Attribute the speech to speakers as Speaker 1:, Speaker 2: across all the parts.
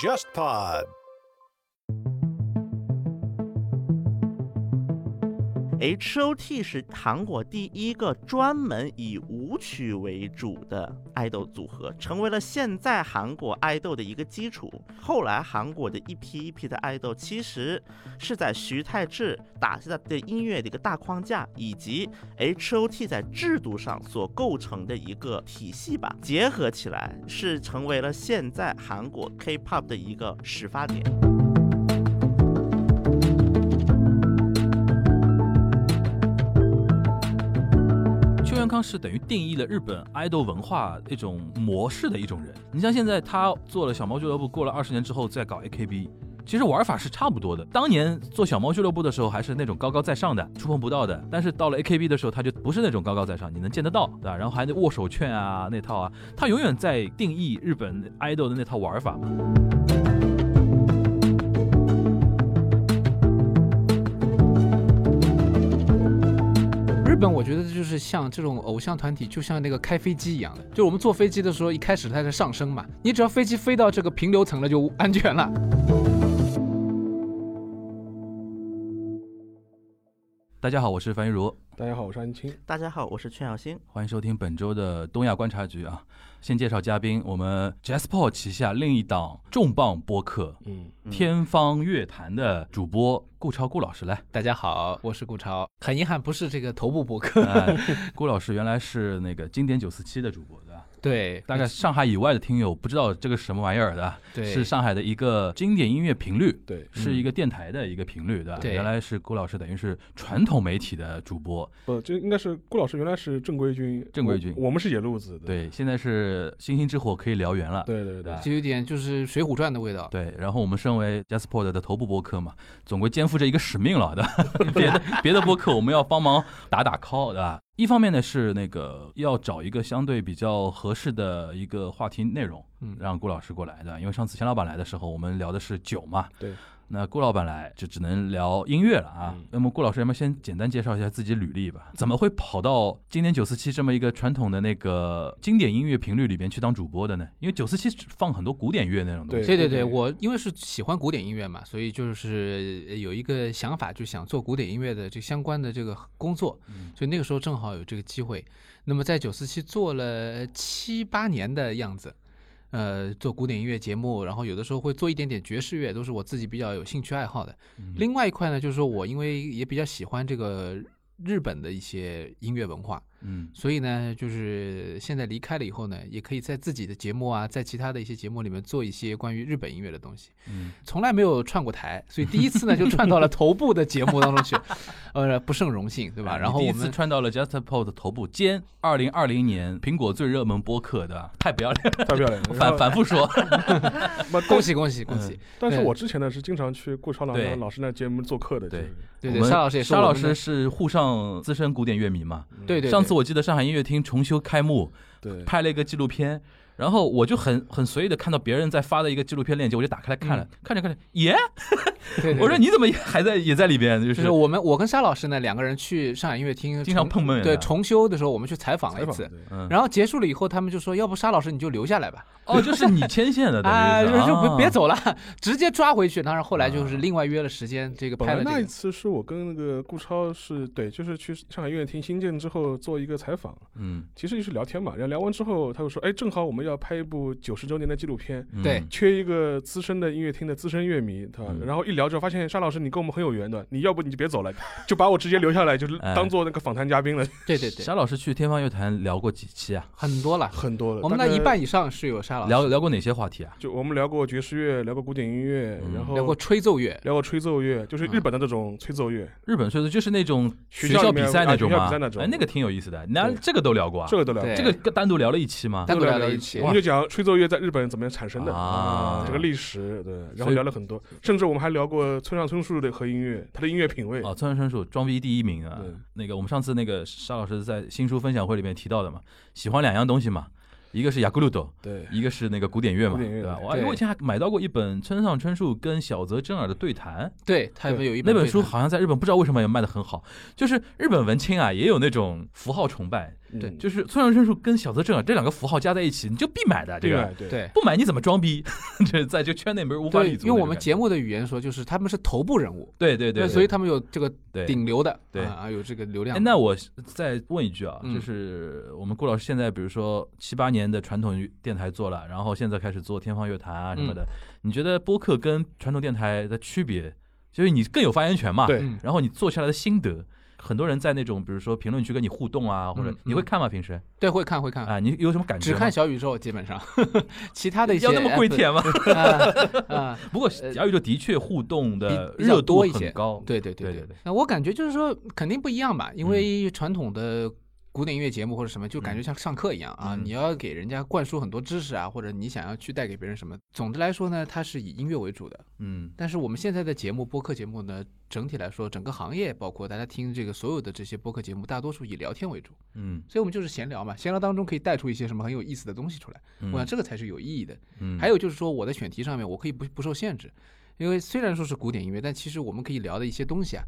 Speaker 1: JustPod。
Speaker 2: H O T 是韩国第一个专门以舞曲为主的爱豆组合，成为了现在韩国爱豆的一个基础。后来韩国的一批一批的爱豆，其实是在徐太志打下的音乐的一个大框架，以及 H O T 在制度上所构成的一个体系吧，结合起来是成为了现在韩国 K-pop 的一个始发点。
Speaker 3: 邱元康是等于定义了日本爱豆文化一种模式的一种人。你像现在他做了小猫俱乐部，过了二十年之后再搞 AKB，其实玩法是差不多的。当年做小猫俱乐部的时候还是那种高高在上的、触碰不到的，但是到了 AKB 的时候，他就不是那种高高在上，你能见得到，对吧？然后还得握手券啊那套啊，他永远在定义日本爱豆的那套玩法嘛。
Speaker 4: 日本我觉得就是像这种偶像团体，就像那个开飞机一样的，就我们坐飞机的时候，一开始它在上升嘛，你只要飞机飞到这个平流层了就安全了。
Speaker 3: 大家好，我是樊一茹，
Speaker 5: 大家好，我是安青。
Speaker 2: 大家好，我是全小星。
Speaker 3: 欢迎收听本周的东亚观察局啊。先介绍嘉宾，我们 Jasper 旗下另一档重磅播客
Speaker 5: 嗯，
Speaker 3: 《天方乐坛》的主播顾超顾老师来。
Speaker 4: 大家好，我是顾超，啊很遗憾不是这个头部博客，
Speaker 3: 哎，顾老师原来是那个经典九四七的主播，对吧？
Speaker 4: 对，
Speaker 3: 大概上海以外的听友不知道这个什么玩意儿的，
Speaker 4: 对
Speaker 3: 是上海的一个经典音乐频率，
Speaker 5: 对，
Speaker 3: 是一个电台的一个频率，对吧？
Speaker 4: 对
Speaker 3: 原来是顾老师等于是传统媒体的主播，
Speaker 5: 不，这呃应该是顾老师原来是正规军，
Speaker 3: 正规军
Speaker 5: 我我们是野路子的。
Speaker 3: 对，现在是星星之火可以燎原了，
Speaker 5: 对对对
Speaker 3: 对吧
Speaker 4: 就有点就是《水浒传》的味道。
Speaker 3: 对，然后我们身为 Jasper 的头部播客嘛，总归肩负着一个使命了的。 别的别的播客，我们要帮忙打打 call，对吧？一方面呢是那个要找一个相对比较合适的一个话题内容，
Speaker 4: 嗯
Speaker 3: 让顾老师过来，对吧？因为上次钱老板来的时候，我们聊的是酒嘛，
Speaker 5: 对。
Speaker 3: 那顾老板来就只能聊音乐了啊。
Speaker 5: 嗯
Speaker 3: 那么顾老师，要不要先简单介绍一下自己履历吧？怎么会跑到今年九四七这么一个传统的那个经典音乐频率里边去当主播的呢？因为九四七放很多古典乐那种东西。
Speaker 5: 对
Speaker 4: 对对
Speaker 5: 对
Speaker 4: 对，我因为是喜欢古典音乐嘛，所以就是呃有一个想法，就想做古典音乐的这相关的这个工作，所以那个时候正好有这个机会。那么在九四七做了七八年的样子，呃，做古典音乐节目，然后有的时候会做一点点爵士乐，都是我自己比较有兴趣爱好的。另外一块呢，就是说我因为也比较喜欢这个日本的一些音乐文化，
Speaker 3: 嗯，
Speaker 4: 所以呢，就是现在离开了以后呢，也可以在自己的节目啊，在其他的一些节目里面做一些关于日本音乐的东西。
Speaker 3: 嗯，
Speaker 4: 从来没有串过台，所以第一次呢就串到了头部的节目当 中去，呃，不胜荣幸，对吧？
Speaker 3: 哎
Speaker 4: 然后
Speaker 3: 你
Speaker 4: 我
Speaker 3: 第一次
Speaker 4: 们
Speaker 3: 穿到了 JustPod 的头部，兼二零二零年苹果最热门播客的， 太不要脸了，
Speaker 5: 太漂亮了。然
Speaker 3: 反
Speaker 5: 后
Speaker 3: 反复说，
Speaker 5: 不
Speaker 4: 恭
Speaker 5: 但
Speaker 4: 喜恭喜恭
Speaker 3: 嗯
Speaker 4: 喜！
Speaker 5: 但是我之前呢是经常去顾超老
Speaker 3: 对
Speaker 5: 师老师那节目做客的。
Speaker 3: 对
Speaker 5: 就是
Speaker 4: 对
Speaker 3: 我
Speaker 4: 对，
Speaker 3: 们
Speaker 4: 沙老师也是
Speaker 3: 沙
Speaker 4: 我
Speaker 3: 老
Speaker 4: 们的
Speaker 3: 师是沪上资深古典乐迷嘛？
Speaker 4: 对对，
Speaker 3: 上次
Speaker 4: 我
Speaker 3: 我记得上海音乐厅重修开幕，
Speaker 5: 对，
Speaker 3: 拍了一个纪录片，然后我就很很随意的看到别人在发的一个纪录片链接，我就打开来看了，
Speaker 4: 嗯
Speaker 3: 看着看着，耶！我说。你怎么也还在也在里边？ 就
Speaker 4: 就是是我们，我跟沙老师呢两个人去上海音乐厅重，
Speaker 3: 经常碰面的
Speaker 4: 对，重修的时候我们去采访了
Speaker 5: 采
Speaker 4: 一
Speaker 5: 访
Speaker 4: 次，
Speaker 5: 对
Speaker 3: 嗯，
Speaker 4: 然后结束了以后，他们就说，要不沙老师你就留下来吧。
Speaker 3: 哦，就是你牵线 的，等
Speaker 4: 啊，
Speaker 3: 于
Speaker 4: 就是就
Speaker 3: 啊
Speaker 4: 别别走了，直接抓回去。当然后来就是另外约了时间，这个
Speaker 5: 本
Speaker 4: 拍
Speaker 5: 来
Speaker 4: 了
Speaker 5: 那
Speaker 4: 这
Speaker 5: 一
Speaker 4: 个。
Speaker 5: 次是我跟那个顾超是对，就是去上海音乐厅新建之后做一个采访，
Speaker 3: 嗯，
Speaker 5: 其实就是聊天嘛。然后聊完之后，他就说：“哎，正好我们要拍一部九十周年的纪录片，
Speaker 3: 嗯
Speaker 4: 对
Speaker 5: 缺一个资深的音乐厅的资深乐迷，对吧？
Speaker 3: 嗯
Speaker 5: 然后一聊之后发现沙老师你跟我们很有缘的，你要不你就别走了， 就把我直接留下来，就是
Speaker 3: 哎
Speaker 5: 当做那个访谈嘉宾了。
Speaker 4: 对对对，
Speaker 3: 沙老师去天方乐坛聊过几期啊？
Speaker 4: 很多了，
Speaker 5: 很多了
Speaker 4: 我们那一半以上是有沙老师，
Speaker 3: 聊聊过哪些话题啊？
Speaker 5: 就我们聊过爵士乐，聊过古典音乐，
Speaker 3: 嗯
Speaker 5: 然后
Speaker 4: 聊过吹奏乐，
Speaker 5: 聊过吹奏乐，就是日本的那种吹奏乐，
Speaker 3: 日本说的就是那种
Speaker 5: 学
Speaker 3: 校
Speaker 5: 校
Speaker 3: 比
Speaker 5: 里面
Speaker 3: 赛
Speaker 5: 啊
Speaker 3: 那种
Speaker 5: 学校
Speaker 3: 吗？
Speaker 5: 比赛那种
Speaker 3: 哎，那个挺有意思的。那
Speaker 5: 对
Speaker 3: 这个都聊过啊？
Speaker 5: 这个都哎
Speaker 4: 对
Speaker 5: 聊。
Speaker 3: 这个单独聊了一期吗？
Speaker 4: 单独
Speaker 5: 都
Speaker 4: 聊
Speaker 5: 聊
Speaker 4: 了一
Speaker 5: 一
Speaker 4: 期
Speaker 5: 我。们就讲吹奏乐在日本怎么样产生的
Speaker 3: 啊
Speaker 5: 这个历史，对，然
Speaker 3: 所
Speaker 5: 后
Speaker 3: 以
Speaker 5: 聊了很多，甚至我们还聊过村上春树的和音乐，他的音乐品味，
Speaker 3: 哦，村上春树装逼第一名啊
Speaker 5: 对！
Speaker 3: 那个我们上次那个沙老师在新书分享会里面提到的嘛，喜欢两样东西嘛，一个是雅古鲁斗，
Speaker 5: 对，
Speaker 3: 一个是那个古典乐嘛，
Speaker 5: 古典乐
Speaker 3: 对吧？
Speaker 5: 对
Speaker 3: 我我以前还买到过一本村上春树跟小泽征尔的对谈，
Speaker 4: 对他们有一
Speaker 3: 那
Speaker 4: 本
Speaker 3: 本
Speaker 4: 对
Speaker 3: 书
Speaker 4: 谈，
Speaker 3: 好像在日本不知道为什么也卖的很好，就是日本文青啊也有那种符号崇拜，
Speaker 4: 对
Speaker 1: 嗯
Speaker 3: 就是村上春树跟小泽正尔这两个符号加在一起，你就必买的这
Speaker 5: 对
Speaker 3: 个，
Speaker 5: 吧？对，
Speaker 4: 对。
Speaker 3: 不买你怎么装逼？这在这圈内没人无法
Speaker 4: 对
Speaker 3: 立，足。
Speaker 4: 用我们节，目的语言说，就是他们是头部人物，
Speaker 3: 对对对，
Speaker 4: 所以
Speaker 3: 对
Speaker 4: 他们有这个
Speaker 3: 对
Speaker 4: 顶流的，
Speaker 3: 对
Speaker 4: 啊，有这个流量
Speaker 3: 哎，。那我再问一句啊，
Speaker 4: 嗯
Speaker 3: 就是我们顾老师现在，比如说七八年的传统电台做了，然后现在开始做天方乐坛啊什么
Speaker 4: 嗯
Speaker 3: 的，你觉得播客跟传统电台的区别，就是你更有发言权嘛？
Speaker 5: 对
Speaker 4: 嗯
Speaker 3: 然后你做下来的心得。很多人在那种，比如说评论区跟你互动啊，或者
Speaker 4: 嗯
Speaker 3: 你会看吗？平时
Speaker 4: 对，会看会看，
Speaker 3: 啊，你有什么感觉
Speaker 4: 只
Speaker 3: 吗？
Speaker 4: 看小宇宙基本上， 其他的一些哎
Speaker 3: 要那么跪
Speaker 4: app，
Speaker 3: 舔吗？
Speaker 4: 啊啊，
Speaker 3: 不过小宇宙的确互动的
Speaker 4: 比比较
Speaker 3: 热度
Speaker 4: 多一
Speaker 3: 很
Speaker 4: 些
Speaker 3: 高，
Speaker 4: 对对
Speaker 3: 对
Speaker 4: 对
Speaker 3: 对对嗯
Speaker 4: 那我感觉就是说肯定不一样吧，因为传统的古典音乐节目或者什么，就感觉像上课一样啊，
Speaker 3: 嗯
Speaker 4: 你要给人家灌输很多知识啊，或者你想要去带给别人什么。总的来说呢，它是以音乐为主的。
Speaker 3: 嗯
Speaker 4: 但是我们现在的节目，播客节目呢，整体来说，整个行业包括大家听这个所有的这些播客节目，大多数以聊天为主，
Speaker 3: 嗯，
Speaker 4: 所以我们就是闲聊嘛，闲聊当中可以带出一些什么很有意思的东西出来。
Speaker 3: 嗯
Speaker 4: 我想这个才是有意义的。
Speaker 3: 嗯
Speaker 4: 还有就是说，我的选题上面我可以不不受限制，因为虽然说是古典音乐，但其实我们可以聊的一些东西啊，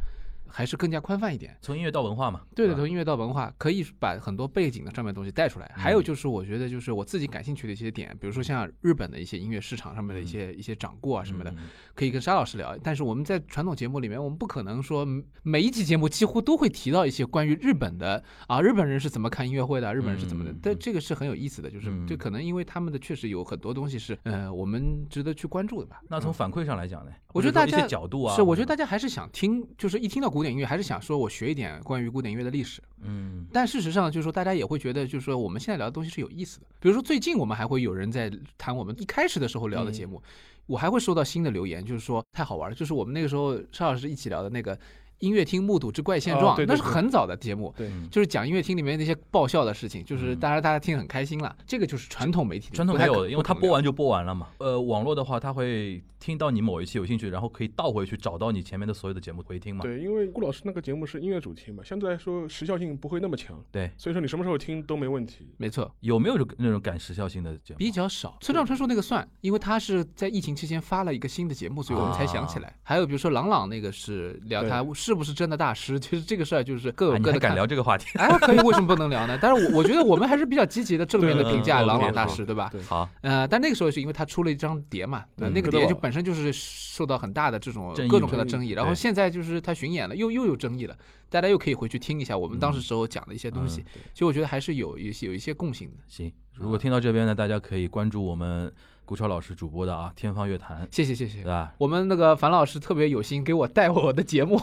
Speaker 4: 还是更加宽泛一点。
Speaker 3: 从音乐到文化嘛，
Speaker 4: 对的，
Speaker 3: 吧
Speaker 4: 从音乐到文化，可以把很多背景的上面的东西带出来。还有就是，我觉得就是我自己感兴趣的一些点，比如说像日本的一些音乐市场上面的一些一些掌故啊什么的，
Speaker 3: 嗯
Speaker 4: 可以跟沙老师聊。但是我们在传统节目里面，我们不可能说嗯每一期节目几乎都会提到一些关于日本的啊，日本人是怎么看音乐会的，日本人是怎么的
Speaker 3: 嗯。
Speaker 4: 但这个是很有意思的，就是
Speaker 3: 嗯
Speaker 4: 就可能因为他们的确实有很多东西是呃我们值得去关注的吧。
Speaker 3: 那从反馈上来讲呢？
Speaker 4: 我觉得
Speaker 3: 或者
Speaker 4: 大
Speaker 3: 说
Speaker 4: 家
Speaker 3: 一些角度啊，
Speaker 4: 是，我觉得
Speaker 3: 或者
Speaker 4: 大家还是想听，就是一听到古典音乐，还是想说我学一点关于古典音乐的历史。
Speaker 3: 嗯
Speaker 4: 但事实上，就是说大家也会觉得，就是说我们现在聊的东西是有意思的。比如说最近我们还会有人在谈我们一开始的时候聊的
Speaker 3: 嗯
Speaker 4: 节目，我还会收到新的留言，就是说太好玩了，就是我们那个时候邵老师一起聊的那个音乐厅目睹之怪现
Speaker 5: 哦
Speaker 4: 状，
Speaker 5: 对对
Speaker 4: 那是
Speaker 5: 对
Speaker 4: 很早的节目。
Speaker 5: 对
Speaker 3: 嗯
Speaker 4: 就是讲音乐厅里面那些爆笑的事情，就是
Speaker 3: 嗯
Speaker 4: 当然大家听很开心了。这个就是传统媒体
Speaker 3: 传统
Speaker 4: 不
Speaker 3: 没
Speaker 4: 太
Speaker 3: 有
Speaker 4: 可
Speaker 3: 的，因为
Speaker 4: 不
Speaker 3: 它
Speaker 4: 可能
Speaker 3: 播
Speaker 4: 聊
Speaker 3: 完就播完了嘛。呃，网络的话，它会听到你某一期有兴趣，然后可以倒回去找到你前面的所有的节目回听嘛。
Speaker 5: 对，因为顾老师那个节目是音乐主题嘛，相对来说时效性不会那么强，
Speaker 3: 对
Speaker 5: 所以说你什么时候听都没问题。
Speaker 4: 没错，
Speaker 3: 有没有那种赶时效性的节目？
Speaker 4: 比较少。村上春树那个算，因为他是在疫情期间发了一个新的节目，所以我们才想起来。还有比如说郎朗那个是聊他是不是真的大师，其实这个事儿就是各
Speaker 3: 啊
Speaker 4: 有
Speaker 3: 你
Speaker 4: 各
Speaker 3: 还
Speaker 4: 的
Speaker 3: 敢
Speaker 4: 看法。
Speaker 3: 聊这个话题？
Speaker 4: 哎，可以，为什么不能聊呢？但是我我觉得我们还是比较积极的、正面的
Speaker 5: 对
Speaker 4: 评价
Speaker 3: 嗯
Speaker 4: 郎
Speaker 3: ，OK，
Speaker 4: 朗大
Speaker 3: 好
Speaker 4: 师，对吧？
Speaker 5: 对
Speaker 3: 好，
Speaker 4: 呃，但那个时候是因为他出了一张碟嘛，呃
Speaker 3: 嗯
Speaker 4: 那个
Speaker 5: 不知
Speaker 4: 碟
Speaker 5: 道
Speaker 4: 就本身就是受到很大的这种
Speaker 3: 争议
Speaker 4: 各种
Speaker 3: 嘛
Speaker 4: 各样的争议，然后
Speaker 3: 对
Speaker 4: 现在就是他巡演了，又又有争议了，大家又可以回去听一下我们当时时候讲的一些东西，所以我觉得还是有一些有一些共性的。
Speaker 3: 行。如果听到这边呢，大家可以关注我们顾超老师主播的啊《天方乐坛》，
Speaker 4: 谢谢谢谢
Speaker 3: 对，吧？
Speaker 4: 我们那个樊老师特别有心给我带我的节目，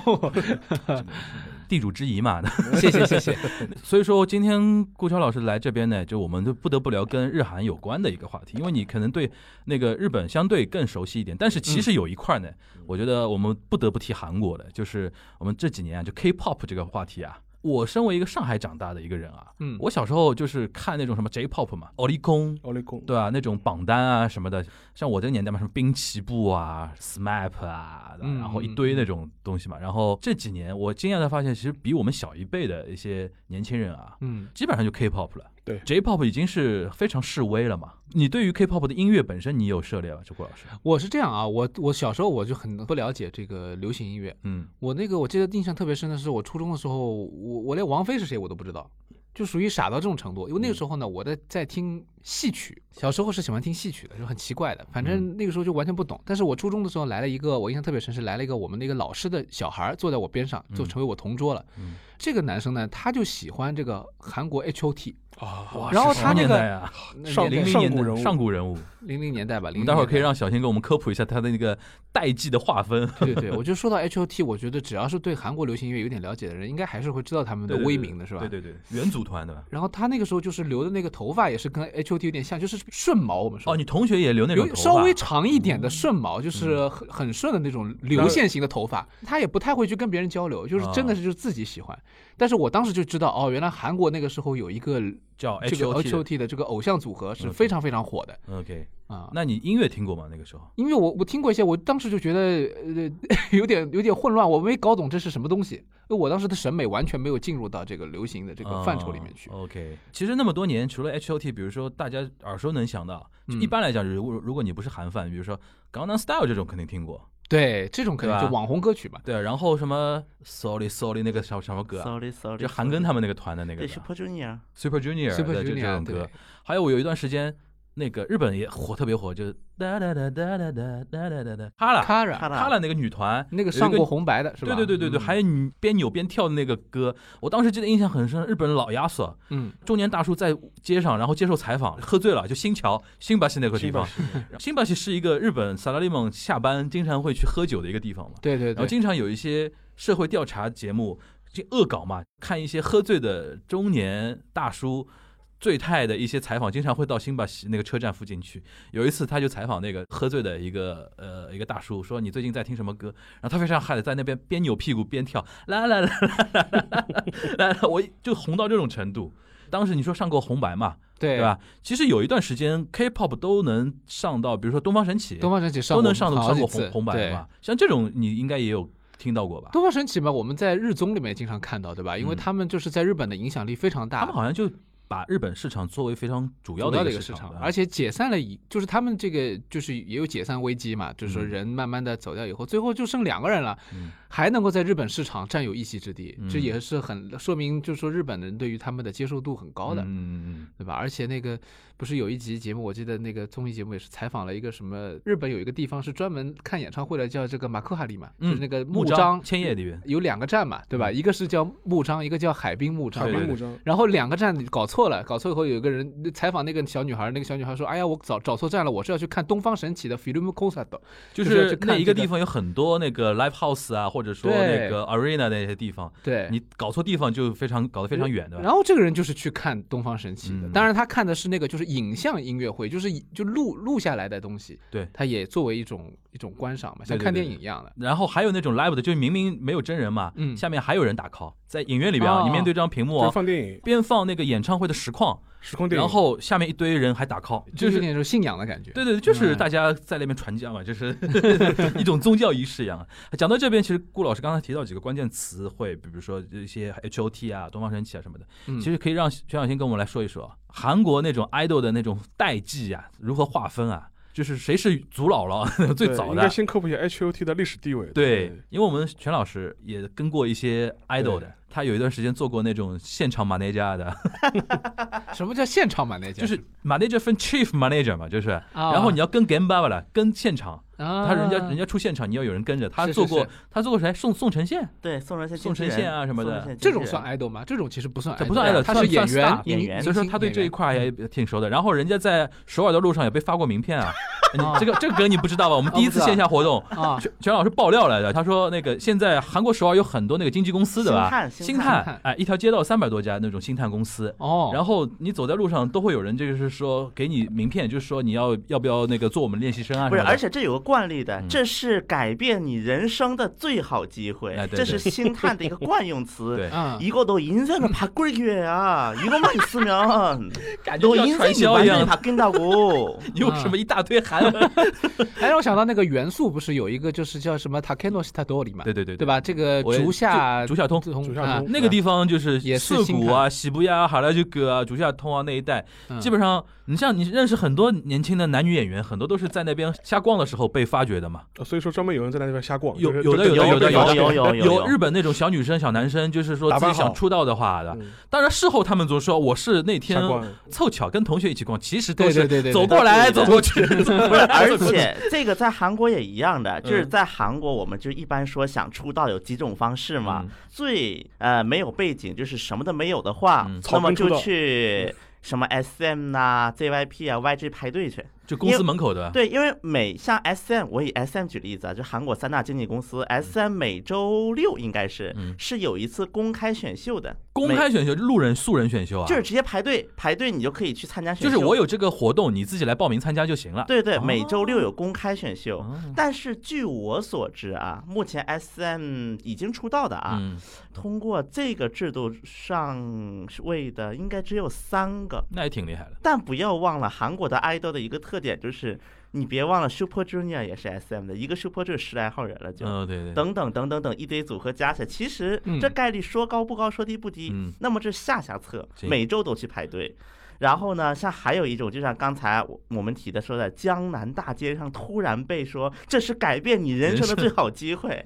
Speaker 3: 地主之谊嘛，
Speaker 4: 谢谢谢谢。
Speaker 3: 所以说，今天顾超老师来这边呢，就我们就不得不聊跟日韩有关的一个话题，因为你可能对那个日本相对更熟悉一点，但是其实有一块呢，我觉得我们不得不提韩国的，就是我们这几年啊，就 K-pop 这个话题啊。我身为一个上海长大的一个人啊，
Speaker 4: 嗯
Speaker 3: 我小时候就是看那种什么 J-pop 嘛，奥利空，
Speaker 5: 奥利贡，
Speaker 3: 对啊，那种榜单啊什么的，像我这个年代嘛，什么滨崎步啊、SMAP 啊，
Speaker 4: 嗯
Speaker 3: 然后一堆那种东西嘛。然后这几年，我惊讶的发现，其实比我们小一辈的一些年轻人啊，
Speaker 4: 嗯，
Speaker 3: 基本上就 K-pop 了。
Speaker 5: 对
Speaker 3: ，J-pop 已经是非常示威了嘛。你对于 K-pop 的音乐本身，你有涉猎吧，周郭老师？
Speaker 4: 我是这样啊，我我小时候我就很不了解这个流行音乐，
Speaker 3: 嗯，
Speaker 4: 我那个我记得印象特别深的是，我初中的时候，我我连王菲是谁我都不知道，就属于傻到这种程度。因为那个时候呢，我在在听戏曲，小时候是喜欢听戏曲的，就很奇怪的，反正那个时候就完全不懂。但是我初中的时候来了一个，我印象特别深是来了一个我们那个老师的小孩儿坐在我边上，就成为我同桌了。
Speaker 3: 嗯
Speaker 4: 这个男生呢，他就喜欢这个韩国 H O T，
Speaker 5: 啊，
Speaker 3: 哇
Speaker 4: 然后
Speaker 3: 是什么
Speaker 4: 他那
Speaker 3: 年
Speaker 4: 个
Speaker 3: 代啊，
Speaker 5: 上
Speaker 3: 零零
Speaker 5: 上
Speaker 3: 年
Speaker 5: 古人
Speaker 3: 代
Speaker 5: 物
Speaker 3: 上古人物，
Speaker 4: 零零年代吧，
Speaker 3: 我
Speaker 4: 零
Speaker 3: 们待会儿可以让小新给我们科普一下他的那个代际的划分。
Speaker 4: 对对，我就说到 H O T，我觉得只要是对韩国流行音乐有点了解的人，应该还是会知道他们的
Speaker 3: 对对对
Speaker 4: 威名的，是吧？
Speaker 3: 对对对，元组团对吧？
Speaker 4: 然后他那个时候就是留的那个头发也是跟 H O T 有点像，就是顺毛，我们说
Speaker 3: 哦，你同学也留那种
Speaker 4: 有
Speaker 3: 头发，嗯
Speaker 4: 稍微长一点的顺毛，就是很很顺的那种流线型的头发。他也不太会去跟别人交流，就是
Speaker 3: 啊
Speaker 4: 真的是就是自己喜欢。但是我当时就知道，哦，原来韩国那个时候有一个
Speaker 3: 叫
Speaker 4: 这个
Speaker 3: H
Speaker 4: H
Speaker 3: O T。
Speaker 4: O T 的这个偶像组合是非常非常火的
Speaker 3: OK，
Speaker 4: 啊。
Speaker 3: 那你音乐听过吗？那个时候？
Speaker 4: 因为我我听过一些，我当时就觉得呃有点有点混乱，我没搞懂这是什么东西。因为我当时的审美完全没有进入到这个流行的这个范畴里面去。
Speaker 3: 哦 OK，其实那么多年，除了 H O T，比如说大家耳熟能详的，就
Speaker 4: 嗯
Speaker 3: 一般来讲，如果如果你不是韩范，比如说《江南 Style》这种肯定听过，
Speaker 4: 对，这种肯定
Speaker 3: 对
Speaker 4: 就
Speaker 3: 吧
Speaker 4: 网红歌曲嘛。
Speaker 3: 对，然后什么 Sorry Sorry 那个什么什么歌啊，
Speaker 2: Sorry Sorry，
Speaker 3: 就韩庚他们那个团的那个
Speaker 2: 对
Speaker 3: 歌
Speaker 2: Super Junior，
Speaker 3: Super Junior
Speaker 4: Super
Speaker 3: 的就这
Speaker 4: Junior
Speaker 3: 种歌
Speaker 4: 对，
Speaker 3: 还有我有一段时间。那个日本也火，特别火，就是哒哒哒哒哒哒哒哒哒哒，哈啦
Speaker 4: Kara
Speaker 2: 看
Speaker 3: 哈
Speaker 2: 了
Speaker 3: 啦那个女团，
Speaker 4: 那
Speaker 3: 有
Speaker 4: 个
Speaker 3: 一
Speaker 4: 上
Speaker 3: 个
Speaker 4: 过红白的是吧？
Speaker 3: 呃对对对对对，
Speaker 4: 嗯
Speaker 3: 还有你边扭边跳的那个歌，我当时记得印象很深。日本老亚索
Speaker 4: 嗯，
Speaker 3: 中年大叔在街上，然后接受采访，喝醉了就新桥新巴西那个地方。新巴西是一个日本萨拉利蒙下班经常会去喝酒的一个地方嘛，
Speaker 4: 对对
Speaker 3: 然后
Speaker 4: 对，
Speaker 3: 经常有一些社会调查节目就恶搞嘛，看一些喝醉的中年大叔。醉态的一些采访，经常会到新巴西那个车站附近去。有一次，他就采访那个喝醉的一个呃一个大叔，说你最近在听什么歌？然后他非常嗨的在那边边扭屁股边跳，啦啦啦啦啦啦啦啦，我就红到这种程度。当时你说上过红白嘛，
Speaker 4: 对
Speaker 3: 对？吧？其实有一段时间 K-pop 都能上到，比如说东方神起，
Speaker 4: 东方神起上
Speaker 3: 都能
Speaker 4: 过
Speaker 3: 上
Speaker 4: 好
Speaker 3: 上
Speaker 4: 几
Speaker 3: 过
Speaker 4: 次
Speaker 3: 红红
Speaker 4: 对
Speaker 3: 白嘛。像这种你应该也有听到过吧？
Speaker 4: 东方神起嘛，我们在日综里面经常看到，对吧？因为
Speaker 3: 嗯
Speaker 4: 他们就是在日本的影响力非常大，
Speaker 3: 他们好像就把日本市场作为非常主要
Speaker 4: 啊主要
Speaker 3: 的
Speaker 4: 的
Speaker 3: 一
Speaker 4: 一
Speaker 3: 个
Speaker 4: 个
Speaker 3: 市
Speaker 4: 市
Speaker 3: 场嗯
Speaker 4: 场
Speaker 3: 的，
Speaker 4: 而且解散了以，就是他们这个就是也有解散危机嘛，就是说
Speaker 3: 嗯
Speaker 4: 人慢慢的走掉以后，最后就剩两个人了，
Speaker 3: 嗯
Speaker 4: 还能够在日本市场占有一席之地，这
Speaker 3: 嗯
Speaker 4: 也是很说明，就是说日本人对于他们的接受度很高的。
Speaker 3: 嗯嗯
Speaker 4: 对吧？而且那个不是有一集节目，我记得那个综艺节目也是采访了一个什么日本有一个地方是专门看演唱会的，叫这个马克哈里嘛，
Speaker 3: 嗯
Speaker 4: 就是那个
Speaker 3: 嗯，木嗯
Speaker 4: 章
Speaker 3: 千叶里面，
Speaker 4: 有两个站嘛，对吧？一个是叫木章，一个叫海滨木章
Speaker 5: 海
Speaker 4: 嘛。
Speaker 5: 滨木章，
Speaker 4: 然后两个站搞错了，搞错以后有个人采访那个小女孩，那个小女孩说：“哎呀，我找找错站了，我是要去看东方神起的 film concert。
Speaker 3: 就
Speaker 4: 就是要
Speaker 3: 是
Speaker 4: 去看
Speaker 3: 那一个
Speaker 4: 这个
Speaker 3: 地方有很多那个 live house 啊，或者说那
Speaker 4: 对
Speaker 3: 个 arena 那些地方，”
Speaker 4: 对，
Speaker 3: 你搞错地方就非常搞得非常远，对吧？
Speaker 4: 然后这个人就是去看东方神起的，
Speaker 3: 嗯
Speaker 4: 当然他看的是那个就是影像音乐会，就是就录录下来的东西，
Speaker 3: 对
Speaker 4: 他也作为一种一种观赏嘛，像
Speaker 3: 对对
Speaker 4: 看
Speaker 3: 对
Speaker 4: 电影一样的。
Speaker 3: 然后还有那种 live 的，就是明明没有真人嘛，
Speaker 4: 嗯
Speaker 3: 下面还有人打 call，在影院里边啊，
Speaker 4: 哦
Speaker 3: 你面对这张屏幕
Speaker 5: 就是
Speaker 3: 啊，
Speaker 5: 放电影，
Speaker 3: 边放那个演唱会的实况，
Speaker 5: 时空电影，
Speaker 3: 然后下面一堆人还打 call，就是
Speaker 4: 就有
Speaker 3: 是
Speaker 4: 点这种信仰的感觉。
Speaker 3: 对对，就是
Speaker 4: 嗯
Speaker 3: 大家在那边传教嘛，就是 一种宗教仪式一样。啊讲到这边，其实顾老师刚才提到几个关键词汇，比如说一些 H O T 啊、东方神起啊什么的，
Speaker 4: 嗯，
Speaker 3: 其实可以让全小新跟我们来说一说啊韩国那种 idol 的那种代际啊，如何划分啊？就是谁是祖姥姥 最
Speaker 5: 对
Speaker 3: 早
Speaker 5: 应
Speaker 3: 的啊
Speaker 5: 该？先科普一下 H O T 的历史地位。
Speaker 3: 对，因为我们全老师也跟过一些 idol
Speaker 5: 对
Speaker 3: 的，他有一段时间做过那种现场 manager 的，
Speaker 4: 什么叫现场版那家？
Speaker 3: 就是 manager 分 chief manager 嘛，就是，
Speaker 4: 啊，
Speaker 3: 然后你要跟 game b a b a 了，跟现场，
Speaker 4: 啊，
Speaker 3: 他人家人家出现场，你要有人跟着。他
Speaker 4: 是
Speaker 3: 做
Speaker 4: 是
Speaker 3: 过
Speaker 4: 是
Speaker 3: 他做过谁？宋宋承宪，
Speaker 2: 对，宋承宪
Speaker 3: 宋承
Speaker 2: 经纪人
Speaker 3: 宪啊什么的
Speaker 2: 宋承宪经
Speaker 4: 这
Speaker 2: 纪
Speaker 4: 种
Speaker 2: 人
Speaker 4: 算 idol 吗？这种其实不算，
Speaker 3: 这不算 idol，
Speaker 4: 他
Speaker 3: 算
Speaker 4: 是演
Speaker 3: 算 star
Speaker 4: 员
Speaker 2: 演员
Speaker 3: 所以说他对这一块也挺熟的。然后人家在首尔的路上也被发过名片啊。你
Speaker 4: 啊
Speaker 3: 这个这个梗你不知道吧？我们第一次线下活动，
Speaker 4: 啊，
Speaker 3: 全全老师爆料来的。他说那个现在韩国首尔有很多那个经纪公司的
Speaker 2: 星
Speaker 3: 吧？
Speaker 2: 探
Speaker 3: 星
Speaker 2: 星
Speaker 4: 探
Speaker 3: 探，哎，一条街道三百多家那种星探公司。
Speaker 4: 哦，
Speaker 3: 然后你走在路上都会有人，就是说给你名片，就是说你要要不要那个做我们练习生啊什
Speaker 2: 不
Speaker 3: 么
Speaker 2: 是，
Speaker 3: 的。
Speaker 2: 而且这有个惯例的
Speaker 3: 嗯，
Speaker 2: 这是改变你人生的最好机会
Speaker 3: 哎，对
Speaker 2: 这是星探的 一个惯用
Speaker 3: 对
Speaker 2: 词。
Speaker 4: 嗯，
Speaker 2: 一个都인생을바꿀기회야 이것만 있으면
Speaker 3: 感觉
Speaker 2: 너
Speaker 3: 像
Speaker 2: 인생이
Speaker 3: 传销一
Speaker 2: 완전히
Speaker 3: 样，
Speaker 2: 바뀐다고.
Speaker 3: 你有什么一大堆韩文
Speaker 4: 还让我想到那个元素，不是有一个就是叫什么 Takeno Shitadori 嘛？
Speaker 3: 对对对
Speaker 4: 对？吧？这个
Speaker 3: 我也
Speaker 4: 竹下
Speaker 3: 竹竹下通
Speaker 4: 竹
Speaker 5: 竹下通
Speaker 3: 那个地方就是
Speaker 4: 也是
Speaker 3: 涩
Speaker 4: 新
Speaker 3: 谷
Speaker 4: 开
Speaker 3: 啊、喜不亚啊、哈拉就哥啊、竹下通啊那一带，
Speaker 4: 嗯
Speaker 3: 基本上你像你认识很多年轻的男女演员，很多都是在那边瞎逛的时候被发掘的嘛。
Speaker 5: 呃所以说专门有人在那地方瞎逛，
Speaker 3: 有
Speaker 5: 就是
Speaker 3: 有的
Speaker 5: 等
Speaker 3: 有的
Speaker 5: 等
Speaker 3: 有的
Speaker 5: 等
Speaker 3: 有
Speaker 2: 有
Speaker 3: 的
Speaker 2: 有
Speaker 3: 有日本那种小女生、小男生，就是说
Speaker 5: 打
Speaker 3: 自
Speaker 5: 扮
Speaker 3: 己
Speaker 5: 好
Speaker 3: 想出道的话的，
Speaker 5: 嗯
Speaker 3: 当然事后他们总说我是那天
Speaker 5: 瞎逛，
Speaker 3: 凑巧跟同学一起逛，其实都
Speaker 4: 对对
Speaker 3: 是
Speaker 4: 对对，
Speaker 3: 走
Speaker 4: 对
Speaker 3: 过来
Speaker 2: 对
Speaker 3: 走
Speaker 2: 对
Speaker 3: 过去，走 过来
Speaker 2: 而
Speaker 3: 走过去
Speaker 2: 且这个在韩国也一样的，
Speaker 3: 嗯
Speaker 2: 就是在韩国，我们就一般说想出道有几种方式嘛。
Speaker 3: 嗯
Speaker 2: 最呃没有背景，就是什么都没有的话，
Speaker 3: 嗯
Speaker 2: 那么
Speaker 5: 草根出
Speaker 2: 就
Speaker 5: 道
Speaker 2: 去什么 SM 呐、JYP 啊、YG 排队去。
Speaker 3: 就公司门口的，
Speaker 2: 对，因为每像 SM，我以 SM 举例子啊，就韩国三大经纪公司，SM 每周六应该是、
Speaker 3: 嗯
Speaker 2: 是有一次公开选秀的，
Speaker 3: 公开选秀、路人、素人选秀啊，
Speaker 2: 每就是直接排队排队，你就可以去参加选
Speaker 3: 就
Speaker 2: 秀。
Speaker 3: 是我有这个活动，你自己来报名参加就行了。
Speaker 2: 对对，
Speaker 3: 哦
Speaker 2: 每周六有公开选秀。
Speaker 3: 哦
Speaker 2: 但是据我所知啊，目前 S M 已经出道的啊，
Speaker 3: 嗯，
Speaker 2: 通过这个制度上位的应该只有三个。
Speaker 3: 那也挺厉害的。
Speaker 2: 但不要忘了韩国的爱豆的一个特点就是，你别忘了 Super Junior 也是 S M 的，一个 Super Junior 十来号人了就。
Speaker 3: 嗯，对对。
Speaker 2: 等等等等等一堆组合加起来，其实
Speaker 4: 嗯
Speaker 2: 这概率说高不高，说低不低。
Speaker 3: 嗯
Speaker 2: 那么这是下下策，
Speaker 3: 行
Speaker 2: 每周都去排队。然后呢，像还有一种，就像刚才我我们提的说的，江南大街上突然被说这是改变你人生的最好机 会。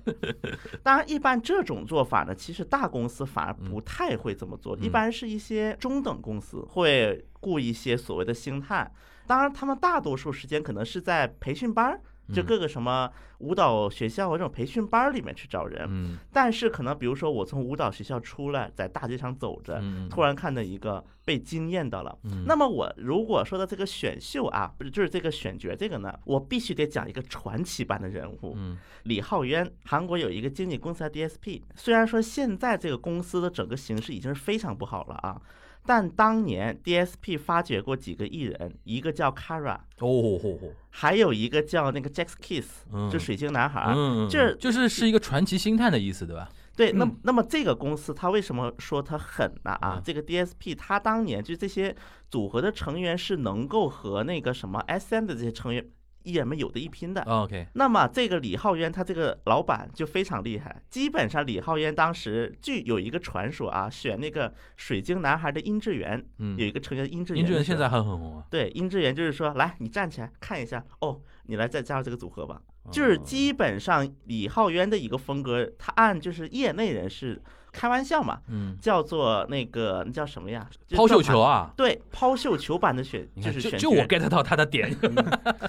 Speaker 2: 当然，一般这种做法呢，其实大公司反而不太会这么做，一
Speaker 3: 嗯
Speaker 2: 般是一些中等公司会雇一些所谓的星探。当然，他们大多数时间可能是在培训班儿，就
Speaker 3: 嗯
Speaker 2: 各个什么舞蹈学校啊这种培训班儿里面去找人。
Speaker 3: 嗯
Speaker 2: 但是可能比如说我从舞蹈学校出来，在大街上走着，
Speaker 3: 嗯，
Speaker 2: 突然看到一个被惊艳到了。
Speaker 3: 嗯，
Speaker 2: 那么我如果说到这个选秀啊，不是就是这个选角这个呢，我必须得讲一个传奇般的人物，
Speaker 3: 嗯
Speaker 2: 李浩渊，韩国有一个经纪公司叫 DSP，虽然说现在这个公司的整个形势已经是非常不好了啊，但当年 DSP 发掘过几个艺人，一个叫 Kara，
Speaker 3: 哦吼吼吼，
Speaker 2: 还有一个叫那个 Jax Kiss，
Speaker 3: 嗯
Speaker 2: 就水晶男孩儿，
Speaker 3: 嗯，嗯
Speaker 2: 这
Speaker 3: 就是是一个传奇星探的意思，对吧？
Speaker 2: 对，那
Speaker 4: 嗯
Speaker 2: 那么这个公司它为什么说它狠呢？啊
Speaker 3: 嗯，
Speaker 2: 这个 DSP 它当年就这些组合的成员是能够和那个什么 SM 的这些成员艺人们有的一拼的。
Speaker 3: 啊 OK，
Speaker 2: 那么这个李浩渊他这个老板就非常厉害，基本上李浩渊当时据有一个传说啊，选那个水晶男孩的殷志源，
Speaker 3: 嗯
Speaker 2: 有，一个成员殷志源的
Speaker 3: 殷
Speaker 2: 时
Speaker 3: 志
Speaker 2: 候，
Speaker 3: 源现在还很红啊，
Speaker 2: 对殷志源就是说，来你站起来看一下，哦，你来再加入这个组合吧。就是
Speaker 3: 嗯
Speaker 2: 基本上李浩渊的一个风格，他按就是业内人士开玩笑嘛，
Speaker 3: 嗯
Speaker 2: 叫做那个那叫什么呀？就
Speaker 3: 抛绣
Speaker 2: 正版
Speaker 3: 球。啊。
Speaker 2: 对，抛绣球版的选
Speaker 3: 你
Speaker 2: 就
Speaker 3: 看，
Speaker 2: 是
Speaker 3: 就
Speaker 2: 选
Speaker 3: 就我
Speaker 2: 角
Speaker 3: get 到他 的点，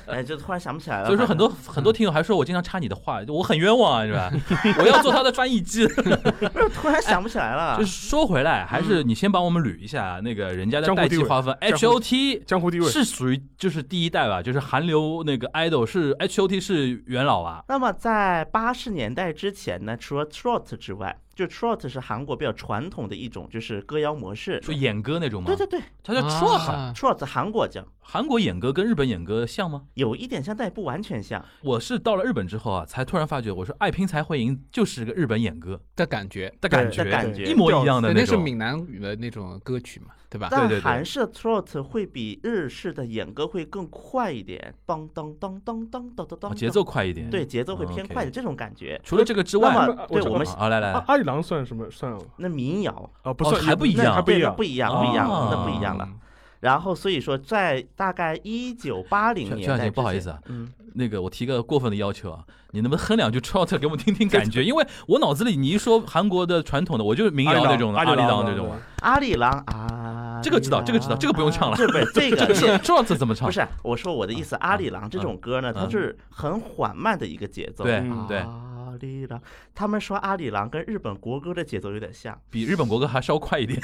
Speaker 2: 哎，就突然想不起来了。
Speaker 3: 所以说很
Speaker 2: 反正
Speaker 3: 多很多听友还说我经常插你的话，我很冤枉啊，是吧？我要做他的翻 译机。
Speaker 2: 不是 突然想不起来了
Speaker 3: 就是。 说回来，还
Speaker 2: 嗯
Speaker 3: 是你先帮我们捋一下那个人家的
Speaker 5: 江湖
Speaker 3: 代
Speaker 5: 地
Speaker 3: 际
Speaker 5: 位
Speaker 3: 划分
Speaker 5: 江湖
Speaker 3: ，HOT
Speaker 5: 江湖地位
Speaker 3: 是属于就是第一代吧，就是韩流那个 idol 是 HOT 是元老吧？
Speaker 2: 那么在八十年代之前呢，除了 trot 之外，就 trot 是韩国比较传统的一种就是歌谣模式。
Speaker 3: 就演歌那种吗？
Speaker 2: 对对啊对
Speaker 3: 它叫 t r o t
Speaker 4: 啊
Speaker 2: ，trot 韩国叫，
Speaker 3: 韩国演歌跟日本演歌像吗？
Speaker 2: 有一点像，但也不完全像。
Speaker 3: 我是到了日本之后啊，才突然发觉，我说爱拼才会赢就是个日本演歌
Speaker 4: 的感觉。
Speaker 3: 的
Speaker 5: 对
Speaker 3: 感觉，
Speaker 2: 的感觉
Speaker 3: 一模一样的
Speaker 4: 对，那是
Speaker 3: 种。
Speaker 4: 闽南语的那种歌曲嘛，对吧？
Speaker 3: 对啊
Speaker 2: 但
Speaker 3: 对对
Speaker 2: 韩式 trot 会比日式的演歌会更快一点，当当当当当当当
Speaker 3: 哦
Speaker 2: 当，
Speaker 3: 节奏快一点。
Speaker 2: 对，节奏会偏
Speaker 3: OK
Speaker 2: 快的这种感觉。
Speaker 3: 除了这个之外，
Speaker 2: 那
Speaker 5: 啊
Speaker 2: 么
Speaker 5: 我
Speaker 2: 对
Speaker 5: 知道
Speaker 2: 我们
Speaker 3: 啊，来来
Speaker 5: 啊
Speaker 3: 来，
Speaker 5: 阿里郎算什么算
Speaker 2: 那民谣
Speaker 5: 啊？不
Speaker 3: 哦
Speaker 5: 算
Speaker 3: 还不一
Speaker 2: 那
Speaker 3: 样啊
Speaker 5: 还不
Speaker 2: 对
Speaker 5: 一
Speaker 2: 那
Speaker 5: 样
Speaker 2: 不。一样，不一样，那不一样了。
Speaker 4: 嗯。
Speaker 2: 然后所以说，在大概一九八零
Speaker 3: 全
Speaker 2: 年
Speaker 3: 全小
Speaker 2: 代，
Speaker 3: 姐不好意思，啊，
Speaker 2: 嗯，
Speaker 3: 那个我提个过分的要求啊，你能不能哼两句 trot 给我们听听感觉？因为我脑子里你一说韩国的传统的，我就是民
Speaker 5: 阿里
Speaker 3: 谣
Speaker 5: 郎
Speaker 3: 那种的，
Speaker 5: 阿
Speaker 3: 阿里
Speaker 5: 里郎
Speaker 3: 郎那
Speaker 5: 对
Speaker 3: 种
Speaker 5: 对
Speaker 3: 啊。
Speaker 2: 阿里郎啊，
Speaker 3: 这个知道这个知道这个不用唱了
Speaker 2: 这不是这
Speaker 3: 这个
Speaker 2: 个
Speaker 3: 是 trot 怎么唱？啊
Speaker 2: 不是我说我的意思，阿里郎这种歌呢，它
Speaker 3: 嗯
Speaker 2: 是很缓慢的一个节奏，
Speaker 3: 对
Speaker 5: 嗯
Speaker 3: 对，
Speaker 2: 啊阿里郎，他们说阿里郎跟日本国歌的节奏有点 像，
Speaker 3: 比日本国歌还稍快一点。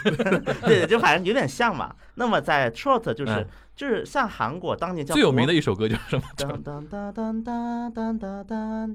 Speaker 2: 对，就反正有点像嘛。那么在 trot 就是、
Speaker 3: 嗯
Speaker 2: 就是像韩国当年叫
Speaker 3: 最有
Speaker 2: 国
Speaker 3: 名的。一首歌叫什么？
Speaker 2: 当当当当当当当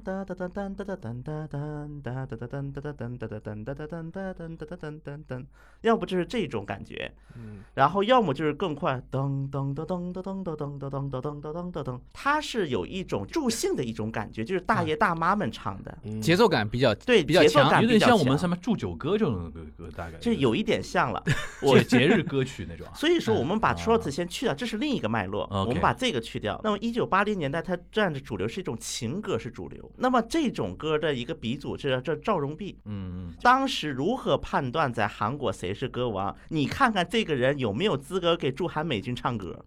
Speaker 2: 当当当当当当当当当当当当当当当当当当当当当当当，要不就是这种感觉，
Speaker 5: 嗯
Speaker 2: 然后要么就是更快，噔噔噔噔噔噔噔噔噔噔噔噔噔噔噔，它是有一种助兴的一种感觉，就是大爷大妈们唱的，
Speaker 5: 嗯
Speaker 4: 节奏感比较
Speaker 2: 对，
Speaker 4: 比较
Speaker 2: 节奏
Speaker 4: 强
Speaker 2: 感
Speaker 3: 有
Speaker 2: 比
Speaker 3: 点
Speaker 2: 较
Speaker 3: 像我们
Speaker 2: 强
Speaker 3: 什么祝酒歌这种歌歌，大概
Speaker 2: 这有一点像了，我
Speaker 3: 节节日歌曲那种啊。
Speaker 2: 所以说，我们把
Speaker 3: 嗯
Speaker 2: shorts 先去掉，这是另一个脉络。
Speaker 3: OK
Speaker 2: 我们把这个去掉。那么，一九八零年代它占着主流是一种情歌是主流。那么这种歌的一个鼻祖是这赵荣弼。
Speaker 3: 嗯
Speaker 2: 当时如何判断在韩国谁是歌王？你看看这个人有没有资格给驻韩美军唱歌？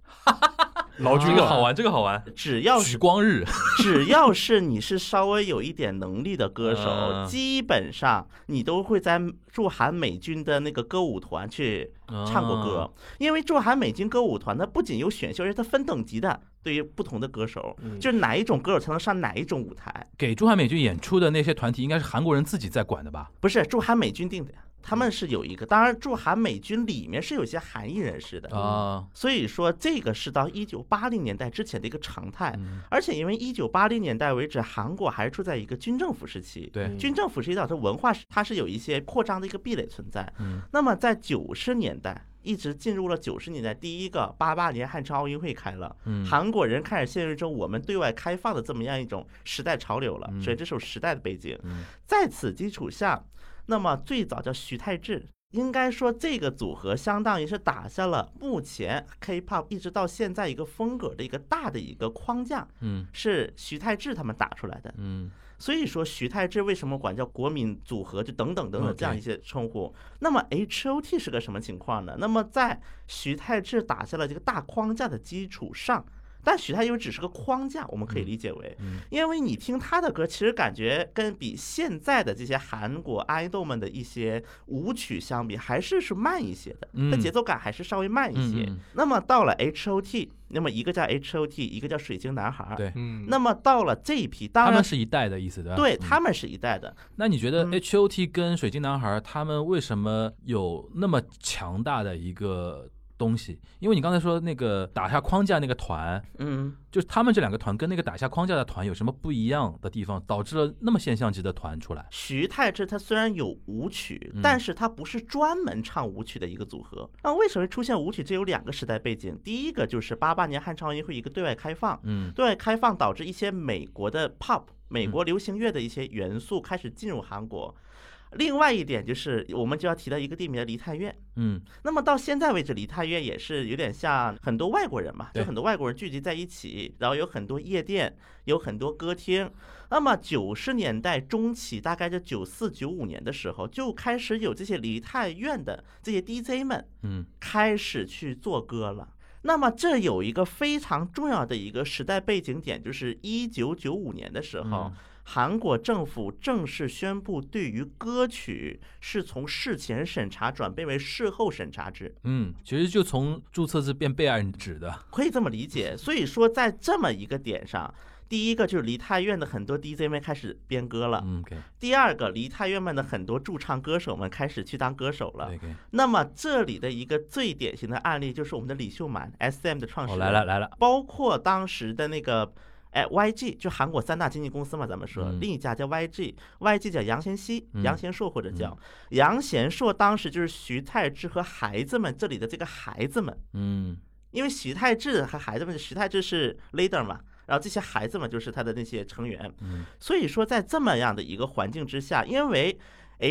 Speaker 5: 劳
Speaker 3: 嗯，
Speaker 5: 军
Speaker 3: 这个
Speaker 5: 啊
Speaker 3: 好玩，这个好玩。
Speaker 2: 只要
Speaker 3: 举
Speaker 2: 是
Speaker 3: 光日，
Speaker 2: 只要是你是稍微有一点能力的歌手，
Speaker 3: 嗯
Speaker 2: 基本上你都会在驻韩美军的那个歌舞团去唱
Speaker 3: 哦
Speaker 2: 过
Speaker 3: 啊
Speaker 2: 歌，因为驻韩美军歌舞团它不仅有选秀，而且它分等级的，对于不同的歌手，
Speaker 5: 嗯
Speaker 2: 就是哪一种歌手才能上哪一种舞台，
Speaker 3: 给驻韩美军演出的那些团体，应该是韩国人自己在管的吧？
Speaker 2: 不是驻韩美军定的呀。他们是有一个，当然驻韩美军里面是有一些韩裔人士的，
Speaker 3: 啊，
Speaker 2: 所以说这个是到一九八零年代之前的一个常态。
Speaker 3: 嗯
Speaker 2: 而且因为一九八零年代为止，韩国还是处在一个军政府时期，
Speaker 5: 嗯
Speaker 3: 对，
Speaker 2: 军政府实际上它文化是它是有一些扩张的一个壁垒存在。
Speaker 3: 嗯
Speaker 2: 那么在九十年代，一直进入了九十年代，第一个八八年汉城奥运会开了，
Speaker 3: 嗯，
Speaker 2: 韩国人开始陷入一种我们对外开放的这么样一种时代潮流了，
Speaker 3: 嗯
Speaker 2: 所以这是有时代的背景
Speaker 3: 嗯。
Speaker 2: 在此基础下，那么最早叫徐太志，应该说，这个组合相当于是打下了目前 K-pop 一直到现在一个风格的一个大的一个框架，
Speaker 3: 嗯
Speaker 2: 是徐太志他们打出来的。
Speaker 3: 嗯
Speaker 2: 所以说，徐太志为什么管叫国民组合，就等等等等
Speaker 3: OK
Speaker 2: 这样一些称呼。那么哎 H.O.T 是个什么情况呢？那么在徐太志打下了这个大框架的基础上，但徐太志又只是个框架，我们可以理解为，
Speaker 3: 嗯
Speaker 2: 因为你听他的歌，其实感觉跟比现在的这些韩国爱豆们的一些舞曲相比，还是是慢一些的，
Speaker 3: 嗯
Speaker 2: 它节奏感还是稍微慢一些。
Speaker 3: 嗯嗯
Speaker 2: 那么到了 H.O.T，那么一个叫 H.O.T，一个叫水晶男孩儿。
Speaker 3: 对
Speaker 4: 嗯，
Speaker 2: 那么到了这一批，当
Speaker 3: 他
Speaker 2: 然
Speaker 3: 们是一代的意思，对吧？
Speaker 2: 对
Speaker 3: 嗯
Speaker 2: 他们是一代的，
Speaker 3: 那你觉得
Speaker 2: 嗯
Speaker 3: H O T 跟水晶男孩他们为什么有那么强大的一个东西？因为你刚才说那个打下框架那个团，
Speaker 2: 嗯，
Speaker 3: 就是他们这两个团跟那个打下框架的团有什么不一样的地方，导致了那么现象级的团出来？
Speaker 2: 徐太志他虽然有舞曲
Speaker 3: 嗯，
Speaker 2: 但是他不是专门唱舞曲的一个组合。那为什么出现舞曲？这有两个时代背景，第一个就是八八年汉城奥运会一个对外开放，
Speaker 3: 嗯
Speaker 2: 对外开放导致一些美国的 pop 美国流行乐的一些元素开始进入韩国。另外一点就是，我们就要提到一个地名梨泰院。
Speaker 3: 嗯
Speaker 2: 那么到现在为止，梨泰院也是有点像很多外国人嘛，
Speaker 3: 对
Speaker 2: 就很多外国人聚集在一起，然后有很多夜店，有很多歌厅。那么九十年代中期，大概就九四九五年的时候，就开始有这些梨泰院的这些 DJ 们
Speaker 3: 嗯
Speaker 2: 开始去做歌了。那么这有一个非常重要的一个时代背景点，就是一九九五年的时候，
Speaker 3: 嗯
Speaker 2: 韩国政府正式宣布，对于歌曲是从事前审查转变为事后审查制，
Speaker 3: 嗯，其实就从注册制变备案制的。
Speaker 2: 可以这么理解。所以说，在这么一个点上，第一个就是梨泰院的很多 DJ 们开始编歌了，
Speaker 3: 嗯，OK
Speaker 2: 第二个梨泰院们的很多驻唱歌手们开始去当歌手了。
Speaker 3: OK，
Speaker 2: 那么这里的一个最典型的案例就是我们的李秀满，SM 的创始
Speaker 3: 好
Speaker 2: 人。
Speaker 3: 哦来了来了，
Speaker 2: 包括当时的那个。哎，YG 就韩国三大经纪公司嘛，咱们说、
Speaker 3: 嗯
Speaker 2: 另一家叫 YG，YG 叫杨贤熙、
Speaker 3: 嗯
Speaker 2: 杨贤硕或者叫、杨贤硕，当时就是徐太志和孩子们这里的这个孩子们，
Speaker 3: 嗯
Speaker 2: 因为徐太志和孩子们，徐太志是 leader 嘛，然后这些孩子们就是他的那些成员，
Speaker 3: 嗯
Speaker 2: 所以说在这么样的一个环境之下，因为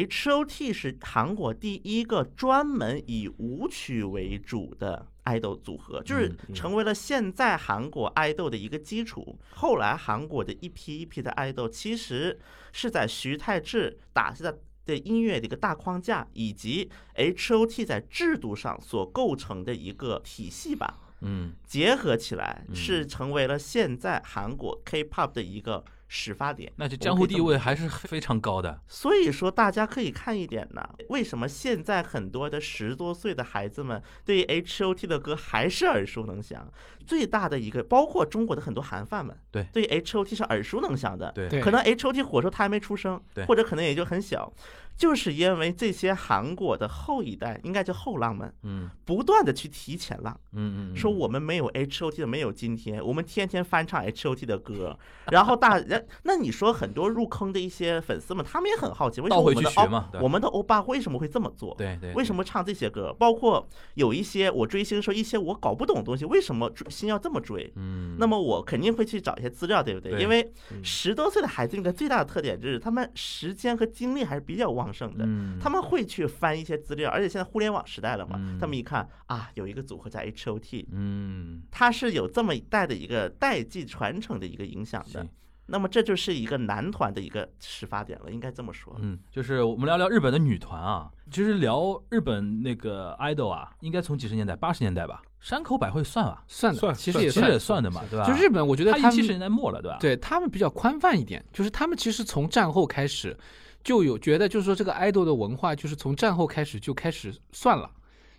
Speaker 2: H.O.T 是韩国第一个专门以舞曲为主的爱豆组合，就是
Speaker 3: 嗯
Speaker 2: 成为了现在韩国爱豆的一个基础。后来韩国的一批一批的爱豆，其实是在徐太志打下的。的音乐的一个大框架，以及 H.O.T 在制度上所构成的一个体系吧。
Speaker 3: 嗯
Speaker 2: 结合起来，
Speaker 3: 嗯
Speaker 2: 是成为了现在韩国 K-pop 的一个始发点。
Speaker 3: 那就江湖地位还是非常高的。
Speaker 2: 所以说，大家可以看一点呢，为什么现在很多的十多岁的孩子们对于 H.O.T 的歌还是耳熟能详？最大的一个，包括中国的很多韩范们，
Speaker 3: 对
Speaker 2: 对于 H.O.T 是耳熟能详的。
Speaker 3: 对
Speaker 4: 对
Speaker 2: 可能 H.O.T 火的时候他还没出生
Speaker 3: 对，
Speaker 2: 或者可能也就很小，就是因为这些韩国的后一代，应该叫后浪们，
Speaker 3: 嗯
Speaker 2: 不断的去提前浪。
Speaker 3: 嗯嗯，
Speaker 2: 说我们没有 H O T 的没有今天，我们天天翻唱 H O T 的歌，然后大人，那你说很多入坑的一些粉丝们，他们也很好奇，为什么
Speaker 3: 倒
Speaker 2: 我
Speaker 3: 回
Speaker 2: 们
Speaker 3: 去
Speaker 2: 的
Speaker 3: 学
Speaker 2: 欧
Speaker 3: 嘛，对
Speaker 2: 我们的欧巴为什么会这么做？
Speaker 3: 对对，
Speaker 2: 为什
Speaker 3: 么
Speaker 2: 么唱这些歌？包括有一些我追星的时候，一些我搞不懂的东西，为什么追星要这么追？
Speaker 3: 嗯
Speaker 2: 那么我肯定会去找一些资料，对不对？
Speaker 3: 对
Speaker 2: 因为
Speaker 5: 嗯
Speaker 2: 十多岁的孩子应该最大的特点就是他们时间和精力还是比较旺盛的，
Speaker 3: 嗯
Speaker 2: 他们会去翻一些资料，而且现在互联网时代了嘛，
Speaker 3: 嗯
Speaker 2: 他们一看啊，有一个组合叫 H.O.T，
Speaker 3: 嗯
Speaker 2: 它是有这么一代的一个代际传承的一个影响的
Speaker 3: 行。
Speaker 2: 那么这就是一个男团的一个始发点了，应该这么说。
Speaker 3: 嗯，就是我们聊聊日本的女团啊，其实聊日本那个 idol 啊，应该从几十年代八十年代吧，山口百惠算吧，
Speaker 4: 算的，
Speaker 5: 算
Speaker 4: 其实
Speaker 5: 算
Speaker 4: 也
Speaker 3: 其实也算的嘛，对吧？
Speaker 4: 就日本，我觉得
Speaker 3: 他
Speaker 4: 他
Speaker 3: 七十
Speaker 4: 们
Speaker 3: 年代末了，对吧？，
Speaker 4: 对他们比较宽泛一点，就是他们其实从战后开始就有觉得，就是说这个爱豆的文化就是从战后开始就开始算了，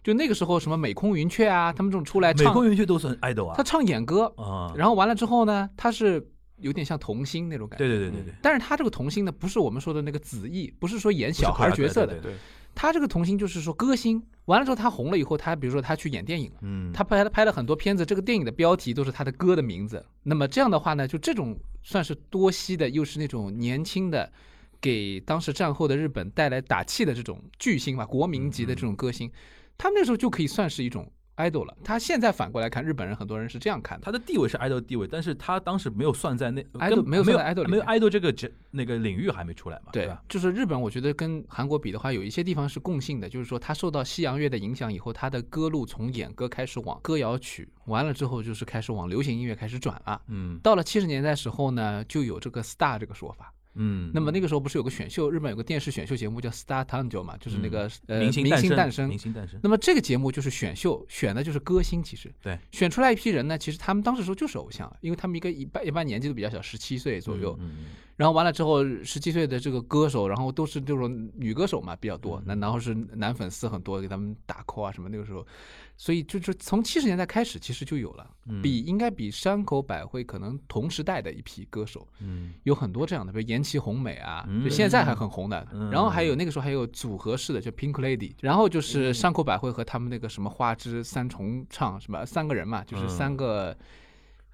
Speaker 4: 就那个时候什么美空云雀啊，他们这种出来
Speaker 3: 美
Speaker 4: 唱，
Speaker 3: 空云雀都算 idol 啊
Speaker 4: 他，唱演歌，
Speaker 3: 啊，
Speaker 4: 然后完了之后呢，他是有点像童星那种感觉。
Speaker 3: 对对对对对，
Speaker 4: 但是他这个童星呢，不是我们说的那个子艺，不是说演小孩角色的
Speaker 3: 对，对对
Speaker 4: 他这个童星就是说歌星。完了之后，他红了以后，他比如说他去演电影了，
Speaker 3: 嗯，
Speaker 4: 他拍了拍了很多片子，这个电影的标题都是他的歌的名字。那么这样的话呢，就这种算是多西的，又是那种年轻的，给当时战后的日
Speaker 3: 嗯
Speaker 4: 本带来打气的这种巨星吧，国民级的这种歌星，他们那时候就可以算是一种 idol 了。他现在反过来看，日本人很多人是这样看的。
Speaker 3: 他的地位是 idol 地位，但是他当时没有算在那
Speaker 4: idol-
Speaker 3: 根
Speaker 4: 没
Speaker 3: 有
Speaker 4: 有
Speaker 3: 没
Speaker 4: 算在 idol 里
Speaker 3: 没有
Speaker 4: 面
Speaker 3: idol 这个这那个领域还没出来嘛，对吧？
Speaker 4: 就是日本，我觉得跟韩国比的话，有一些地方是共性的，就是说它受到西洋乐的影响以后，它的歌路从演歌开始往歌谣曲，完了之后就是开始往流行音乐开始转了。
Speaker 3: 嗯
Speaker 4: 到了七十年代时候呢，就有这个 star 这个说法。
Speaker 3: 嗯。
Speaker 4: 那么那个时候不是有个选秀，日本有个电视选秀节目叫 Star t a n g o 嘛，就是那个、
Speaker 3: 嗯
Speaker 4: 呃
Speaker 3: 明星
Speaker 4: 明星
Speaker 3: 诞
Speaker 4: 诞生
Speaker 3: 明。星诞生，
Speaker 4: 那么这个节目就是选秀，选的就是歌星，其实
Speaker 3: 对，
Speaker 4: 选出来一批人呢，其实他们当时说就是偶像了，因为他们一个一般一般年纪都比较小，十七岁左右，
Speaker 3: 嗯嗯
Speaker 4: 然后完了之后，十七岁的这个歌手，然后都是这种女歌手嘛比较
Speaker 3: 嗯
Speaker 4: 多，那然后是男粉丝很多，给他们打 call 啊什么那个时候，所以就是从七十年代开始其实就有了，
Speaker 3: 嗯
Speaker 4: 比应该比山口百惠可能同时代的一批歌手
Speaker 3: 嗯
Speaker 4: 有很多这样的，比如岩崎宏美啊
Speaker 3: 嗯，
Speaker 4: 就现在还很红的
Speaker 3: 嗯，
Speaker 4: 然后还有那个时候还有组合式的就 Pink Lady，然后就是
Speaker 3: 嗯
Speaker 4: 山口百惠和他们那个什么花之三重唱什么三个人嘛，
Speaker 3: 嗯
Speaker 4: 就是三个。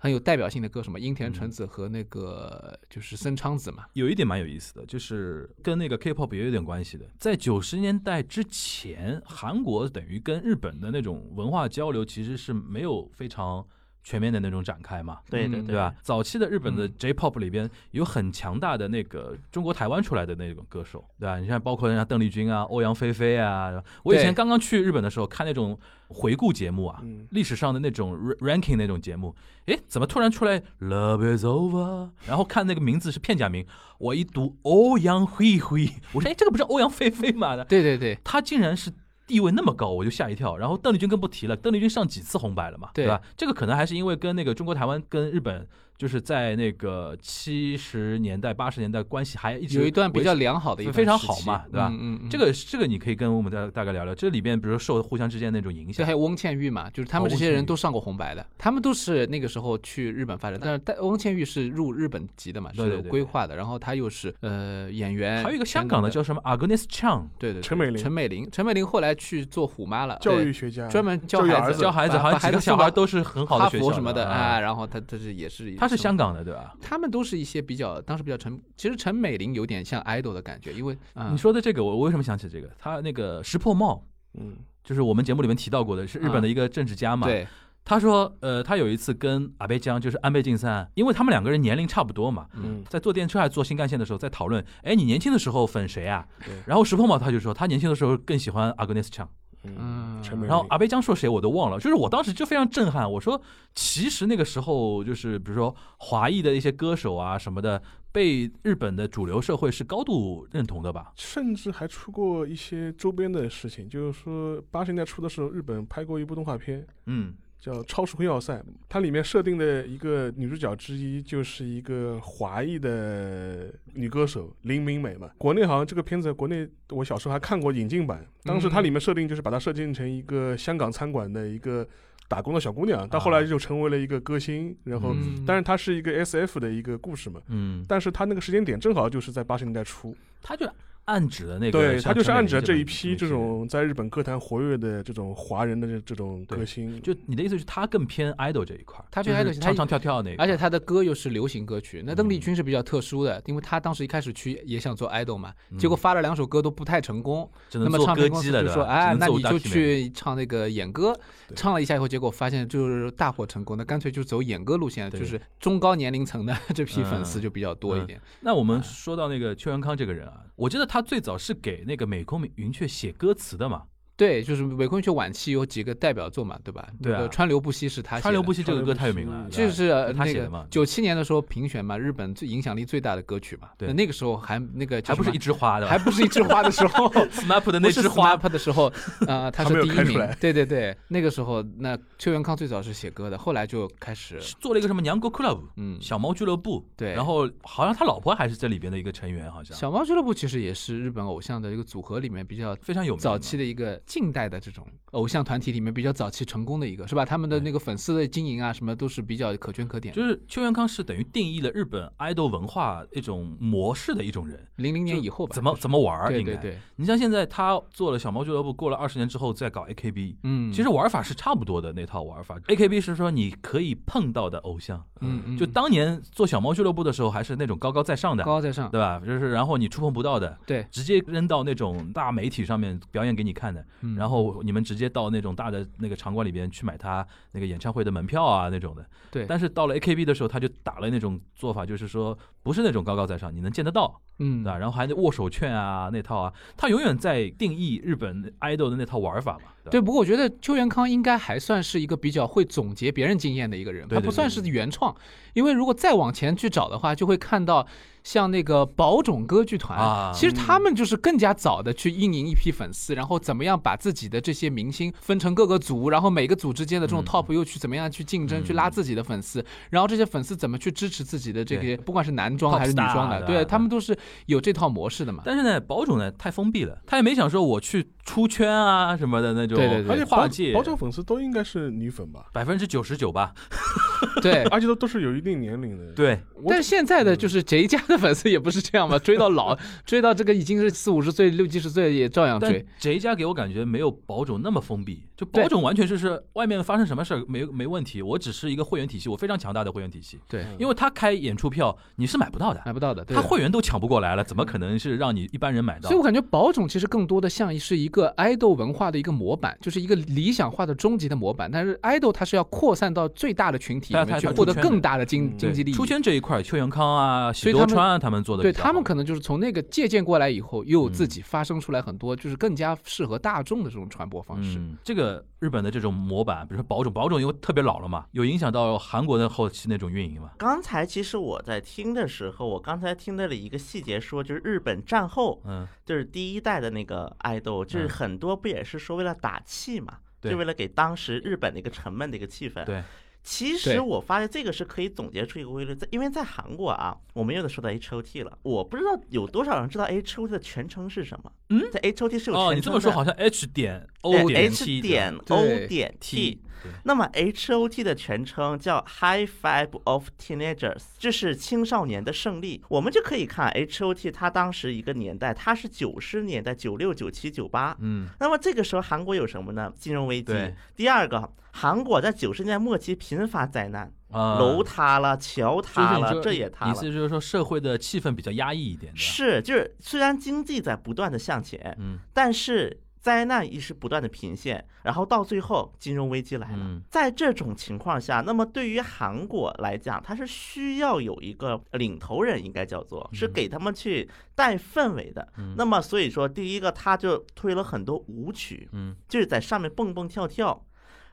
Speaker 4: 很有代表性的歌，什么樱田纯子和那个就是森昌子嘛，
Speaker 3: 有一点蛮有意思的，就是跟那个 K-pop 也有点关系的。在九十年代之前，韩国等于跟日本的那种文化交流其实是没有非常全面的那种展开嘛，
Speaker 2: 对对
Speaker 4: 嗯
Speaker 3: 对啊吧？？早期的日本的 J-pop 里边有很强大的那个中国台湾出来的那种歌手，对吧？你像包括人家邓丽君啊、欧阳菲菲啊。我以前
Speaker 4: 对
Speaker 3: 刚刚去日本的时候看那种回顾节目啊
Speaker 5: 嗯，
Speaker 3: 历史上的那种 ra- ranking 那种节目，诶，怎么突然出来 Love is over？然后看那个名字是片假名，我一读欧阳菲菲， 我说诶，这个不是欧阳菲菲吗？
Speaker 4: 对对对，
Speaker 3: 他竟然是地位那么高，我就吓一跳。然后邓丽君更不提了，邓丽君上几次红白了嘛，
Speaker 4: 对
Speaker 3: 吧？这个可能还是因为跟那个中国台湾跟日本就是在那个七十年代八十年代关系还一直
Speaker 4: 有一段比较
Speaker 3: 维持
Speaker 4: 良好的一段
Speaker 3: 非常
Speaker 4: 时
Speaker 3: 好
Speaker 4: 期
Speaker 3: 嘛对吧
Speaker 4: 嗯嗯嗯，
Speaker 3: 这个这个你可以跟我们大大概聊聊，这里边比如说受互相之间那种影
Speaker 4: 这
Speaker 3: 响
Speaker 4: 还，有翁倩玉嘛，就是他
Speaker 3: 哦
Speaker 4: 们这
Speaker 3: 翁
Speaker 4: 些
Speaker 3: 倩
Speaker 4: 人
Speaker 3: 玉
Speaker 4: 都上过红白的，他们都是那个时候去日本发展，但是但翁倩玉是入日本籍的嘛，
Speaker 3: 对对
Speaker 4: 是
Speaker 3: 对
Speaker 4: 有
Speaker 3: 对
Speaker 4: 规划的，然后她又是呃演员，
Speaker 3: 还有一个香
Speaker 4: 等
Speaker 3: 港的
Speaker 4: 等
Speaker 3: 叫什么 Agnes Chang，
Speaker 4: 对对对
Speaker 5: 陈美玲
Speaker 4: 陈美玲，陈美玲后来去做虎妈了，
Speaker 5: 教
Speaker 4: 对
Speaker 5: 育学家，
Speaker 4: 专门教
Speaker 5: 教育
Speaker 4: 孩
Speaker 5: 儿
Speaker 4: 子
Speaker 5: 子
Speaker 3: 教孩子
Speaker 4: 呃把
Speaker 3: 好
Speaker 4: 把
Speaker 3: 像几
Speaker 4: 孩
Speaker 3: 个
Speaker 4: 子
Speaker 3: 小
Speaker 4: 送到
Speaker 3: 孩都是很好的
Speaker 4: 哈
Speaker 3: 学
Speaker 4: 佛
Speaker 3: 校
Speaker 4: 什么的
Speaker 3: 啊
Speaker 4: 啊，，然后她她这也是
Speaker 3: 他是香
Speaker 4: 港。
Speaker 3: 港的对吧？
Speaker 4: 他们都是一些比较，当时比较陈，其实陈美玲有点像 idol 的感觉，因为、嗯、
Speaker 3: 你说的这个，我我为什么想起这个？他那个石破茂，
Speaker 5: 嗯，
Speaker 3: 就是我们节目里面提到过的，是日本的一个政治家嘛，
Speaker 4: 嗯对，
Speaker 3: 他说，呃，他有一次跟阿倍江，就是安倍晋三，因为他们两个人年龄差不多嘛，
Speaker 5: 嗯
Speaker 3: 在坐电车还是坐新干线的时候，在讨论，哎，你年轻的时候粉谁啊
Speaker 5: 对？
Speaker 3: 然后石破茂他就说，他年轻的时候更喜欢阿格内斯强，
Speaker 4: 嗯
Speaker 5: 陈美
Speaker 3: 然后
Speaker 5: 玲
Speaker 3: 阿倍江说谁我都忘了，就是我当时就非常震撼，我说，其实那个时候就是比如说华裔的一些歌手啊什么的，被日本的主流社会是高度认同的吧？
Speaker 5: 甚至还出过一些周边的事情，就是说八十年代初的时候，日本拍过一部动画片，
Speaker 3: 嗯
Speaker 5: 叫《超时空要塞》，它里面设定的一个女主角之一就是一个华裔的女歌手林明美嘛。国内好像这个片子，国内我小时候还看过引进版，当时它
Speaker 3: 嗯
Speaker 5: 里面设定就是把它设定成一个香港餐馆的一个打工的小姑娘，到后
Speaker 3: 啊
Speaker 5: 来就成为了一个歌星，然后。
Speaker 4: 嗯
Speaker 5: 但是它是一个 S F 的一个故事嘛，
Speaker 3: 嗯，
Speaker 5: 但是它那个时间点正好就是在八十年代初，
Speaker 3: 他就暗指的那个，
Speaker 5: 对，
Speaker 3: 像
Speaker 5: 它就是
Speaker 3: 陈美
Speaker 5: 按
Speaker 3: 玲
Speaker 5: 着这
Speaker 3: 种
Speaker 5: 一批这种在日本歌坛活跃的这种华人的这这种
Speaker 3: 对
Speaker 5: 歌星，
Speaker 3: 就你的意思是，他更偏 idol 这一块儿，
Speaker 4: 他
Speaker 3: 就
Speaker 4: 偏 idol
Speaker 3: 是
Speaker 4: 其实他
Speaker 3: 唱唱跳跳那一块
Speaker 4: 而
Speaker 3: 儿，
Speaker 4: 且他的歌又是流行歌曲，
Speaker 3: 嗯
Speaker 4: 那邓丽君是比较特殊的，因为她当时一开始去也想做 idol 嘛，
Speaker 3: 嗯
Speaker 4: 结果发了两首歌都不太成功，
Speaker 3: 只
Speaker 4: 那
Speaker 3: 能
Speaker 4: 么
Speaker 3: 做
Speaker 4: 唱
Speaker 3: 歌
Speaker 4: 片公
Speaker 3: 姬
Speaker 4: 司
Speaker 3: 了，
Speaker 4: 就
Speaker 3: 对
Speaker 4: 说
Speaker 3: 吧？
Speaker 4: 啊，
Speaker 3: 只
Speaker 4: 那
Speaker 3: 能做
Speaker 4: 你就
Speaker 3: documentary
Speaker 4: 去唱那个演歌，
Speaker 5: 对
Speaker 4: 唱了一下以后，结果发现就是大获成功，那干脆就走演歌路线，
Speaker 3: 对
Speaker 4: 就是中高年龄层的这批粉丝
Speaker 3: 嗯
Speaker 4: 就比较多一点。
Speaker 3: 那我
Speaker 4: 哎
Speaker 3: 们说到那个邱元康这个人啊，我记得他最早是给那个美空云雀写歌词的嘛，
Speaker 4: 对，就是韦坤秀晚期有几个代表作嘛，对吧？
Speaker 3: 对啊
Speaker 4: 那个川流不息是他
Speaker 3: 《
Speaker 4: 写的
Speaker 3: 川流不息》这个歌太有名
Speaker 5: 川
Speaker 3: 了，
Speaker 5: 流不息
Speaker 3: 对
Speaker 4: 就
Speaker 3: 吧
Speaker 4: 是呃
Speaker 3: 他
Speaker 4: 那
Speaker 3: 写的
Speaker 4: 个
Speaker 3: 嘛，
Speaker 4: 九七年的时候评选嘛，日本最影响力最大的歌曲嘛。
Speaker 3: 对
Speaker 4: 那那个时候还那个叫
Speaker 3: 还不
Speaker 4: 什
Speaker 3: 是
Speaker 4: 么
Speaker 3: 一枝花的吧，
Speaker 4: 还不是一枝花的时 候，
Speaker 3: SMAP 的
Speaker 4: 不
Speaker 3: 那
Speaker 4: 是
Speaker 3: 枝花
Speaker 4: SMAP 的 时候，呃，他
Speaker 5: 还
Speaker 4: 是
Speaker 5: 没有
Speaker 4: 第一
Speaker 5: 开出
Speaker 4: 名
Speaker 5: 来。
Speaker 4: 对对对，那个时候那邱元康最早是写歌的，后来就开始
Speaker 3: 做了一个什么“娘国 club”，
Speaker 4: 嗯
Speaker 3: 小猫俱乐部，
Speaker 4: 对
Speaker 3: 然后好像他老婆还是这里边的一个成员，好像
Speaker 4: 嗯小猫俱乐部其实也是日本偶像的一个组合里面比较
Speaker 3: 非常有名嘛，
Speaker 4: 早期的一个近代的这种偶像团体里面比较早期成功的一个，是吧？他们的那个粉丝的经营啊，什么都是比较可圈可点的。
Speaker 3: 就是邱元康是等于定义了日本 idol 文化一种模式的一种人，
Speaker 4: 零零年以后吧，
Speaker 3: 怎么
Speaker 4: 就是
Speaker 3: 怎么玩儿？
Speaker 4: 对
Speaker 3: 应该
Speaker 4: 对对，
Speaker 3: 你像现在他做了小猫俱乐部，过了二十年之后再搞 AKB，
Speaker 4: 嗯，
Speaker 3: 其实玩法是差不多的那套玩法。AKB 是说你可以碰到的偶像，
Speaker 4: 嗯嗯
Speaker 3: 就当年做小猫俱乐部的时候还是那种高高在上的，
Speaker 4: 高高在上，
Speaker 3: 对吧？就是然后你触碰不到的，
Speaker 4: 对
Speaker 3: 直接扔到那种大媒体上面表演给你看的。
Speaker 4: 嗯
Speaker 3: 然后你们直接到那种大的那个场馆里边去买他那个演唱会的门票啊那种的。
Speaker 4: 对，
Speaker 3: 但是到了 AKB 的时候，他就打了那种做法，就是说不是那种高高在上，你能见得到，
Speaker 4: 嗯
Speaker 3: 对吧？然后还得握手券啊那套啊，他永远在定义日本 idol 的那套玩法嘛。吧
Speaker 4: 对，不过我觉得邱元康应该还算是一个比较会总结别人经验的一个人，
Speaker 3: 对
Speaker 4: 他
Speaker 3: 对
Speaker 4: 不
Speaker 3: 对
Speaker 4: 算是原创，因为如果再往前去找的话，就会看到像那个宝冢歌剧团，
Speaker 3: 啊
Speaker 4: 其实他们就是更加早的去运营一批粉丝，然后怎么样把自己的这些明星分成各个组，然后每个组之间的这种
Speaker 3: 嗯
Speaker 4: top 又去怎么样去竞争，去拉自己的粉丝，然后这些粉丝怎么去支持自己的这
Speaker 3: 对
Speaker 4: 个不管是男装还是女
Speaker 3: Popstar
Speaker 4: 装的，
Speaker 3: 的
Speaker 4: 对
Speaker 3: 对
Speaker 4: 他们都是有这套模式的嘛。
Speaker 3: 但是呢，宝冢呢太封闭了，他也没想说我去出圈啊什么的那种，
Speaker 4: 对对对
Speaker 5: 而且
Speaker 3: 跨
Speaker 5: 保
Speaker 3: 界
Speaker 5: 保障粉丝都应该是女粉吧，
Speaker 3: 百分之九十九吧，
Speaker 4: 对，
Speaker 5: 而且都都是有一定年龄的。，
Speaker 3: 哎
Speaker 4: 嗯
Speaker 3: 对，
Speaker 5: 我
Speaker 4: 但是现
Speaker 3: 嗯
Speaker 4: 在的就是谁家的粉丝也不是这样嘛，追到老，追到这个已经是四五十岁、六七十岁也照样
Speaker 3: 但
Speaker 4: 追。
Speaker 3: 这一家给我感觉没有宝冢那么封闭，就
Speaker 4: 对
Speaker 3: 宝冢完全就是外面发生什么事儿没没问题，我只是一个会员体系，我非常强大的会员体系，
Speaker 4: 对，
Speaker 3: 因为他开演出票你是买不到
Speaker 4: 买
Speaker 3: 的，
Speaker 4: 不到的，嗯啊对嗯
Speaker 3: 他。会员都抢不过来了，怎么可能是让你一般人买到
Speaker 4: 所以？我感觉宝冢其实更多的像是一个爱豆文化的一个模板，就是一个理想化的终极的模板。但是爱豆它是要扩散到最大的群体里
Speaker 3: 它
Speaker 4: 面
Speaker 3: 它
Speaker 4: 去
Speaker 3: 它
Speaker 4: 获得
Speaker 3: 出圈的
Speaker 4: 更大的经
Speaker 5: 嗯
Speaker 4: 经济利益。
Speaker 3: 出圈这一块，邱元康啊、
Speaker 4: 所
Speaker 3: 许
Speaker 4: 以他们
Speaker 3: 多川啊，他们做的
Speaker 4: 对他们可能就是从那个借鉴过来以后，又
Speaker 3: 嗯
Speaker 4: 自己发生出来很多就是更加适合大众的这种传播方式。
Speaker 3: 嗯，这个日本的这种模板，比如说宝冢，宝冢因为特别老了嘛，有影响到韩国的后期那种运营嘛？
Speaker 2: 刚才其实我在听的时候，我刚才听到了一个细节说，就是日本战后，
Speaker 3: 嗯，
Speaker 2: 就是第一代的那个爱豆，就是
Speaker 3: 嗯
Speaker 2: 很多不也是说为了打气嘛，
Speaker 3: 对
Speaker 2: 就为了给当时日本的一个沉闷的一个气氛。
Speaker 3: 对，
Speaker 2: 其
Speaker 4: 对
Speaker 2: 实我发现这个是可以总结出一个规律，在因为在韩国啊，我们又得说到 H O T 了，我不知道有多少人知道 H O T 的全称是什么。
Speaker 3: 嗯
Speaker 2: 在 H O T 是有全称
Speaker 3: 哦，
Speaker 2: 的。
Speaker 3: 你这么说好
Speaker 4: 啊
Speaker 3: 像 H 点 O
Speaker 2: 对
Speaker 3: 点
Speaker 2: H
Speaker 3: T 的
Speaker 2: 点
Speaker 4: 对
Speaker 2: O 点 T，
Speaker 3: 对
Speaker 2: 那么 H O T 的全称叫 High Five of Teenagers，这是青少年的胜利。我们就可以看 H O T 它当时一个年代，它是九十年代九六九七九八。
Speaker 3: 嗯，
Speaker 2: 那么这个时候韩国有什么呢？金融危机
Speaker 3: 对。
Speaker 2: 第二个，韩国在九十年代末期频发灾难，
Speaker 3: 啊
Speaker 2: 楼塌了，桥塌
Speaker 3: 就是你
Speaker 2: 了，
Speaker 3: 说
Speaker 2: 这也塌
Speaker 3: 意
Speaker 2: 了
Speaker 3: 思。就是说社会的气氛比较压抑一点，对吧，
Speaker 2: 是，就是虽然经济在不断的向前，
Speaker 3: 嗯，
Speaker 2: 但是灾难也是不断的频现，然后到最后金融危机来了。
Speaker 3: 嗯
Speaker 2: 在这种情况下，那么对于韩国来讲，它是需要有一个领头人，应该叫做
Speaker 3: 嗯
Speaker 2: 是给他们去带氛围的。那么所以说，第一个他就推了很多舞曲，
Speaker 3: 嗯，
Speaker 2: 就是在上面蹦蹦跳跳。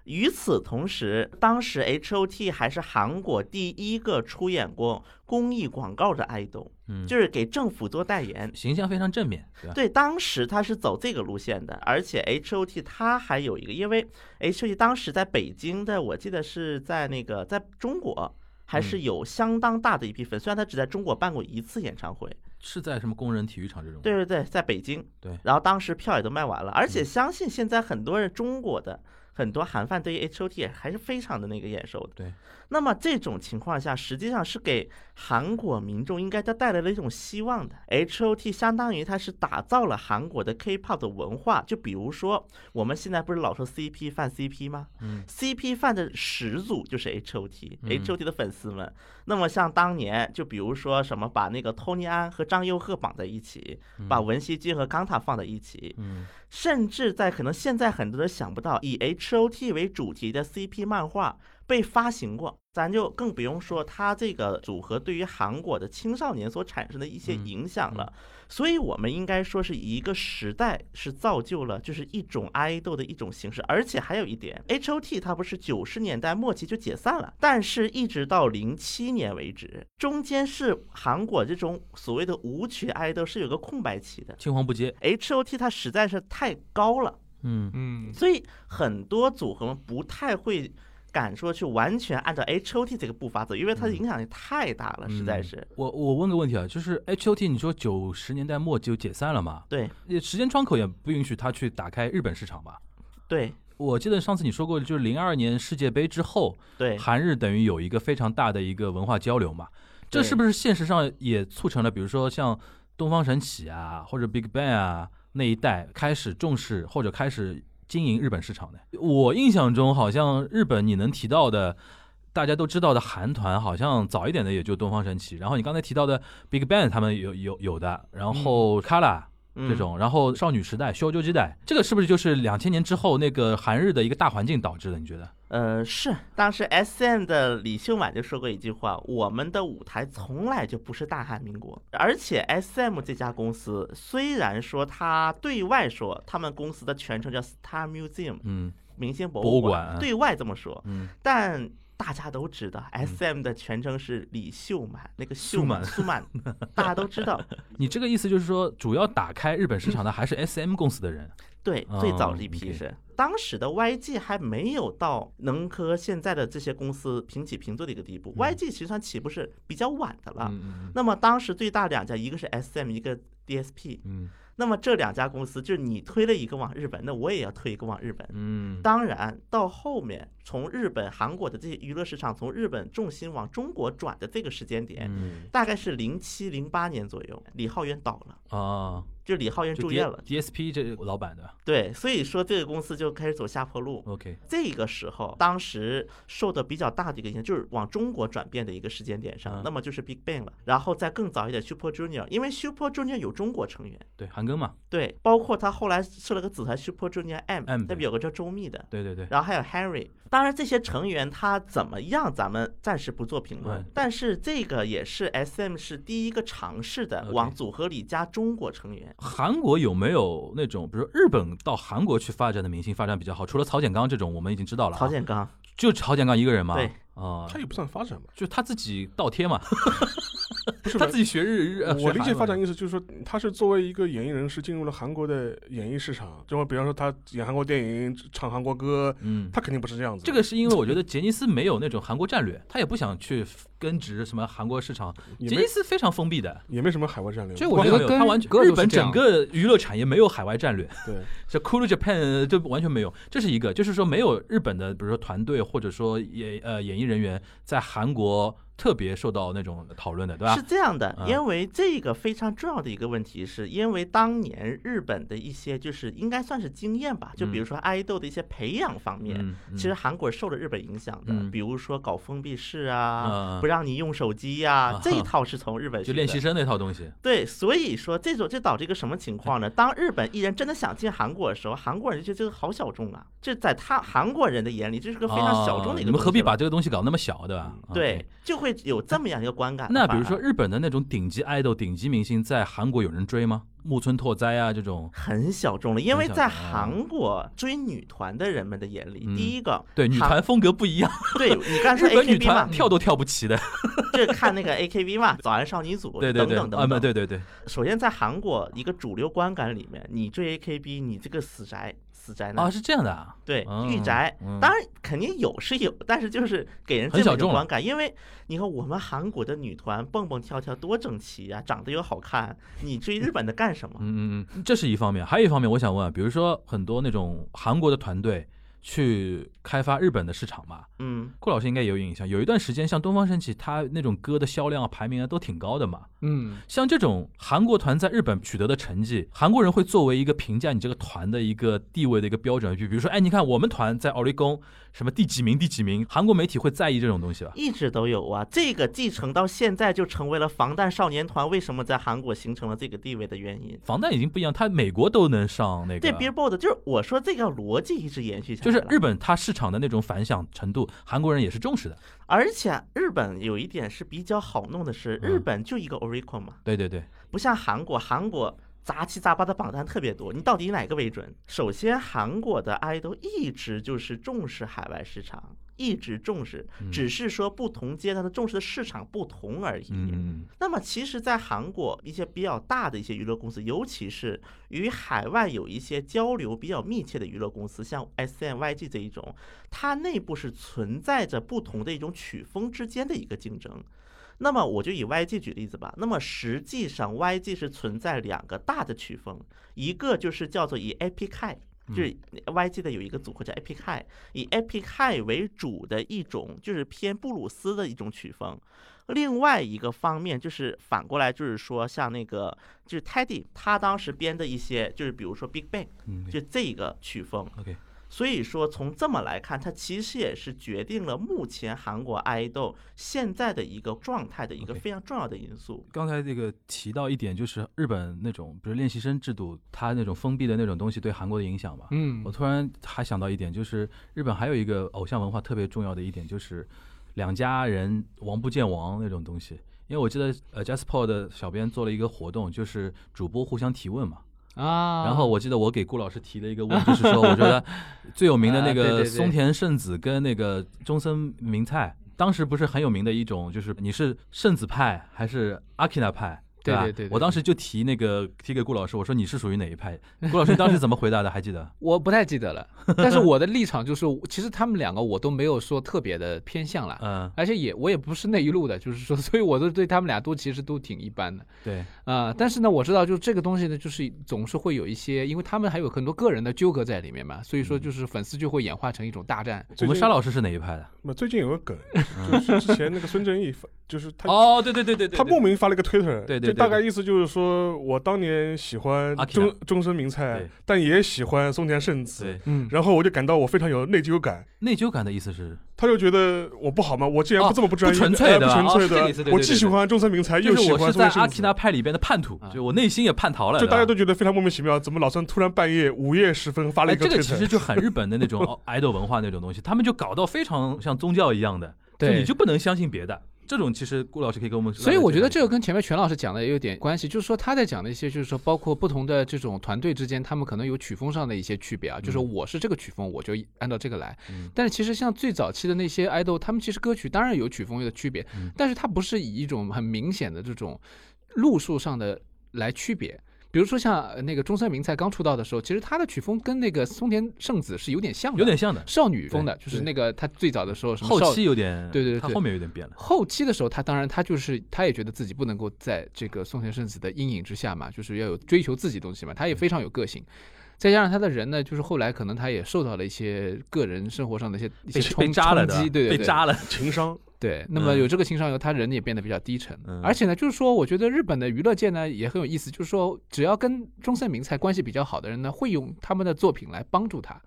Speaker 2: 与此同时，当时 H.O.T 还是韩国第一个出演过公益广告的爱豆，
Speaker 3: 嗯
Speaker 2: 就是给政府做代言。
Speaker 3: 形象非常正面，对吧？
Speaker 2: 对，当时他是走这个路线的，而且 H.O.T 它还有一个，因为 H.O.T 当时在北京的，我记得是在那个在中国还是有相当大的一批粉，虽然他只在中国办过一次演唱会，
Speaker 3: 是在什么工人体育场这种？
Speaker 2: 对，对对，在北京，
Speaker 3: 对嗯
Speaker 2: 然后当时票也都卖完了，而且相信现在很多人中国的。很多韩范对于 H.O.T 也还是非常的那个眼熟的。
Speaker 3: 对，
Speaker 2: 那么这种情况下，实际上是给韩国民众应该它带来了一种希望的。H.O.T 相当于它是打造了韩国的 K-pop 的文化，就比如说我们现在不是老说 CP 范 CP 吗？
Speaker 3: 嗯
Speaker 2: CP 范的始祖就是 H.O.T，H.O.T、
Speaker 3: 嗯
Speaker 2: HOT 的粉丝们。那么像当年，就比如说什么把那个 Tony 安和张佑赫绑在一起，把文熙君和康塔放在一起，
Speaker 3: 嗯，
Speaker 2: 甚至在可能现在很多人想不到，以 H.O.T 为主题的 CP 漫画被发行过，咱就更不用说它这个组合对于韩国的青少年所产生的一些
Speaker 3: 嗯
Speaker 2: 影响了。所以，我们应该说是一个时代是造就了就是一种爱豆的一种形式，而且还有一点，H.O.T 它不是九十年代末期就解散了，但是一直到零七年为止，中间是韩国这种所谓的舞曲爱豆是有个空白期的。
Speaker 3: 青黄不接，
Speaker 2: H.O.T 它实在是太高了，
Speaker 3: 嗯，
Speaker 4: 嗯，
Speaker 2: 所以很多组合不太会敢说去完全按照 H.O.T 这个步伐走，因为它的影响力太大了，实在是。
Speaker 3: 我我问个问题啊，就是 H.O.T 你说九十年代末就解散了嘛？
Speaker 2: 对
Speaker 3: 也时间窗口也不允许他去打开日本市场吧？
Speaker 2: 对
Speaker 3: 我记得上次你说过，就是零二年世界杯之后，
Speaker 2: 对，
Speaker 3: 韩日等于有一个非常大的一个文化交流嘛。这
Speaker 2: 对
Speaker 3: 是不是现实上也促成了，比如说像东方神起啊，或者 Big Bang 啊那一代开始重视或者开始经营日本市场呢？我印象中好像日本你能提到的。大家都知道的韩团，好像早一点的也就东方神起，然后你刚才提到的 Big Bang 他们有有有的，然后 Kara
Speaker 2: 嗯
Speaker 3: 这种，然后少女时代、修旧时代，这个是不是就是两千年之后那个韩日的一个大环境导致的？你觉得？
Speaker 2: 呃，是当时 S M 的李秀满就说过一句话：“我们的舞台从来就不是大韩民国。”而且 S M 这家公司虽然说它对外说他们公司的全称叫 Star Museum
Speaker 3: 嗯
Speaker 2: 明星博
Speaker 3: 博物
Speaker 2: 馆，
Speaker 3: 馆
Speaker 2: 对外这么说，
Speaker 3: 嗯，
Speaker 2: 但大家都知道 S M 的全称是李秀满，那个秀满苏满，大家都知道。
Speaker 3: 你这个意思就是说，主要打开日本市场的还是 S M 公司的人，
Speaker 2: 对，最早的一
Speaker 3: 哦
Speaker 2: 批
Speaker 3: ，OK
Speaker 2: 是当时的 YG 还没有到能和现在的这些公司平起平坐的一个地
Speaker 3: 嗯
Speaker 2: 步。YG 其实算起步是比较晚的
Speaker 3: 啊
Speaker 2: 了。
Speaker 4: 嗯
Speaker 2: 那么当时最大两家，一个是 SM，一个 DSP。
Speaker 4: 嗯
Speaker 2: 那么这两家公司就是你推了一个往日本，那我也要推一个往日本。
Speaker 3: 嗯，
Speaker 2: 当然，到后面从日本、韩国的这些娱乐市场从日本重心往中国转的这个时间点，
Speaker 3: 嗯
Speaker 2: 大概是零七零八年左右，李浩源倒了，
Speaker 3: 啊，
Speaker 2: 就李浩源
Speaker 3: 就
Speaker 2: 住
Speaker 3: D-
Speaker 2: 院了。
Speaker 3: DSP 这老板的
Speaker 2: 对，所以说这个公司就开始走下坡路。
Speaker 3: ，OK，
Speaker 2: 这个时候，当时受的比较大的一个影响，就是往中国转变的一个时间点上
Speaker 3: 嗯，
Speaker 2: 那么就是 Big Bang 了，然后再更早一点 Super Junior，因为 Super Junior 有中国成员，
Speaker 3: 对，韩庚嘛，
Speaker 2: 对，包括他后来设了个子团 Super Junior M，
Speaker 3: M，
Speaker 2: 那边有个叫周密的，
Speaker 3: 对对对，
Speaker 2: 然后还有 Henry，当然这些成员他怎么样，咱们暂时不做评论
Speaker 3: 嗯。
Speaker 2: 但是这个也是 SM 是第一个尝试的
Speaker 3: OK
Speaker 2: 往组合里加中国成员。
Speaker 3: 韩国有没有那种，比如说日本到韩国去发展的明星发展比较好？除了曹简刚这种，我们已经知道了啊，
Speaker 2: 曹建刚，
Speaker 3: 就曹简刚一个人嘛，
Speaker 2: 对
Speaker 3: 啊，
Speaker 5: 它也不算发展嘛，
Speaker 3: 就他自己倒贴嘛，
Speaker 5: 不是
Speaker 3: 他自己学日日，呃
Speaker 5: 我理解发。
Speaker 3: 学韩
Speaker 5: 展
Speaker 3: 文
Speaker 5: 意思就是说，他是作为一个演艺人士进入了韩国的演艺市场，就比方说他演韩国电影、唱韩国歌，
Speaker 3: 嗯，
Speaker 5: 他肯定不是这样子的。
Speaker 3: 这个是因为我觉得杰尼斯没有那种韩国战略，他也不想去根植什么韩国市场。
Speaker 5: 也
Speaker 3: 杰
Speaker 5: 没
Speaker 3: 尼斯非常封闭的，
Speaker 5: 也没什么海外战略。
Speaker 4: 所以我觉
Speaker 3: 没
Speaker 4: 得
Speaker 3: 有
Speaker 4: 跟
Speaker 3: 他完全
Speaker 4: 格斗
Speaker 3: 日
Speaker 4: 是
Speaker 3: 本
Speaker 4: 这样
Speaker 3: 整个娱乐产业没有海外战略，
Speaker 5: 对，
Speaker 3: 这 Cool Japan 呃就完全没有。这是一个，就是说没有日本的，比如说团队或者说演呃演艺人员在韩国特别受到那种讨论的，对吧
Speaker 2: 是？这样的，
Speaker 3: 嗯
Speaker 2: 因为这个非常重要的一个问题，是因为当年日本的一些就是应该算是经验吧，就比如说爱豆的一些培养方面，
Speaker 3: 嗯，嗯
Speaker 2: 其实韩国受了日本影响的
Speaker 3: 嗯，
Speaker 2: 比如说搞封闭式啊
Speaker 3: 嗯，
Speaker 2: 不让你用手机呀
Speaker 3: 啊，
Speaker 2: 这一套是从日本
Speaker 3: 就
Speaker 2: 学
Speaker 3: 练习
Speaker 2: 的。
Speaker 3: 生那套东西，
Speaker 2: 对，所以说这种这导致一个什么情 况呢？当日本艺人真的想进韩国的时候，韩国人就觉得这个好小众啊，这在他韩国人的眼里，这是个非常小众的
Speaker 3: 啊
Speaker 2: 一个东西
Speaker 3: 你
Speaker 2: 了。嗯
Speaker 3: 们何必把这个东西搞那么小，对吧？啊
Speaker 2: 对，就会有这么样一个观感。
Speaker 3: 那比如说。日本的那种顶级爱豆、顶级明星，在韩国有人 追吗？木村拓哉啊，这种
Speaker 2: 很小众了，因
Speaker 3: 很
Speaker 2: 为
Speaker 3: 小
Speaker 2: 在
Speaker 3: 众啊
Speaker 2: 韩国追女团的人们的眼里，
Speaker 3: 嗯
Speaker 2: 第一个
Speaker 3: 对女
Speaker 2: 韩
Speaker 3: 团风格不一样，
Speaker 2: 对你刚才
Speaker 3: 日
Speaker 2: A
Speaker 3: 本女
Speaker 2: K B 嘛
Speaker 3: 团，跳都跳不齐的，
Speaker 2: 就是看那个 A K B 嘛，早安少女组
Speaker 3: 对对对，
Speaker 2: 等等
Speaker 3: 啊不
Speaker 2: 等等。
Speaker 3: 对对对，
Speaker 2: 首先在韩国一个主流观感里面，你追 A K B，你这个死宅死宅
Speaker 3: 啊
Speaker 2: 男，
Speaker 3: 是这样的啊，
Speaker 2: 对
Speaker 3: 嗯
Speaker 2: 御宅
Speaker 3: 嗯，
Speaker 2: 当然肯定有是有，但是就是给人这
Speaker 3: 很
Speaker 2: 么
Speaker 3: 小
Speaker 2: 一种
Speaker 3: 众了啊
Speaker 2: 观感，因为你看我们韩国的女团蹦蹦跳跳多整齐呀，长得又好看，你追日本的干什么？
Speaker 3: 嗯嗯嗯，这是一方面，还有一方面我想问，比如说很多那种韩国的团队去开发日本的市场嘛。
Speaker 2: 嗯，
Speaker 3: 顾老师应该也有印象，有一段时间像东方神起，它那种歌的销量啊、排名啊都挺高的嘛。
Speaker 4: 嗯，
Speaker 3: 像这种韩国团在日本取得的成绩，韩国人会作为一个评价你这个团的一个地位的一个标准，就比如说，哎，你看我们团在奥利宫什么第几名、第几名，韩国媒体会在意这种东西吧？
Speaker 2: 一直都有啊，这个继承到现在就成为了防弹少年团为什么在韩国形成了这个地位的原因。
Speaker 3: 防弹已经不一样，它美国都能上那个，
Speaker 2: 对 Billboard 就是我说这个逻辑一直延续下
Speaker 3: 就
Speaker 2: 来
Speaker 3: 是
Speaker 2: 了，
Speaker 3: 日本它市场的那种反响程度，韩国人也是重视的。
Speaker 2: 而且日本有一点是比较好弄的是，
Speaker 3: 嗯
Speaker 2: 日本就一个 Oricon 嘛，
Speaker 3: 对对对，
Speaker 2: 不像韩国，韩国杂七杂八的榜单特别多，你到底以哪个为准？首先，韩国的 idol 一直就是重视海外市场，一直重视，
Speaker 3: 嗯
Speaker 2: 只是说不同阶段的重视的市场不同而已。
Speaker 3: 嗯嗯
Speaker 2: 那么，其实，在韩国一些比较大的一些娱乐公司，尤其是与海外有一些交流比较密切的娱乐公司，像 S M Y G 这一种，它内部是存在着不同的一种曲风之间的一个竞争。那么我就以 YG 举例子吧。那么实际上 YG 是存在两个大的曲风，一个就是叫做以 AP K，就是 YG 的有一个组合叫 AP K，以 AP K 为主的一种就是偏布鲁斯的一种曲风。另外一个方面就是反过来，就是说像那个就是 Teddy 他当时编的一些，就是比如说 Big Bang，
Speaker 3: 嗯嗯
Speaker 2: 就这个曲风。
Speaker 3: ，OK，
Speaker 2: 所以说，从这么来看，它其实也是决定了目前韩国爱豆现在的一个状态的一个
Speaker 3: OK
Speaker 2: 非常重要的因素。
Speaker 3: 刚才这个提到一点，就是日本那种，比如练习生制度，它那种封闭的那种东西对韩国的影响嘛。
Speaker 4: 嗯
Speaker 3: 我突然还想到一点，就是日本还有一个偶像文化特别重要的一点，就是两家人王不见王那种东西。因为我记得呃，Jasper 的小编做了一个活动，就是主播互相提问嘛。
Speaker 4: 啊，
Speaker 3: 然后我记得我给顾老师提了一个问，就是说我觉 得最有名的那
Speaker 4: 啊对对
Speaker 3: 个
Speaker 4: 对
Speaker 3: 松田圣子跟那个中森明菜，当时不是很有名的一种，就是你是圣子派还是阿基那派？
Speaker 4: 对
Speaker 3: 吧
Speaker 4: 对对对
Speaker 3: 我当时就提那个提给顾老师，我说你是属于哪一 派？顾老师当时怎么回答的？还记得？
Speaker 4: 我不太记得 了，但是我的立场就是，其实他们两个我都没有说特别的偏向啦，
Speaker 3: 嗯，
Speaker 4: 而且也我也不是那一路的，就是说， 所以我都对他们俩都其实都挺一般的
Speaker 3: 对，
Speaker 4: 啊、但是呢，我知道就是这个东西呢，就是总是会有一些，因为他们还有很多个人的纠葛在里面嘛，所以说就是粉丝就会演化成一种大战。
Speaker 3: 我
Speaker 5: 最
Speaker 3: 们
Speaker 5: 近
Speaker 3: 沙老师是哪一派的？
Speaker 5: 那最近 有个梗，就是之前那个孙正义发，就是他
Speaker 3: 哦，对对对对对，
Speaker 5: 他莫名发了一个推特，
Speaker 3: 对对对
Speaker 5: 就大概意思就是说我当年喜欢
Speaker 3: 阿 Kira
Speaker 5: 中中森明菜
Speaker 3: 对，
Speaker 5: 但也喜欢松田圣子
Speaker 3: 对，
Speaker 4: 嗯，
Speaker 5: 然后我就感到我非常有内疚感。
Speaker 3: 内疚感的意思是
Speaker 5: 他就觉得我不好吗？我既然
Speaker 3: 哦
Speaker 5: 不这么不专业，
Speaker 3: 不纯粹
Speaker 5: 呃
Speaker 3: 的
Speaker 5: 不纯
Speaker 3: 哦
Speaker 5: 粹
Speaker 3: 是这个意思对
Speaker 5: 的，
Speaker 3: 对
Speaker 5: 我
Speaker 3: 对
Speaker 5: 既
Speaker 3: 对
Speaker 5: 喜欢中森明菜，
Speaker 3: 就
Speaker 5: 又喜
Speaker 3: 是我
Speaker 5: 欢
Speaker 3: 是
Speaker 5: 松
Speaker 3: 在
Speaker 5: 田
Speaker 3: 阿
Speaker 5: 圣
Speaker 3: 基
Speaker 5: 子
Speaker 3: 那，派里边的叛徒
Speaker 4: 啊，
Speaker 3: 就我内心也叛逃了。
Speaker 5: 这
Speaker 3: 对
Speaker 5: 大家
Speaker 3: 吧
Speaker 5: 都觉得非常莫名其妙，怎么老三突然半夜午夜时分发了
Speaker 3: 哎，
Speaker 5: 一
Speaker 3: 这
Speaker 5: 推
Speaker 3: 个其实
Speaker 5: 特？
Speaker 3: 就很日本的那种 哦 idol 文化那种东西，他们就搞到非常像宗教一样的，就
Speaker 4: 对
Speaker 3: 你就不能相信别的。这种其实顾老师可以给我们，
Speaker 4: 所以我觉得这个跟前面全老师讲的也有点关系，就是说他在讲的一些，就是说包括不同的这种团队之间，他们可能有曲风上的一些区别啊，就是说我是这个曲风，我就按照这个来。
Speaker 3: 嗯
Speaker 4: 但是其实像最早期的那些爱豆，他们其实歌曲当然有曲风的区别，
Speaker 3: 嗯
Speaker 4: 但是它不是以一种很明显的这种路数上的来区别。比如说像呃那个中森明菜刚出道的时候，其实他的曲风跟那个松田圣子是有点像的，
Speaker 3: 有点像的，
Speaker 4: 少女风的，就是
Speaker 5: 对
Speaker 4: 那个他最早的时候什么
Speaker 3: 后
Speaker 4: 少
Speaker 3: 期有点，
Speaker 4: 对对对
Speaker 3: 他后面有点变了。
Speaker 4: 后期的时候，他当然他就是他也觉得自己不能够在这个松田圣子的阴影之下嘛，就是要有追求自己的东西嘛。他也非常有个性，再加上他的人呢，就是后来可能他也受到了一些个人生活上的一些一
Speaker 3: 被
Speaker 4: 些冲
Speaker 3: 被扎了的，
Speaker 4: 冲
Speaker 3: 啊
Speaker 4: 击，对对
Speaker 3: 被
Speaker 4: 对，
Speaker 3: 扎了。
Speaker 5: 情商，
Speaker 4: 对。那么
Speaker 3: 嗯
Speaker 4: 有这个情商以后，他人也变得比较低沉，
Speaker 3: 嗯
Speaker 4: 而且呢，就是说，我觉得日本的娱乐界呢也很有意思，就是说，只要跟中森明菜关系比较好的人呢，会用他们的作品来帮助他。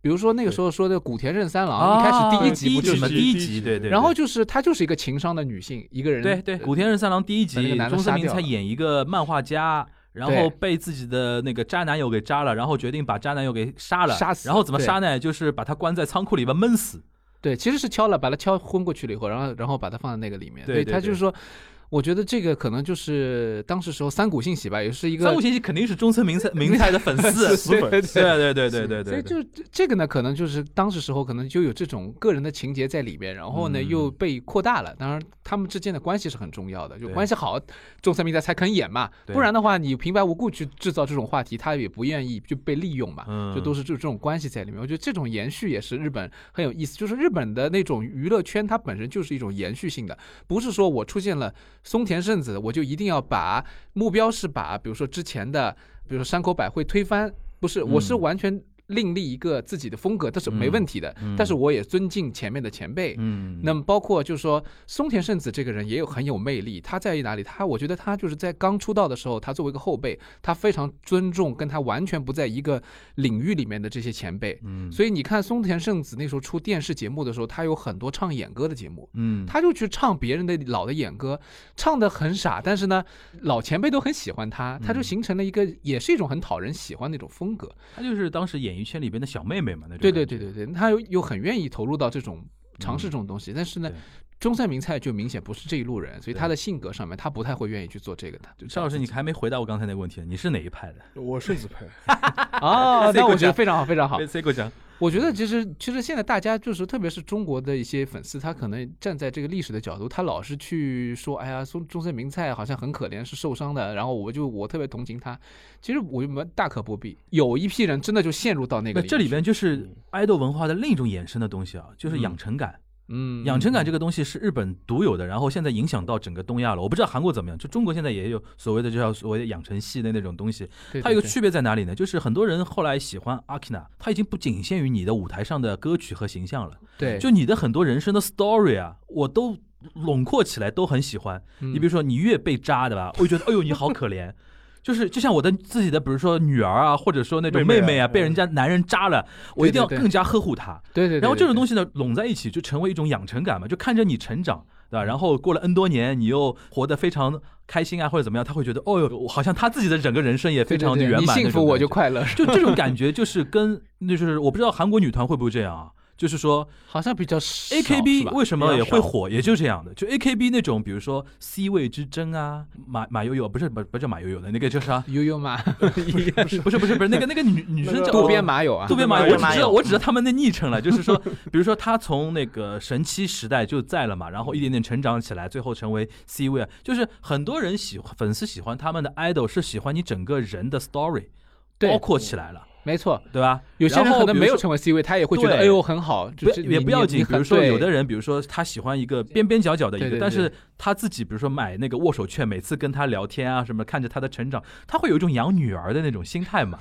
Speaker 4: 比如说那个时候说的古田任三郎，一开始第一
Speaker 5: 啊
Speaker 4: 集
Speaker 3: 第
Speaker 4: 不
Speaker 3: 一
Speaker 4: 就
Speaker 3: 集
Speaker 4: 是
Speaker 3: 嘛，
Speaker 5: 是
Speaker 3: 第一
Speaker 5: 第一
Speaker 3: 集
Speaker 5: 集
Speaker 3: 对对，
Speaker 4: 然后
Speaker 3: 对
Speaker 4: 就是她就是一个情商的女性，一个人呃
Speaker 3: 对对，古田任三郎第一
Speaker 4: 把那个
Speaker 3: 集，
Speaker 4: 男的
Speaker 3: 中森
Speaker 4: 杀
Speaker 3: 明
Speaker 4: 掉
Speaker 3: 菜
Speaker 4: 了
Speaker 3: 演一个漫画家。然
Speaker 4: 对
Speaker 3: 后被自己的那个渣男友给扎了，然后决定把渣男友给杀了，
Speaker 4: 杀死
Speaker 3: 然后怎么
Speaker 4: 对
Speaker 3: 杀呢？就是把他关在仓库里边闷死。
Speaker 4: 对，其实是敲了，把他敲昏过去了以后，然后然后把他放在那个里面，
Speaker 3: 对
Speaker 4: 所以
Speaker 3: 对
Speaker 4: 他
Speaker 3: 对
Speaker 4: 就是说，我觉得这个可能就是当时时候三谷幸喜吧，也是一个
Speaker 3: 三谷幸喜肯定是中村明菜明菜的粉丝，
Speaker 5: 死粉
Speaker 3: 对
Speaker 4: 对对
Speaker 3: 对对对对对，
Speaker 4: 所
Speaker 3: 对
Speaker 4: 以就是这这个呢，可能就是当时时候可能就有这种个人的情节在里边，然后呢
Speaker 3: 嗯
Speaker 4: 又被扩大了。当然，他们之间的关系是很重要的，就
Speaker 3: 对
Speaker 4: 关系好，中森明菜才肯演嘛，
Speaker 3: 对
Speaker 4: 不然的话，你平白无故去制造这种话题，他也不愿意就被利用嘛。
Speaker 3: 嗯
Speaker 4: 就都是就这种关系在里面，我觉得这种延续也是日本很有意思，就是日本的那种娱乐圈，它本身就是一种延续性的，不是说我出现了松田圣子，我就一定要把目标是把，比如说之前的，比如说山口百惠推翻，不是，我是
Speaker 3: 嗯
Speaker 4: 完全另立一个自己的风格，这是没问题的，
Speaker 3: 嗯
Speaker 4: 但是我也尊敬前面的前辈。
Speaker 3: 嗯，
Speaker 4: 那么包括就是说，松田圣子这个人也有很有魅力，他在于哪里？他我觉得他就是在刚出道的时候，他作为一个后辈，他非常尊重跟他完全不在一个领域里面的这些前辈。
Speaker 3: 嗯
Speaker 4: 所以你看松田圣子那时候出电视节目的时候，他有很多唱演歌的节目，
Speaker 3: 嗯，
Speaker 4: 他就去唱别人的老的演歌，唱的很傻，但是呢，老前辈都很喜欢他，
Speaker 3: 嗯
Speaker 4: 他就形成了一个，也是一种很讨人喜欢的一种风格。
Speaker 3: 她就是当时演艺圈里边的小妹妹嘛，那种
Speaker 4: 对对
Speaker 3: 感觉
Speaker 4: 对对对，他又又很愿意投入到这种尝试这种东西，但是呢
Speaker 3: 嗯对，
Speaker 4: 中山明菜就明显不是这一路人，所以
Speaker 3: 对
Speaker 4: 他的性格上面，他不太会愿意去做这个的。
Speaker 3: 邵老师，你 还没回答我刚才那个问题，你是哪一派的？
Speaker 5: 我圣子派，
Speaker 4: 哦，那我觉得非常好，非常好
Speaker 3: 被。C 给我讲，
Speaker 4: 我觉得其实其实现在大家就是，特别是中国的一些粉丝，他可能站在这个历史的角度，他老是去说，哎呀，中中森明菜好像很可怜，是受伤的，然后我就我特别同情他。其实我们大可不必，有一批人真的就陷入到那个
Speaker 3: 那这
Speaker 4: 面
Speaker 3: 里边就是
Speaker 5: 嗯
Speaker 3: 爱豆文化的另一种衍生的东西啊，就是养成感。
Speaker 4: 嗯，
Speaker 3: 养成感这
Speaker 4: 个
Speaker 3: 个东西是日本独有的，然后现在影响到整个东亚了。我不知道韩国怎么样，就中国现在也有所谓的就叫所谓的养成系的那种东西。它有个区别在哪里呢？就是很多人后来喜欢阿 k i n a 它已经不仅限于你的舞台上的歌曲和形象了。
Speaker 4: 对，
Speaker 3: 就你的很多人生的 story 啊，我都笼括起来都很喜欢。你比如
Speaker 4: 说
Speaker 3: 说，你越被扎的吧，我就觉得哎呦你好可怜。就是就像我的自己的，比如说女儿啊，或者说那种
Speaker 5: 妹
Speaker 3: 妹
Speaker 5: 妹啊
Speaker 3: 妹啊，被
Speaker 5: 嗯
Speaker 3: 人家男人扎了，我一定要
Speaker 4: 对对对
Speaker 3: 更加呵护她。
Speaker 4: 对对对。
Speaker 3: 然后这种东西
Speaker 4: 西，
Speaker 3: 呢，拢在一起就成为一种养成感嘛，就看着你成长，
Speaker 4: 嗯
Speaker 3: 对吧？然后过了 N 多年，你又活得非常开心啊，或者怎么样，他会觉得，哦哟，我好像他自己的整个人生也非
Speaker 4: 对对
Speaker 3: 常的
Speaker 4: 对
Speaker 3: 圆满。
Speaker 4: 你幸福我就。快乐，
Speaker 3: 就这种感觉，就是跟那就是我不知道韩国女团会不会这样啊？就是说
Speaker 4: 好像比较少
Speaker 3: A K B
Speaker 4: 是吧
Speaker 3: 为什么也
Speaker 2: 比较
Speaker 3: 会
Speaker 2: 少
Speaker 3: 火，也就这样的，就 A K B 那种，比如说 C 位之争啊，马马友友不是不不叫马友友的那个叫 啥？
Speaker 4: 悠悠马、
Speaker 3: 不是不是不是那个那个女女生
Speaker 5: 那个
Speaker 3: 叫哦
Speaker 4: 渡边麻友啊
Speaker 3: 渡，边麻
Speaker 2: 渡
Speaker 3: 友，我
Speaker 2: 边麻
Speaker 3: 只知道
Speaker 2: 友
Speaker 3: 我只知道他们的昵称了，就是说， 比如说他从那个神七时代就在了嘛，然后一点点成长起来，最后成为 C 位，啊就是很多人喜欢粉丝喜欢他们的 idol 是喜欢你整个人的 story
Speaker 4: 对
Speaker 3: 包括起来了，
Speaker 4: 哦没错。
Speaker 3: 对吧？
Speaker 4: 有些人
Speaker 3: 然后
Speaker 4: 可能
Speaker 3: 比如
Speaker 4: 没有
Speaker 3: 说
Speaker 4: 成为 C 位，他也会觉得
Speaker 3: 对
Speaker 4: 哎呦很好，
Speaker 3: 不
Speaker 4: 就是
Speaker 3: 也
Speaker 4: 你
Speaker 3: 不要
Speaker 4: 你
Speaker 3: 紧，
Speaker 4: 你
Speaker 3: 比
Speaker 4: 很
Speaker 3: 如说
Speaker 4: 对
Speaker 3: 有的人，比如说他喜欢一个边边角角的一
Speaker 4: 对
Speaker 3: 个，
Speaker 4: 对
Speaker 3: 但
Speaker 4: 对
Speaker 3: 是他自己比如说买那个握手券，每次跟他聊天啊什么，看着他的成长，他会有一种养女儿的那种心态 嘛，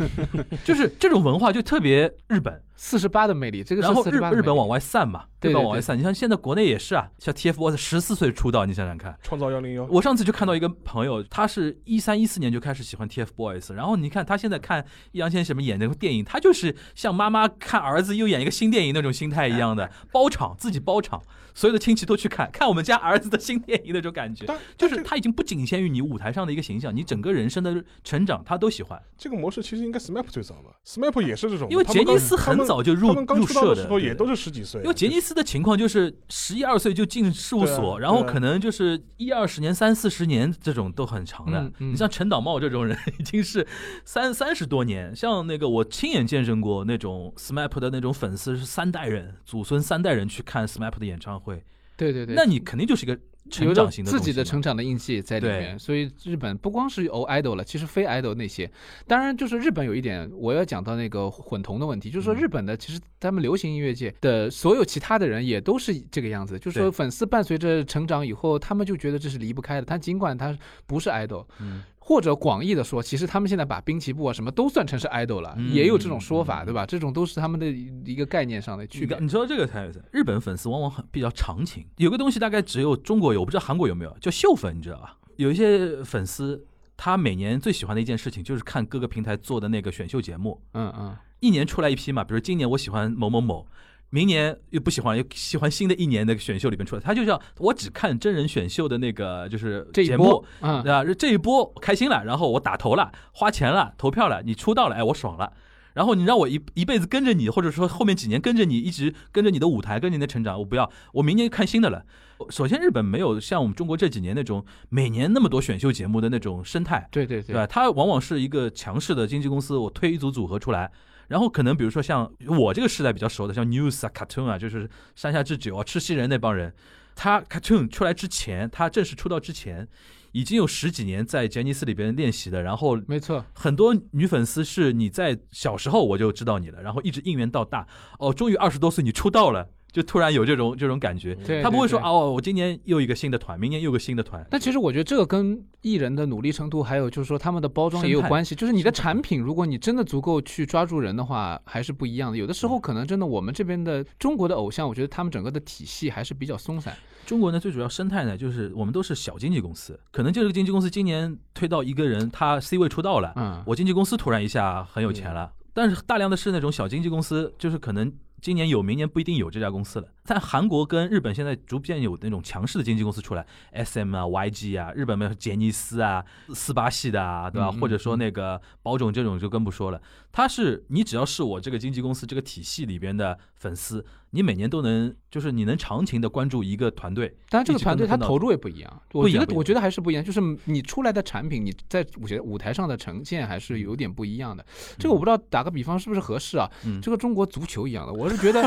Speaker 3: 就是这种文化就特别日本，
Speaker 4: 四十八的魅力，这个是
Speaker 3: 然后
Speaker 4: 48
Speaker 3: 日
Speaker 4: 的魅力
Speaker 3: 日本往外散嘛，
Speaker 4: 对
Speaker 3: 日
Speaker 4: 对
Speaker 3: 本往外散，你像现在国内也是啊，像 TFBOYS 十四岁出道，你想想看，
Speaker 5: 创造幺零幺，
Speaker 3: 我上次就看到一个朋友，他是一三一四年就开始喜欢 TFBOYS，然后你看他现在看易烊千玺什么演那个电影，他就是像妈妈看儿子又演一个新电影那种心态一样
Speaker 5: 哎
Speaker 3: 的，包场自己包场，所有的亲戚都去看看我们家儿子的新电影那种感觉，
Speaker 5: 但
Speaker 3: 就
Speaker 5: 但这
Speaker 3: 是
Speaker 5: 个
Speaker 3: 他已经不仅限于你舞台上的一个形象，你整个人生的成长他都喜欢，
Speaker 5: 这个模式其实应该 SMAP 最早吧，SMAP 也是这种，
Speaker 3: 因为
Speaker 5: 他
Speaker 3: 杰
Speaker 5: 们
Speaker 3: 尼
Speaker 5: 刚
Speaker 3: 斯很早就
Speaker 5: 他
Speaker 3: 入
Speaker 5: 们刚
Speaker 3: 入
Speaker 5: 出道
Speaker 3: 社
Speaker 5: 的
Speaker 3: 的，
Speaker 5: 时候也
Speaker 3: 对不对
Speaker 5: 都是十几岁，
Speaker 3: 因为杰尼斯的情况就是十一二岁就进事务所，
Speaker 5: 对啊
Speaker 3: 然后
Speaker 5: 对啊
Speaker 3: 可能就是一二十年、三四十年这种都很长的。
Speaker 4: 嗯嗯
Speaker 3: 你像陈导茂这种人， 已经是三三十多年。像那个我亲眼见证过那种 SMAP 的那种粉丝是三代人，祖孙三代人去看 SMAP 的演唱会，
Speaker 4: 对对对，
Speaker 3: 那你肯定就是一个成
Speaker 4: 有
Speaker 3: 长
Speaker 4: 种
Speaker 3: 型
Speaker 4: 自己的
Speaker 3: 的东西
Speaker 4: 成
Speaker 3: 嘛
Speaker 4: 长的印记在里面，
Speaker 3: 对
Speaker 4: 所以日本不光是有 idol 了，其实非 idol 那些，当然就是日本有一点我要讲到那个混同的问题，就是说
Speaker 3: 嗯
Speaker 4: 日本的其实他们流行音乐界的所有其他的人也都是这个样子，就是说
Speaker 3: 对
Speaker 4: 粉丝伴随着成长以后，他们就觉得这是离不开的，他尽管他不是 idol，
Speaker 3: 嗯
Speaker 4: 或者广义的说，其实他们现在把滨崎步啊什么都算成是 idol 了，
Speaker 3: 嗯
Speaker 4: 也有这种说法，
Speaker 3: 嗯
Speaker 4: 对吧？这种都是他们的一个概念上的区
Speaker 3: 你
Speaker 4: 别
Speaker 3: 刚。你说到这个才有意思。日本粉丝往往很比较长情，有个东西大概只有中国有，我不知道韩国有没有，叫秀粉，你知道吧？有一些粉丝，他每年最喜欢的一件事情就是看各个平台做的那个选秀节目，
Speaker 4: 嗯嗯，
Speaker 3: 一年出来一批嘛。比如今年我喜欢某某某，明年又不喜欢，又喜欢新的一年的选秀里边出来，他就叫我只看真人选秀的那个就是
Speaker 4: 这一
Speaker 3: 节
Speaker 4: 波
Speaker 3: 目，
Speaker 4: 嗯
Speaker 3: 对吧？这一波我开心了，然后我打头了，花钱了，投票了，你出道了，哎，我爽了。然后你让我一一辈子跟着你，或者说后面几年跟着你，一直跟着你的舞台，跟着你的成长，我不要，我明年看新的了。首先，日本没有像我们中国这几年那种每年那么多选秀节目的那种生态，
Speaker 4: 对对对
Speaker 3: 对吧？它往往是一个强势的经纪公司，我推一组组合出来，然后可能比如说像我这个时代比较熟的，像 News 啊、Cartoon 啊，就是山下智久啊、赤西仁那帮人，他 Cartoon 出来之前，他正式出道之前，已经有十几年在杰尼斯里边练习的，然后
Speaker 4: 没错，
Speaker 3: 很多女粉丝是你在小时候我就知道你了，然后一直应援到大，哦，终于二十多岁你出道了，就突然有这种这种感觉。
Speaker 4: 对
Speaker 3: 他不会说
Speaker 4: 嗯对对
Speaker 3: 哦，我今年又一个新的团，明年又个新的团，
Speaker 4: 但其实我觉得这个跟艺人的努力程度，还有就是说他们的包装也有
Speaker 3: 生态
Speaker 4: 关系。就是你的产品，如果你真的足够去抓住人的话，还是不一样的。有的时
Speaker 3: 嗯
Speaker 4: 候可能真的我们这边的中国的偶像，我觉得他们整个的体系还是比较松散。
Speaker 3: 中国呢，最主要生态呢，就是我们都是小经纪公司，可能就是个经纪公司今年推到一个人，他 C 位出道了，
Speaker 4: 嗯，
Speaker 3: 我经纪公司突然一下很有钱了。但是大量的是那种小经纪公司，就是可能今年有，明年不一定有这家公司了。在韩国跟日本现在逐渐有那种强势的经纪公司出来，S M 啊、Y G 啊，日本没有杰尼斯啊、四八系的啊，对吧？
Speaker 4: 嗯嗯
Speaker 3: 或者说那个宝冢这种就更不说了。它是你只要是我这个经纪公司这个体系里边的粉丝，你每年都能就是你能长情的关注一个团队，
Speaker 4: 当然这个
Speaker 3: 一直
Speaker 4: 团队
Speaker 3: 跟
Speaker 4: 他
Speaker 3: 得
Speaker 4: 投入也不一样。我
Speaker 3: 不一
Speaker 4: 觉
Speaker 3: 样
Speaker 4: 得
Speaker 3: 不一样
Speaker 4: 我觉得还是不一样，就是你出来的产品，你在舞台舞台上的呈现还是有点不一样的。这个我不知道打个比方是不是合适啊？
Speaker 3: 嗯
Speaker 4: 这个中国足球一样的，我是 觉得，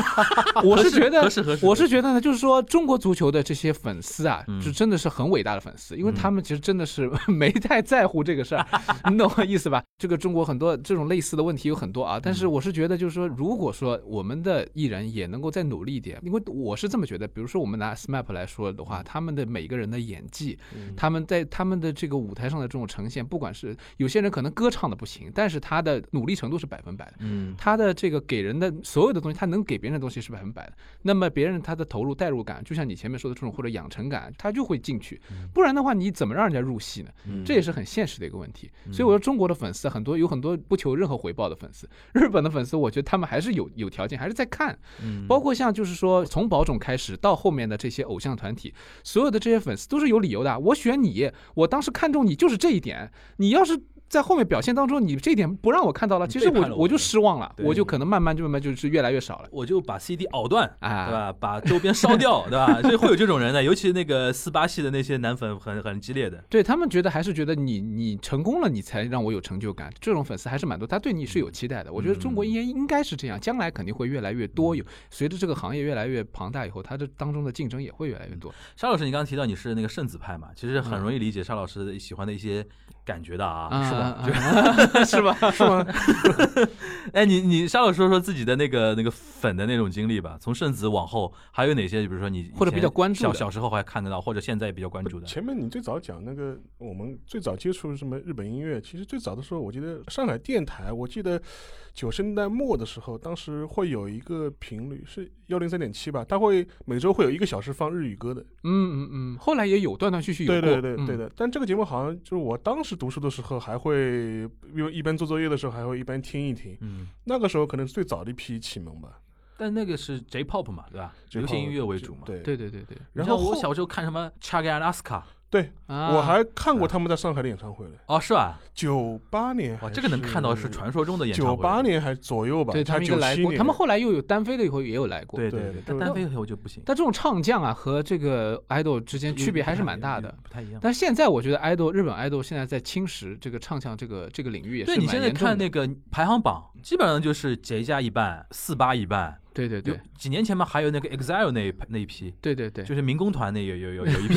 Speaker 4: 我是觉得
Speaker 3: 合适合适
Speaker 4: 我是觉得呢，就是说中国足球的这些粉丝啊，
Speaker 3: 嗯
Speaker 4: 就真的是很伟大的粉丝，因为他们其实真的是 没太在乎这个事儿，你懂我意思吧？这个中嗯国很多这种类似的问题有很多啊，但是我是觉得就是说，如果说我们的艺人也能够再努力一点，因为我是这么觉得。比如说我们拿 SMAP 来说的话，他们的每个人的演技，他们在他们的这个舞台上的这种呈现，不管是有些人可能歌唱的不行，但是他的努力程度是百分百的，
Speaker 3: 嗯，
Speaker 4: 他的这个给人的所有的东西，他能给别人的东西是百分百的。那么别人他的投入代入感，就像你前面说的这种或者养成感，他就会进去。
Speaker 3: 嗯
Speaker 4: 不然的话，你怎么让人家入戏呢？这也是很现实的一个问题。所以我说，中国的粉丝很多有很多不求任何回报的粉丝， 日本的粉丝，我觉得他们还是有有条件，还是在看。
Speaker 3: 嗯
Speaker 4: 包括像就是说，从宝冢开始到后面的这些偶像团体，所有的这些粉丝都是有理由的。我选你，我当时看中你就是这一点，你要是。在后面表现当中，你这一点不让我看到了，
Speaker 3: 你
Speaker 4: 其实
Speaker 3: 背
Speaker 4: 我
Speaker 3: 叛了我
Speaker 4: 我就失望了，
Speaker 3: 对
Speaker 4: 我就可能慢慢就慢慢就是越来越少了。
Speaker 3: 我就把 CD 熬断，
Speaker 4: 啊
Speaker 3: 对吧？把周边烧 掉，对吧？所以会有这种人的，尤其是那个四八系的那些男粉很很激烈的。
Speaker 4: 对他们觉得还是觉得你你成功了，你才让我有成就感。这种粉丝还是蛮多，他对你是有期待
Speaker 5: 嗯
Speaker 4: 的。我觉得中国应该应该是这样，将来肯定会越来越多。有随着这个行业越来越庞大以后，它这当中的竞争也会越来越多。
Speaker 3: 沙老师，你刚刚提到你是那个圣子派嘛，其实很容易理解沙老师的喜欢的一些感觉的
Speaker 4: 嗯
Speaker 3: 啊，是吧？就
Speaker 4: 吧？啊 是吧？
Speaker 5: 嗯 是吗？
Speaker 3: 哎，你你沙老师说说自己的那个那个粉的那种经历吧，从圣子往后还有哪些？比如说你以前
Speaker 4: 或者比较关注的
Speaker 3: 小小时候还看得到，或者现在也比较关注的。
Speaker 5: 前面你最早讲那个，我们最早接触什么日本音乐，其实最早的时候，我记得上海电台，我记得九十年代末的时候，当时会有一个频率是幺零三点七吧，它会每周会有一个小时放日语歌的。
Speaker 4: 嗯嗯嗯。后来也有断断续续有
Speaker 5: 对
Speaker 4: 过。
Speaker 5: 对对
Speaker 4: 嗯
Speaker 5: 对的。但这个节目好像就是我当时读书的时候，还会因为一边做作业的时候，还会一边听一听。
Speaker 3: 嗯，
Speaker 5: 那个时候可能是最早的一批启蒙吧，
Speaker 3: 但那个是 J pop 嘛，对吧？
Speaker 5: 这
Speaker 3: 流行
Speaker 5: 块
Speaker 3: 音乐为主嘛。。
Speaker 5: 对
Speaker 4: 对对对对。
Speaker 5: 然后
Speaker 3: 我
Speaker 5: 后
Speaker 3: 小时候看什么 Chag Alaska
Speaker 5: 对，
Speaker 4: 啊
Speaker 5: 我还看过他们在上海的演唱会了，
Speaker 3: 哦，是吧？
Speaker 5: 九八年还
Speaker 3: 哇，
Speaker 5: 哎
Speaker 3: 这
Speaker 5: 是。
Speaker 3: 个能看到是传说中的演唱会。
Speaker 5: 九八年还左右吧，
Speaker 4: 对他
Speaker 5: 还
Speaker 4: 们一个
Speaker 5: 九
Speaker 4: 来
Speaker 5: 七
Speaker 4: 过，
Speaker 5: 年，
Speaker 4: 他们后来又有单飞了以后也有来过。
Speaker 3: 对
Speaker 5: 对
Speaker 3: 对，但
Speaker 5: 对
Speaker 3: 单飞我就不行，
Speaker 4: 但这种唱将啊和这个 idol 之
Speaker 5: 嗯
Speaker 4: 间区别还是蛮大的。
Speaker 3: 不太一样。
Speaker 4: 但现在我觉得 idol 日本 idol 现在在侵蚀这个唱将这个这个领域也是
Speaker 3: 对你
Speaker 4: 蛮
Speaker 3: 现在
Speaker 4: 严重
Speaker 3: 看
Speaker 4: 的
Speaker 3: 那个排行榜，基本上就是杰加一半，四八一半。
Speaker 4: 对对
Speaker 3: 有
Speaker 4: 对
Speaker 3: 几年前嘛，还有那个 Exile 那一那一批，
Speaker 4: 对对对，
Speaker 3: 就是民工团那有有有有一批，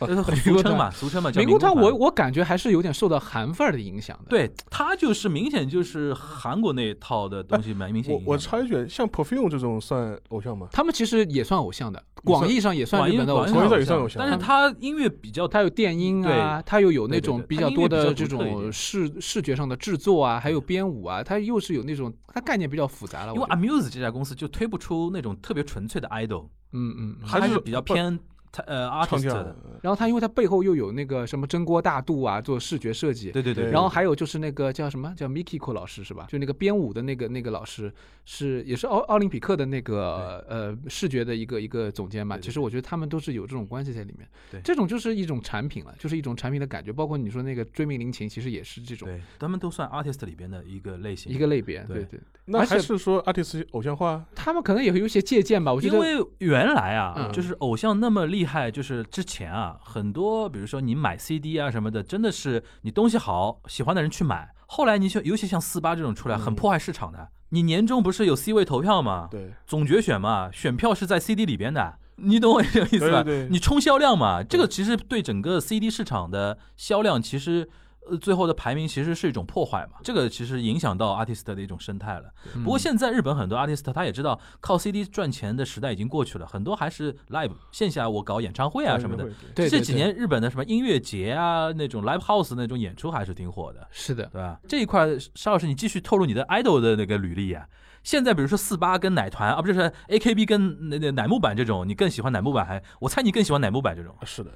Speaker 3: 就是
Speaker 4: 民
Speaker 3: 俗称
Speaker 4: 工团
Speaker 3: 嘛，俗称嘛，叫
Speaker 4: 民工
Speaker 3: 团。
Speaker 4: 团我我感觉还是有点受到韩范儿的影响的。，
Speaker 3: 对他就是明显就是韩国那一套的东西蛮明显
Speaker 5: 我
Speaker 3: 影响的。
Speaker 5: 我插一句，像 Perfume 这种算偶像吗？
Speaker 4: 他们其实也算偶像的，广义上也算
Speaker 3: 网
Speaker 4: 日
Speaker 3: 易
Speaker 4: 本的偶
Speaker 3: 网易
Speaker 5: 广
Speaker 4: 像
Speaker 5: 义。上
Speaker 3: 偶
Speaker 5: 也算
Speaker 3: 但
Speaker 5: 偶像
Speaker 3: 是他音乐比较
Speaker 4: 它有电音啊，它又有那种
Speaker 3: 对对对
Speaker 4: 比
Speaker 3: 它
Speaker 4: 较
Speaker 3: 音乐
Speaker 4: 多
Speaker 3: 比较独
Speaker 4: 的这
Speaker 3: 特一
Speaker 4: 种
Speaker 3: 点
Speaker 4: 视视觉上的制作啊，还有编舞啊，它又是有那种它概念比较复杂了。
Speaker 3: 因为
Speaker 4: 我觉得
Speaker 3: Amuse 这家公司就推不出那种特别纯粹的 idol，
Speaker 4: 嗯嗯，嗯
Speaker 5: 还
Speaker 3: 它
Speaker 5: 是
Speaker 3: 是比较
Speaker 5: 不
Speaker 3: 偏它呃
Speaker 5: 唱
Speaker 3: artist
Speaker 5: 跳
Speaker 3: 的
Speaker 5: 的。，
Speaker 4: 然后它因为它背后又有那个什么蒸锅大肚啊，做视觉设计。
Speaker 3: 对对对，
Speaker 5: 对
Speaker 4: 然后还有就是那个叫什么叫 Mikiko 老师是吧？就那个编舞的那个那个老师是也是奥奥林匹克的那个呃视觉的一个一个总监嘛。
Speaker 3: 对对
Speaker 4: 其实我觉得他们都是有这种关系在里面。
Speaker 3: 对
Speaker 4: 这种就是一种产品了，就是一种产品的感觉。包括你说那个追命铃琴，其实也是这种
Speaker 3: 对，他们都算 artist 里边的一个类型。
Speaker 4: 一个类别。
Speaker 3: 对
Speaker 4: 对对，
Speaker 5: 那
Speaker 4: 而且
Speaker 5: 还是说 artist 偶像化？
Speaker 4: 他们可能也会有一些借鉴吧。我觉
Speaker 3: 因
Speaker 4: 得
Speaker 3: 为原来啊，
Speaker 4: 嗯
Speaker 3: 就是偶像那么厉害，就是之前啊，很多比如说你买 CD 啊什么的，真的是你东西好，喜欢的人去买。后来你像尤其像四八这种出来，
Speaker 4: 嗯
Speaker 3: 很破坏市场的。你年终不是有 C 位投票吗？
Speaker 5: 对，
Speaker 3: 总决选嘛，选票是在 CD 里边的。你懂我这个意思吧？
Speaker 5: 对对对
Speaker 3: 你冲销量嘛，这个其实对整个 CD 市场的销量，其实呃最后的排名其实是一种破坏嘛。这个其实影响到 artist 的一种生态了。不
Speaker 5: 嗯
Speaker 3: 过现在日本很多 artist 他也知道靠 CD 赚钱的时代已经过去了，很多还是 live 线下我搞演唱会啊什么的
Speaker 5: 对。
Speaker 4: 对对
Speaker 3: 这几
Speaker 4: 对
Speaker 3: 年日本的什么音乐节啊，那种 live house 那种演出还是挺火的。
Speaker 4: 是的，
Speaker 3: 对吧？这一块，沙老师，你继续透露你的 idol 的那个履历啊。现在比如说四八跟奶团啊，不就是 AKB 跟那那乃木坂这种，你更喜欢乃木坂还？我猜你更喜欢乃木坂这种。
Speaker 5: 啊是的，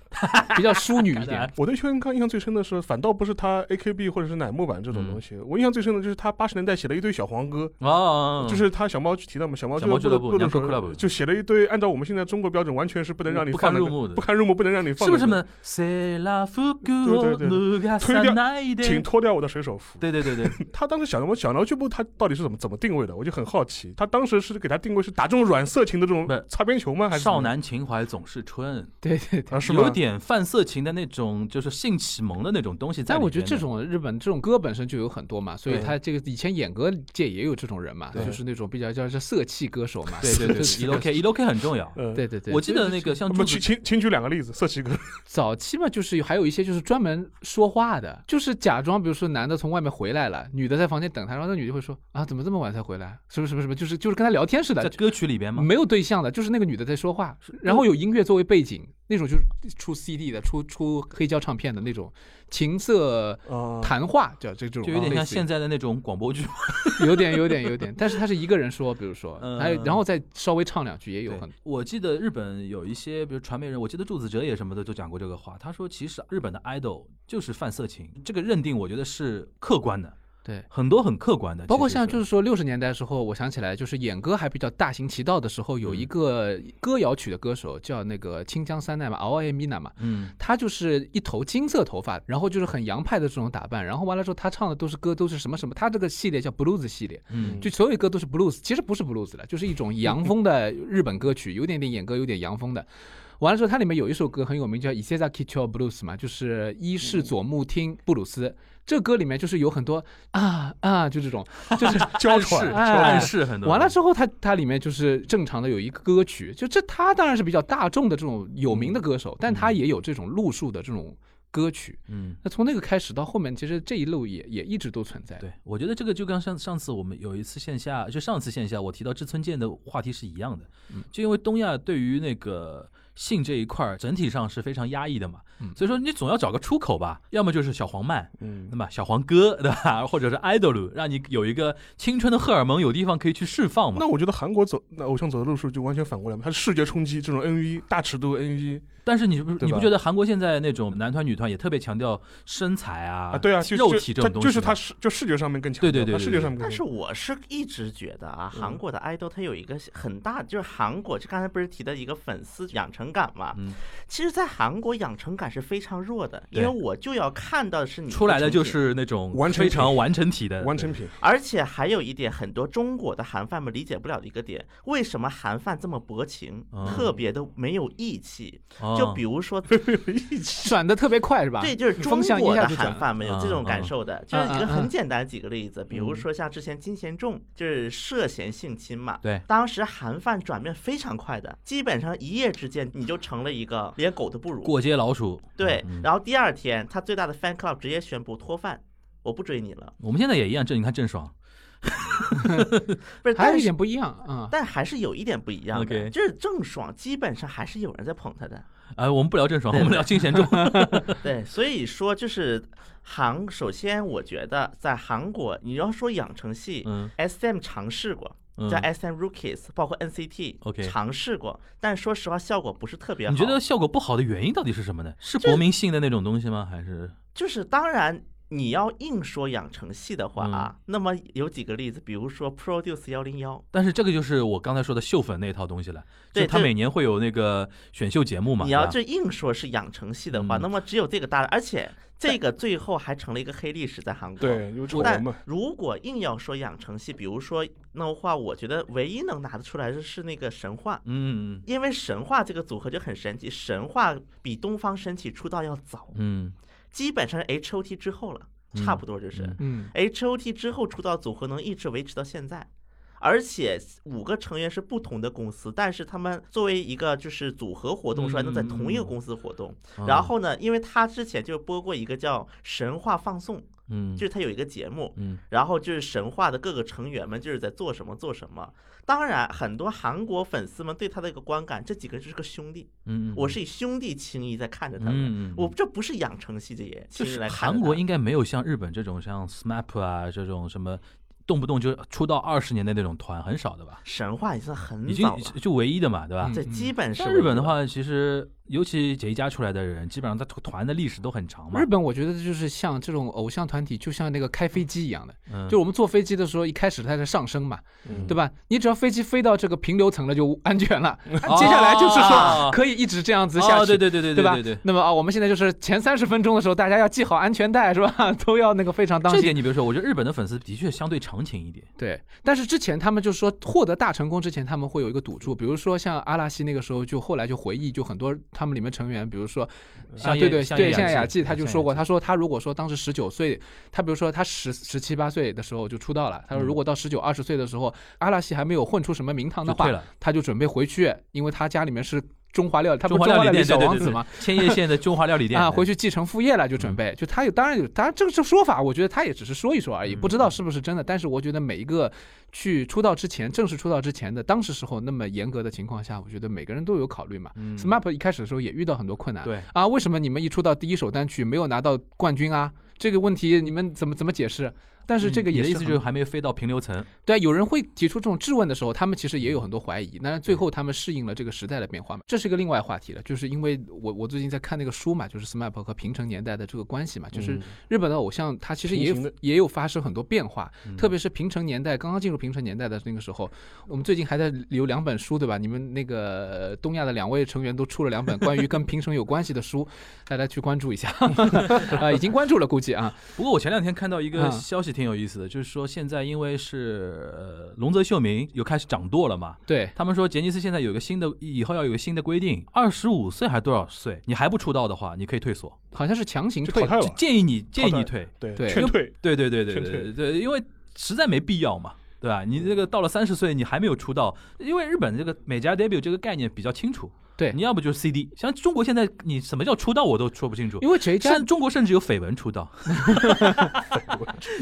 Speaker 4: 比较淑女 一点。
Speaker 5: 我对邱元康印象最深的是，反倒不是他 AKB 或者是乃木坂
Speaker 3: 嗯
Speaker 5: 这种东西，我印象最深的就是他八十年代写了一堆小黄歌，
Speaker 3: 哦，
Speaker 5: 就是他小猫提到嘛，小猫
Speaker 3: 小猫俱乐部
Speaker 5: 的时
Speaker 3: 娘
Speaker 5: 候
Speaker 3: club
Speaker 5: 就写了一堆，按照我们现在中国标准，完全是不能让你
Speaker 3: 不堪
Speaker 5: 放那个
Speaker 3: 入目的
Speaker 5: 不堪入目，不能让你放
Speaker 3: 是不是什
Speaker 5: 那
Speaker 3: 么
Speaker 5: 个？
Speaker 3: 呢？塞拉夫古
Speaker 5: 对对
Speaker 3: 鲁卡
Speaker 5: 推
Speaker 3: 萨
Speaker 5: 掉
Speaker 3: 奈的
Speaker 5: 请脱掉我的水手服。
Speaker 3: 对对对对，
Speaker 5: 他当时小毛小毛俱乐部，他到底是怎么怎么定位的？我就很好奇，他当时是给他定位是打这种软色情的这种
Speaker 3: 不是
Speaker 5: 擦边球 吗？还是
Speaker 3: 少男情怀总是春，
Speaker 4: 对对对。
Speaker 5: 啊？是
Speaker 3: 有
Speaker 5: 吗？
Speaker 3: 点泛色情的那种，就是性启蒙的那种东西在里
Speaker 4: 但
Speaker 3: 边的。
Speaker 4: 我觉得这种日本这种歌本身就有很多嘛，所以
Speaker 5: 对
Speaker 4: 他这个以前演歌界也有这种人嘛，
Speaker 5: 对
Speaker 4: 就是那种比较叫叫色气歌手嘛。
Speaker 3: 对对 对
Speaker 4: 色气歌手
Speaker 3: ，ELK ELK 很重要。
Speaker 5: 呃，
Speaker 4: 对对对，
Speaker 3: 我记
Speaker 4: 就是
Speaker 3: 得那个像
Speaker 5: 我
Speaker 3: 朱
Speaker 5: 们
Speaker 3: 子
Speaker 5: 请请请举两个例子，色情歌。
Speaker 4: 早期嘛，就是有还有一些就是专门说话的，就是假装，比如说男的从外面回来了，女的在房间等他，然后那女的会说啊，怎么这么晚才回来？什么什么什么，就是就是跟他聊天似
Speaker 3: 在
Speaker 4: 的，
Speaker 3: 歌曲里边嘛，
Speaker 4: 没有对象的，就是那个女的在说话，然后有音乐作为背景，那种就是出 CD 的，出出黑胶唱片的那种情色
Speaker 5: 啊，
Speaker 4: 谈话，叫这这种，啊
Speaker 3: 就有点像现
Speaker 4: 在，
Speaker 3: 在的那种广播剧。
Speaker 4: 有点有点有点，但是他是一个人说，比如说，
Speaker 3: 嗯
Speaker 4: 还有然后再稍微唱两句，也有
Speaker 3: 对
Speaker 4: 很
Speaker 3: 我记得日本有一些，比如传媒人，我记得柱子哲也什么的都讲过这个话。他说，其实日本的 idol 就是泛色情，这个认定我觉得是客观的，
Speaker 4: 对。
Speaker 3: 很多很客观的。
Speaker 4: 包括像
Speaker 3: 其实
Speaker 4: 就是说六十年代的时候，我想起来就是演歌还比较大行其道的时候，有
Speaker 3: 嗯
Speaker 4: 一个歌谣曲的歌手叫那个清江三奈嘛，敖艾米娜嘛，
Speaker 3: 嗯，
Speaker 4: 他就是一头金色头发，然后就是很洋派的这种打扮，然后完了之后他唱的都是歌，都是什么什么，他这个系列叫 blues 系列，
Speaker 3: 嗯
Speaker 4: 就所有歌都是 blues，其实不是 blues 了，就是一种洋风的日本歌曲，有点点演歌，有点洋风的。完了之后，它里面有一首歌很有名，叫《伊塞扎基乔布鲁斯》嘛，就是伊
Speaker 3: 嗯
Speaker 4: 势佐木町布鲁斯。这歌里面就是有很多啊啊，就这种， 就是哎
Speaker 5: 娇
Speaker 3: 是
Speaker 5: 喘，
Speaker 3: 暗示很多。
Speaker 4: 完了之后它，它里面就是正常的有一个歌曲，就这他当然是比较大众的这种有名的歌手，但他也有这种路数的这种歌曲。
Speaker 3: 嗯，
Speaker 4: 那从那个开始到后面，其实这一路也也一直都存在。
Speaker 3: 对，我觉得这个就跟上上次我们有一次线下，就上次线下我提到志村健的话题是一样的，
Speaker 4: 嗯
Speaker 3: 就因为东亚对于那个性这一块儿整体上是非常压抑的嘛，
Speaker 4: 嗯
Speaker 3: 所以说你总要找个出口吧，要么就是小黄漫，
Speaker 5: 嗯
Speaker 3: 那，么小黄歌对吧，或者是 idol，让你有一个青春的荷尔蒙有地方可以去释放嘛
Speaker 5: 那。我觉得韩国走那偶像走的路数就完全反过来嘛，他是视觉冲击这种 NV 大尺度 E NV
Speaker 3: 但是你不
Speaker 5: 对
Speaker 3: 你不
Speaker 5: 吧
Speaker 3: 觉得韩国现在那种男团女团也特别强调身材啊、
Speaker 5: 啊，对啊，就
Speaker 3: 肉
Speaker 5: 就
Speaker 3: 体这
Speaker 5: 他
Speaker 3: 种东西吗？
Speaker 5: 就是他视就视觉上面更强调，
Speaker 3: 对对对
Speaker 5: 他视觉上面更
Speaker 2: 但是
Speaker 5: 强调。
Speaker 2: 我是一直觉得啊，
Speaker 5: 嗯
Speaker 2: 韩国的爱豆他有一个很大，就是韩国就刚才不是提到一个粉丝养成感嘛？
Speaker 3: 嗯
Speaker 2: 其实，在韩国养成感是非常弱的，因
Speaker 3: 对
Speaker 2: 为我就要看到的是你
Speaker 3: 出来的
Speaker 2: 成
Speaker 3: 就
Speaker 2: 品
Speaker 3: 是那种
Speaker 5: 完成
Speaker 3: 非
Speaker 5: 体
Speaker 3: 常完成体的
Speaker 5: 完成品，
Speaker 2: 而且还有一点，很多中国的韩饭们理解不了的一个点，为什么韩饭这么薄情，
Speaker 3: 嗯
Speaker 2: 特别的没有义气？
Speaker 3: 哦
Speaker 2: 就比如 说，
Speaker 4: 转的特别快是吧？
Speaker 2: 对，就是中
Speaker 4: 风向一
Speaker 2: 国
Speaker 4: 下
Speaker 2: 的
Speaker 4: 就转
Speaker 2: 韩
Speaker 4: 了
Speaker 2: 饭们有这种感
Speaker 3: 嗯嗯
Speaker 2: 受的，就是一个
Speaker 4: 嗯嗯
Speaker 2: 很
Speaker 4: 嗯
Speaker 2: 简单几个例子，比如说像之前金贤重就是涉嫌性侵嘛，
Speaker 3: 对
Speaker 2: 当时韩饭转变非常快的，基本上一夜之间你就成了一个连狗都不如，
Speaker 3: 过街老鼠。
Speaker 2: 对
Speaker 3: 嗯，
Speaker 2: 然后第二天他最大的 fan club 直接宣布脱饭，我不追你了，
Speaker 3: 我们现在也一样，这你看郑爽，
Speaker 2: 不是，
Speaker 4: 还
Speaker 3: 哎
Speaker 4: 有
Speaker 2: 但
Speaker 4: 一
Speaker 2: 是
Speaker 4: 点不一样啊、
Speaker 2: 但还是有一点不一样的
Speaker 3: OK
Speaker 2: 就是郑爽基本上还是有人在捧她 的，
Speaker 3: 呃，我们不聊郑爽，我们聊 金贤重。
Speaker 2: 对，所以说就是韩，首先我觉得在韩国，你要说养成系、
Speaker 3: 嗯
Speaker 2: s m 尝试过。
Speaker 3: 嗯
Speaker 2: 叫 SM Rookies，包括 NCT
Speaker 3: OK
Speaker 2: 尝试过，但说实话效果不是特别好。
Speaker 3: 你觉得效果不好的原因到底是什么呢？是国民性的那种东西吗？还是
Speaker 2: 就是当然你要硬说养成系的话啊，
Speaker 3: 嗯
Speaker 2: 那么有几个例子，比如说 Produce 幺零幺，
Speaker 3: 但是这个就是我刚才说的秀粉那一套东西了，
Speaker 2: 对
Speaker 3: 就他
Speaker 2: 这
Speaker 3: 每年会有那个选秀节目嘛。
Speaker 2: 你
Speaker 3: 对
Speaker 2: 要
Speaker 3: 吧
Speaker 2: 这硬说是养成系的话，
Speaker 3: 嗯
Speaker 2: 那么只有这个大，而且这个最后还成了一个黑历史在韩国。
Speaker 5: 对，有丑闻
Speaker 2: 但
Speaker 3: 嗯
Speaker 5: 嘛，
Speaker 2: 如果硬要说养成系，比如说那话，我觉得唯一能拿得出来的是那个神话，
Speaker 3: 嗯
Speaker 2: 因为神话这个组合就很神奇，神话比东方神起出道要早，
Speaker 3: 嗯
Speaker 2: 基本上是 H O T 之后了，差不多就是。
Speaker 3: 嗯
Speaker 4: 嗯，
Speaker 2: H O T 之后出道组合能一直维持到现在，而且五个成员是不同的公司，但是他们作为一个就是组合活动出来，能在同一个公司活动。
Speaker 3: 嗯，
Speaker 2: 然后呢，因为他之前就播过一个叫《神话放送》，
Speaker 3: 嗯
Speaker 2: 就是他有一个节目，
Speaker 3: 嗯
Speaker 2: 然后就是神话的各个成员们就是在做什么做什么。当然，很多韩国粉丝们对他的一个观感，这几个人就是个兄弟，
Speaker 3: 嗯，
Speaker 2: 我是以兄弟情谊在看着他们。
Speaker 3: 嗯嗯嗯
Speaker 2: 我这不是养成系这些
Speaker 3: 就
Speaker 2: 情谊
Speaker 3: 是
Speaker 2: 来看着
Speaker 3: 韩
Speaker 2: 他
Speaker 3: 国应该没有像日本这种像 SMAP 啊这种什么。动不动就出道二十年的那种团很少的吧，
Speaker 2: 神话已经很
Speaker 3: 已经
Speaker 2: 早了，啊
Speaker 3: 就唯一的嘛，对吧？
Speaker 4: 嗯
Speaker 2: 这基本是
Speaker 3: 像
Speaker 2: 我
Speaker 3: 日本
Speaker 2: 觉
Speaker 3: 的
Speaker 2: 得，
Speaker 3: 话，其实尤其杰一家出来的人，基本上他团的历史都很长嘛。
Speaker 4: 日本我觉得就是像这种偶像团体，就像那个开飞机一样的，
Speaker 3: 嗯
Speaker 4: 就我们坐飞机的时候，一开始它在上升嘛，
Speaker 5: 嗯
Speaker 4: 对吧？你只要飞机飞到这个平流层了，就安全 了。接下来就是
Speaker 3: 哦
Speaker 4: 说可以一直这样子下去，
Speaker 3: 哦对对对对
Speaker 4: 对吧
Speaker 3: 对对。
Speaker 4: 那么啊，我们现在就是前三十分钟的时候，大家要系好安全带，是吧？ 都要那个非常当
Speaker 3: 这
Speaker 4: 心。
Speaker 3: 点你别说，我觉得日本的粉丝的确相对长情一点。
Speaker 4: 对，但是之前他们就说获得大成功之前，他们会有一个赌注，比如说像阿拉西那个时候，就后来就回忆，就很多他们里面成员，比如说
Speaker 3: 像
Speaker 4: 啊，
Speaker 3: 叶
Speaker 4: 对对
Speaker 3: 像
Speaker 4: 对，
Speaker 3: 叶
Speaker 4: 像
Speaker 3: 雅
Speaker 4: 雅
Speaker 3: 纪啊
Speaker 4: 纪他就
Speaker 3: 像
Speaker 4: 说
Speaker 3: 雅
Speaker 4: 过，
Speaker 3: 纪
Speaker 4: 他说他如果说当时十九岁，他比如说他十十七八岁的时候就出道了，他说如果到十九二十岁的时候，阿拉西还没有混出什么名堂的
Speaker 3: 就退
Speaker 4: 话
Speaker 3: 了，
Speaker 4: 他就准备回去，因为他家里面是中华料理，他不
Speaker 3: 中
Speaker 4: 是
Speaker 3: 华
Speaker 4: 中华
Speaker 3: 料理
Speaker 4: 料理
Speaker 3: 店
Speaker 4: 小
Speaker 3: 对对
Speaker 4: 王
Speaker 3: 对
Speaker 4: 子
Speaker 3: 对
Speaker 4: 吗？
Speaker 3: 千叶县的嗯中华料理店
Speaker 4: 啊，回去继承父业了，就准备。就他有，当然有，他这个这说法，我觉得他也只是说一说而已，
Speaker 3: 嗯
Speaker 4: 不知道是不是真的。但是我觉得每一个去出道之前，正式出道之前的当时时候那么严格的情况下，我觉得每个人都有考虑嘛。
Speaker 3: 嗯
Speaker 4: SMAP 一开始的时候也遇到很多困难，
Speaker 3: 对
Speaker 4: 啊，为什么你们一出道第一首单曲没有拿到冠军啊？这个问题你们怎么怎么解释？但是这个
Speaker 3: 嗯你
Speaker 4: 也
Speaker 3: 的
Speaker 4: 是
Speaker 3: 意思
Speaker 4: 很
Speaker 3: 就是还没飞到平流层，
Speaker 4: 对，有人会提出这种质问的时候，他们其实也有很多怀疑。那最后他们适应了这个时代的变化嘛，这是一个另外话题了。就是因为我我最近在看那个书嘛，就是 SMAP 和平成年代的这个关系嘛，就是
Speaker 3: 嗯
Speaker 4: 日本的偶像他其实也
Speaker 5: 嗯平行
Speaker 4: 有
Speaker 5: 的
Speaker 4: 也有发生很多变化，
Speaker 3: 嗯
Speaker 4: 特别是平成年代刚刚进入平成年代的那个时候，我们最近还在留两本书对吧？你们那个呃东亚的两位成员都出了两本关于跟平成有关系的 书，大家去关注一下， 啊，已经关注了估计啊，
Speaker 3: 不过我前两天看到一个
Speaker 4: 嗯
Speaker 3: 消息挺有意思的，就是说现在因为是呃龙泽秀明又开始掌舵了嘛，
Speaker 4: 对。
Speaker 3: 他们说杰尼斯现在有个新的，以后要有个新的规定，二十五岁还是多少岁，你还不出道的话，你可以退所，
Speaker 4: 好像是强行
Speaker 5: 就
Speaker 4: 退
Speaker 5: 淘汰
Speaker 3: 就
Speaker 5: 了，
Speaker 3: 建议你建议你
Speaker 5: 哎好的
Speaker 3: 退，
Speaker 5: 对
Speaker 4: 对
Speaker 5: 劝退，
Speaker 3: 嗯对对对对
Speaker 5: 劝
Speaker 3: 对对
Speaker 5: 退
Speaker 3: 对，因为实在没必要嘛。对吧？你这个到了三十岁，你还没有出道，因为日本这个每家 debut 这个概念比较清楚。
Speaker 4: 对
Speaker 3: 你要不就是 CD，像中国现在你什么叫出道我都说不清楚。
Speaker 4: 因为谁家
Speaker 3: 像中国甚至有绯闻出 道，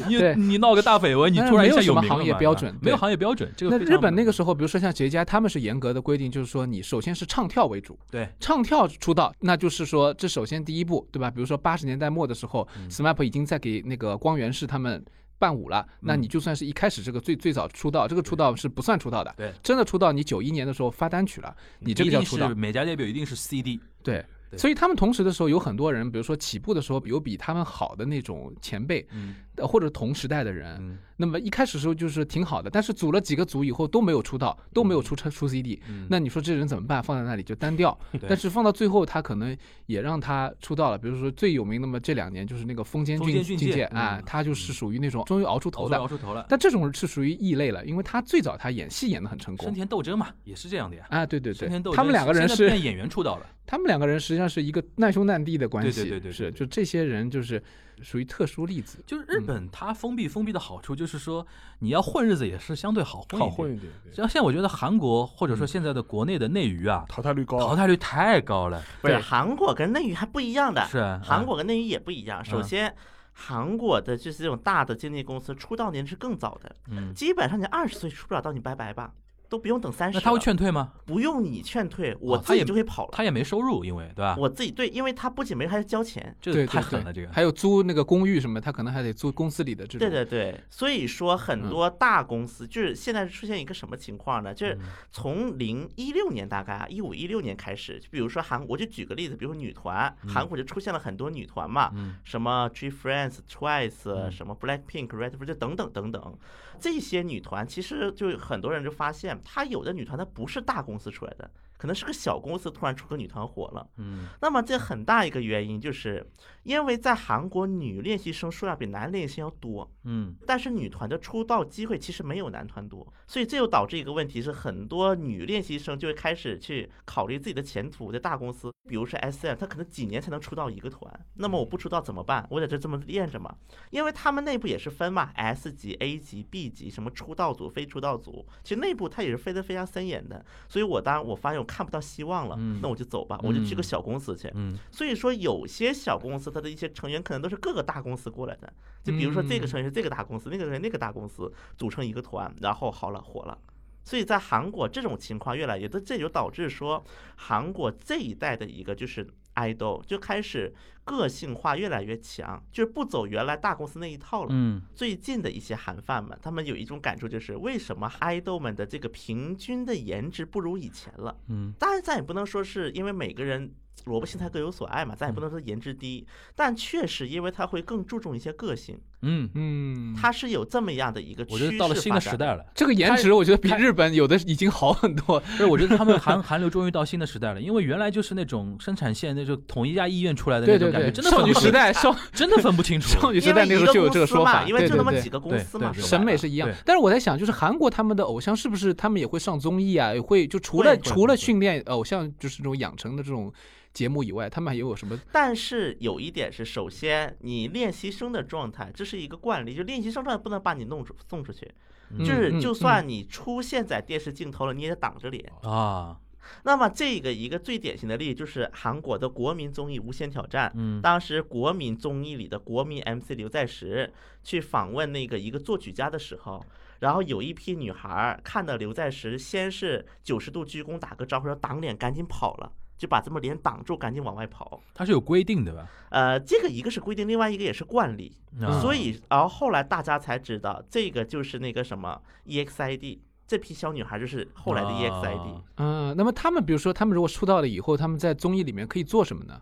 Speaker 3: 你
Speaker 4: 对
Speaker 3: 你闹个大绯闻，你
Speaker 4: 但是
Speaker 3: 突然一下
Speaker 4: 没有什
Speaker 3: 有
Speaker 4: 么
Speaker 3: 名了
Speaker 4: 行业
Speaker 3: 嘛
Speaker 4: 标
Speaker 3: 对吧
Speaker 4: 准
Speaker 3: 没有
Speaker 4: 对
Speaker 3: 行业标准。这个
Speaker 4: 那
Speaker 3: 非
Speaker 4: 日
Speaker 3: 常
Speaker 4: 本那个时候，比如说像杰家，他们是严格的规定，就是说你首先是唱跳为主，
Speaker 3: 对
Speaker 4: 唱跳出道，那就是说这首先第一步，对吧？比如说八十年代末的时候、s
Speaker 3: 嗯
Speaker 4: m a p 已经在给那个光源氏他们。伴舞了，那
Speaker 3: 嗯
Speaker 4: 你就算是一开始这个最最早出道，这个出道是不算出道的。
Speaker 3: 对
Speaker 4: 真的出道，你九一年的时候发单曲了，你这
Speaker 3: 一
Speaker 4: 个叫
Speaker 3: 定
Speaker 4: 出
Speaker 3: 是
Speaker 4: 道。
Speaker 3: 每家 debut 一定是 CD，
Speaker 4: 对，
Speaker 3: 对
Speaker 4: 所以他们同时的时候，有很多人，比如说起步的时候有比他们好的那种前辈，
Speaker 3: 嗯
Speaker 4: 呃或者同时代的人，
Speaker 3: 嗯
Speaker 4: 那么一开始的时候就是挺好的，但是组了几个组以后都没有出道，都没有出车出 CD，、
Speaker 3: 嗯
Speaker 4: 那你说这人怎么办？放在那里就单调
Speaker 3: 对，
Speaker 4: 但是放到最后他可能也让他出道了，比如说最有名的嘛，这两年就是那个风间
Speaker 3: 丰
Speaker 4: 俊
Speaker 3: 间俊介
Speaker 4: 介啊、
Speaker 3: 嗯
Speaker 4: 他就是属于那种终于熬出
Speaker 3: 熬
Speaker 4: 头
Speaker 3: 出
Speaker 4: 的。
Speaker 3: 熬出头了。
Speaker 4: 但这种是属于异类了，因为他最早他演戏演的很成
Speaker 3: 生
Speaker 4: 功
Speaker 3: 田斗真嘛，也是这样的呀。
Speaker 4: 啊，对对
Speaker 3: 生
Speaker 4: 对
Speaker 3: 田斗，真
Speaker 4: 他们两个
Speaker 3: 现
Speaker 4: 人
Speaker 3: 在
Speaker 4: 是
Speaker 3: 变演员出道了，
Speaker 4: 他们两个人实际上是一个难兄难弟的关系，
Speaker 3: 对对对对对
Speaker 4: 是就这些人就是属于特殊例子，
Speaker 3: 就是日本它封闭封闭的好处就是说，你要混日子也是相对好混一
Speaker 5: 好
Speaker 3: 点。
Speaker 5: 混一点，对
Speaker 3: 像现在我觉得韩国或者说现在的国内的内娱啊，
Speaker 5: 淘汰率高
Speaker 3: 淘
Speaker 5: 啊，
Speaker 3: 汰率太高了，
Speaker 2: 不是
Speaker 4: 对
Speaker 2: 韩国跟内娱还不一样的，
Speaker 3: 是啊
Speaker 2: 韩国跟内娱也不一样。首
Speaker 3: 嗯
Speaker 2: 先，韩国的就是这种大的经纪公司出道年是更早的，
Speaker 3: 嗯，
Speaker 2: 基本上你二十岁出不了道，你拜拜吧，都不用等三十。
Speaker 3: 那他会，劝退吗？
Speaker 2: 不用你劝退，我
Speaker 3: 哦他
Speaker 2: 自己
Speaker 3: 也
Speaker 2: 就可以跑了。
Speaker 3: 他也啊没收入，因为对吧？
Speaker 2: 我自己对，因为他不仅没有还要交钱，
Speaker 3: 这
Speaker 4: 对
Speaker 3: 个太
Speaker 4: 对
Speaker 3: 狠
Speaker 4: 对
Speaker 3: 了，这个
Speaker 4: 还有租那个公寓什么，他可能还得租公司里的这种。
Speaker 2: 对对对，所以说
Speaker 3: 嗯
Speaker 2: 很多大公司、就是现在出现一个什么情况呢？
Speaker 3: 嗯
Speaker 2: 就是从零一六年大概啊，一五一六年开始，就比如说韩国，我就举个例子，比如说女团，韩国就出现了很多女团嘛，
Speaker 3: 嗯
Speaker 2: 什么 G Friends、Twice、什么 Blackpink、Red Bull 就等等等等，这些女团其实就很多人就发现，她有的女团她不是大公司出来的，可能是个小公司突然出个女团火了。
Speaker 3: 嗯，
Speaker 2: 那么这很大一个原因就是因为在韩国女练习生数量比男练习生要多。
Speaker 3: 嗯
Speaker 2: 但是女团的出道机会其实没有男团多，所以这又导致一个问题是，很多女练习生就会开始去考虑自己的前途，在大公司，比如说 S M，她可能几年才能出道一个团，那么我不出道怎么办？我在这这么练着嘛，因为他们内部也是分嘛，S 级、A 级、B 级，什么出道组、非出道组，其实内部它也是分得非常森严的，所以我当我发现我看不到希望了，那我就走吧，我就去个小公司去，
Speaker 3: 嗯，
Speaker 2: 所以说，有些小公司它的一些成员可能都是各个大公司过来的，就比如说这个成员是这个大公司，那个成员那个大公司组成一个团，然后好了火了。所以在韩国这种情况越来越多，这就导致说韩国这一代的一个就是爱豆就开始个性化越来越强，就是不走原来大公司那一套了。
Speaker 3: 嗯，
Speaker 2: 最近的一些韩范们，他们有一种感触，就是为什么爱豆们的这个平均的颜值不如以前了？
Speaker 3: 嗯，
Speaker 2: 当然咱也不能说是因为每个人萝卜青菜各有所爱嘛，咱也
Speaker 4: 嗯
Speaker 2: 不能说颜值低，但确实因为他会更注重一些个性，
Speaker 3: 嗯，
Speaker 4: 嗯，
Speaker 2: 他是有这么样的一个趋
Speaker 3: 我
Speaker 2: 势
Speaker 3: 觉得到了新的时
Speaker 2: 发展，
Speaker 3: 代了。
Speaker 4: 这个颜值，我觉得比日本有的已经好很 多。
Speaker 3: 不是，我觉得他们韩韩流终于到新的时代了，因为原来就是那种生产线，那种统一家医院出来的那
Speaker 4: 对
Speaker 3: 种
Speaker 4: 对
Speaker 3: 感觉，
Speaker 4: 对，
Speaker 3: 真的
Speaker 4: 少
Speaker 3: 分
Speaker 4: 女
Speaker 3: 不
Speaker 4: 时
Speaker 3: 清，
Speaker 4: 代少
Speaker 3: 真的分不清楚。
Speaker 4: 少女时代那
Speaker 2: 因为一
Speaker 4: 时候就有
Speaker 2: 个
Speaker 4: 这说
Speaker 2: 公司
Speaker 4: 法，
Speaker 2: 嘛因为就那么
Speaker 4: 对对
Speaker 2: 几
Speaker 4: 对
Speaker 2: 个公司嘛，
Speaker 3: 对对对
Speaker 2: 说白
Speaker 4: 审美
Speaker 2: 了
Speaker 4: 是一样
Speaker 3: 对，
Speaker 4: 但是我在想，就是韩国他们的偶像是不是他们也会上综艺啊？也会就除了
Speaker 2: 会会
Speaker 4: 除了
Speaker 2: 会
Speaker 4: 训练偶像就是这种养成的这种节目以外，他们还有什么？
Speaker 2: 但是有一点是，首先你练习生的状态，这是一个惯例，就练习生状态不能把你弄出送出去，就
Speaker 4: 嗯
Speaker 2: 是
Speaker 4: 嗯
Speaker 2: 就
Speaker 4: 嗯
Speaker 2: 算你出现在电视镜头了，你也得挡着脸。
Speaker 3: 啊，
Speaker 2: 那么这个一个最典型的例子就是韩国的国民综艺《无限挑战》，
Speaker 3: 嗯
Speaker 2: 当时国民综艺里的国民 MC 刘在石去访问那个一个作曲家的时候，然后有一批女孩儿看到刘在石，先是九十度鞠躬打个招呼，要挡脸，赶紧跑了。就把这么脸挡住，赶紧往外跑。
Speaker 3: 它是有规定的吧？
Speaker 2: 呃，这个一个是规定，另外一个也是惯例。
Speaker 3: 啊
Speaker 2: 所以，然后后来大家才知道，这个就是那个什么 E EXID 这批小女孩，就是后来的 E EXID。
Speaker 3: 啊
Speaker 4: 嗯，那么他们比如说，他们如果出道了以后，他们在综艺里面可以做什么呢？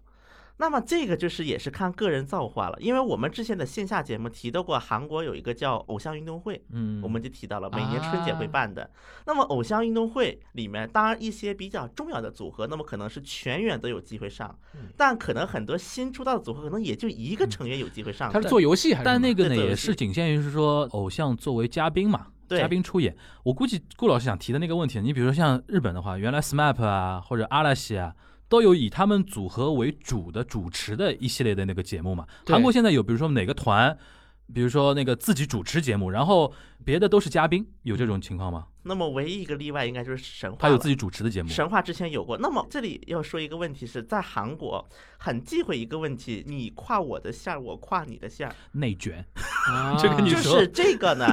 Speaker 2: 那么这个就是也是看个人造化了，因为我们之前的线下节目提到过，韩国有一个叫偶像运动会，
Speaker 3: 嗯，
Speaker 2: 我们就提到了每年
Speaker 4: 啊
Speaker 2: 春节会办的。那么偶像运动会里面，当然一些比较重要的组合，那么可能是全员都有机会上，
Speaker 3: 嗯
Speaker 2: 但可能很多新出道的组合，可能也就一个成员有机会上。
Speaker 4: 他是做游戏还是什么？
Speaker 3: 但那个呢，
Speaker 2: 对对
Speaker 3: 也
Speaker 2: 对
Speaker 3: 是仅限于是说偶像作为嘉宾嘛，
Speaker 2: 对
Speaker 3: 嘉宾出演。我估计顾老师想提的那个问题，你比如说像日本的话，原来 SMAP 啊或者阿拉西啊，都有以他们组合为主的主持的一系列的那个节目嘛。
Speaker 4: 对
Speaker 3: 韩国现在有，比如说哪个团，比如说那个自己主持节目，然后别的都是嘉宾，有这种情况吗？
Speaker 2: 那么唯一一个例外应该就是神话
Speaker 3: 他
Speaker 2: 了。
Speaker 3: 有自己主持的节目，
Speaker 2: 神话之前有过，那么这里要说一个问题是在韩国很忌讳一个问题，你跨我的线儿，我跨你的线儿。
Speaker 3: 内卷，
Speaker 4: 啊
Speaker 3: 这个你
Speaker 2: 就
Speaker 3: 说
Speaker 2: 是这个呢，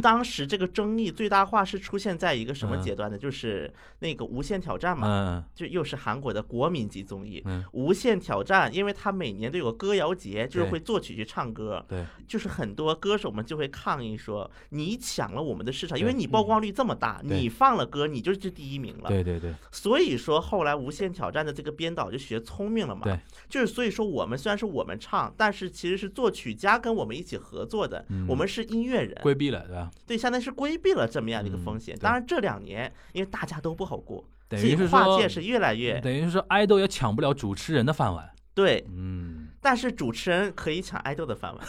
Speaker 2: 当时这个争议最大化是出现在一个什么阶段呢？就是那个《无限挑战》嘛，
Speaker 3: 嗯
Speaker 2: 就又是韩国的国民级综艺。
Speaker 3: 嗯
Speaker 2: 无限挑战，因为它每年都有个歌谣节，就是
Speaker 3: 对
Speaker 2: 会作曲去唱歌，
Speaker 3: 对，
Speaker 2: 就是很多歌手们就会抗议说，你抢了我们的市场，因
Speaker 3: 对嗯
Speaker 2: 为你曝光率这么大，
Speaker 3: 对
Speaker 2: 你放了歌，你就是第一名了。
Speaker 3: 对对对，
Speaker 2: 所以说后来《无限挑战》的这个编导就学聪明了嘛，
Speaker 3: 对，
Speaker 2: 就是所以说我们虽然是我们唱，但是其实是作曲家跟我们一起合作的，
Speaker 3: 嗯
Speaker 2: 我们是音乐人，
Speaker 3: 规避了对吧？
Speaker 2: 对，相当于是规避了这么样的一个风险。
Speaker 3: 嗯对
Speaker 2: 当然这两年因为大家都不好过，所
Speaker 3: 等于
Speaker 2: 以
Speaker 3: 是
Speaker 2: 跨
Speaker 3: 说嗯
Speaker 2: 界，是越来越
Speaker 3: 等于是说爱豆也抢不了主持人的饭碗，
Speaker 2: 对，
Speaker 3: 嗯
Speaker 2: 但是主持人可以抢爱豆的饭 碗，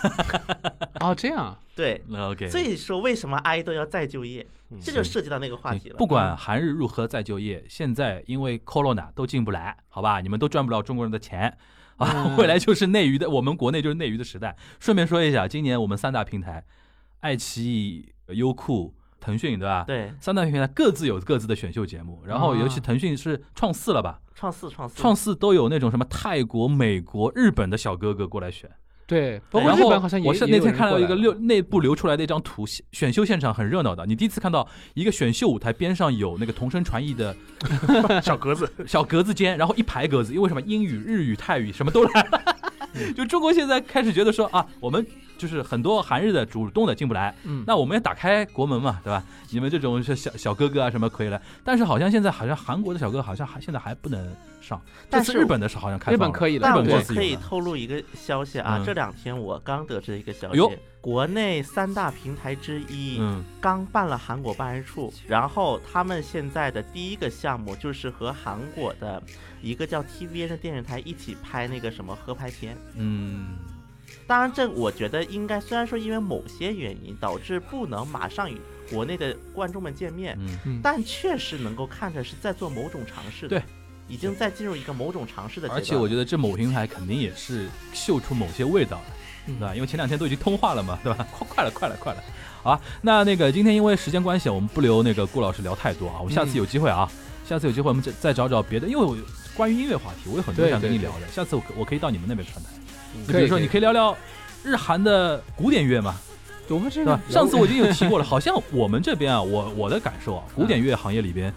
Speaker 4: 哦，这样
Speaker 2: 对。
Speaker 3: ，OK，
Speaker 2: 所以说，为什么爱豆要再就业？这就涉及到那个话
Speaker 3: 嗯对
Speaker 2: 题了。嗯
Speaker 3: 不管韩日如何再就业，现在因为 corona 都进不来，好吧，你们都赚不了中国人的钱啊！
Speaker 4: 嗯
Speaker 3: 未来就是内娱的，我们国内就是内娱的时代。顺便说一下，今年我们三大平台，爱奇艺、优酷、腾讯，对吧？。
Speaker 2: 对
Speaker 3: 三大平台各自有各自的选秀节目，然后
Speaker 4: 啊
Speaker 3: 尤其腾讯是创四了吧？
Speaker 2: 创四创四
Speaker 3: 创四都有那种什么泰国、美国、日本的小哥哥过来选。
Speaker 4: 对，包
Speaker 3: 然
Speaker 4: 括
Speaker 3: 后
Speaker 4: 日本好像也
Speaker 3: 我是那
Speaker 4: 也有
Speaker 3: 天
Speaker 4: 人
Speaker 3: 看到一
Speaker 4: 过
Speaker 3: 个
Speaker 4: 来
Speaker 3: 六内部流出来的一张图，现选秀现场很热闹的。你第一次看到一个选秀舞台边上有那个同声传译的
Speaker 5: 小格子，
Speaker 3: 小格子间，然后一排格子，因为什么英语、日语、泰语什么都来了。 就中国现在开始觉得说啊，我们就是很多韩日的主动的进不来，
Speaker 4: 嗯，
Speaker 3: 那我们也打开国门嘛，对吧？你们这种是小小哥哥啊什么可以来，但是好像现在好像韩国的小哥哥好像还现在还不能上，
Speaker 2: 但
Speaker 3: 这
Speaker 2: 是
Speaker 3: 次日本的是好像开
Speaker 4: 日
Speaker 3: 放了，
Speaker 4: 本可以了，
Speaker 2: 但
Speaker 3: 日本
Speaker 2: 我
Speaker 3: 公
Speaker 4: 对
Speaker 3: 司
Speaker 2: 可
Speaker 3: 有
Speaker 2: 以
Speaker 3: 的
Speaker 2: 透露一个消息啊
Speaker 3: 嗯，
Speaker 2: 这两天我刚得知一个消
Speaker 3: 哎呦
Speaker 2: 息，国内三大平台之一
Speaker 3: 嗯
Speaker 2: 刚办了韩国办事处，然后他们现在的第一个项目就是和韩国的一个叫 TVN 的电视台一起拍那个什么合拍片。
Speaker 3: 嗯，
Speaker 2: 当然，这我觉得应该虽然说因为某些原因导致不能马上与国内的观众们见面，
Speaker 3: 嗯
Speaker 4: 嗯
Speaker 2: 但确实能够看出来是在做某种尝试的。
Speaker 3: 对。
Speaker 2: 已经在进入一个某种尝试的阶段
Speaker 3: 而
Speaker 2: 了，
Speaker 3: 且我觉得这某平台肯定也是嗅出某些味道的，对吧？因为前两天都已经通话了嘛，对吧？ 快快了，快了，快了！好啊，那那个今天因为时间关系，我们不留那个顾老师聊太多啊，我们下
Speaker 4: 嗯
Speaker 3: 次有机会啊，下次有机会我们再再找找别的，因为我关于音乐话题，我有很多
Speaker 4: 对
Speaker 3: 想跟你
Speaker 4: 对
Speaker 3: 聊的，下次我可我可以到你们那边串台，就比
Speaker 4: 可
Speaker 3: 如
Speaker 4: 以
Speaker 3: 说
Speaker 4: 可
Speaker 3: 你
Speaker 4: 以
Speaker 3: 可以聊聊。日韩的古典乐嘛，
Speaker 4: 我们这
Speaker 3: 对
Speaker 4: 个
Speaker 3: 吧？ 上次我已经有提 过了，好像我们这边啊，我我的感受啊，古典乐行业里边，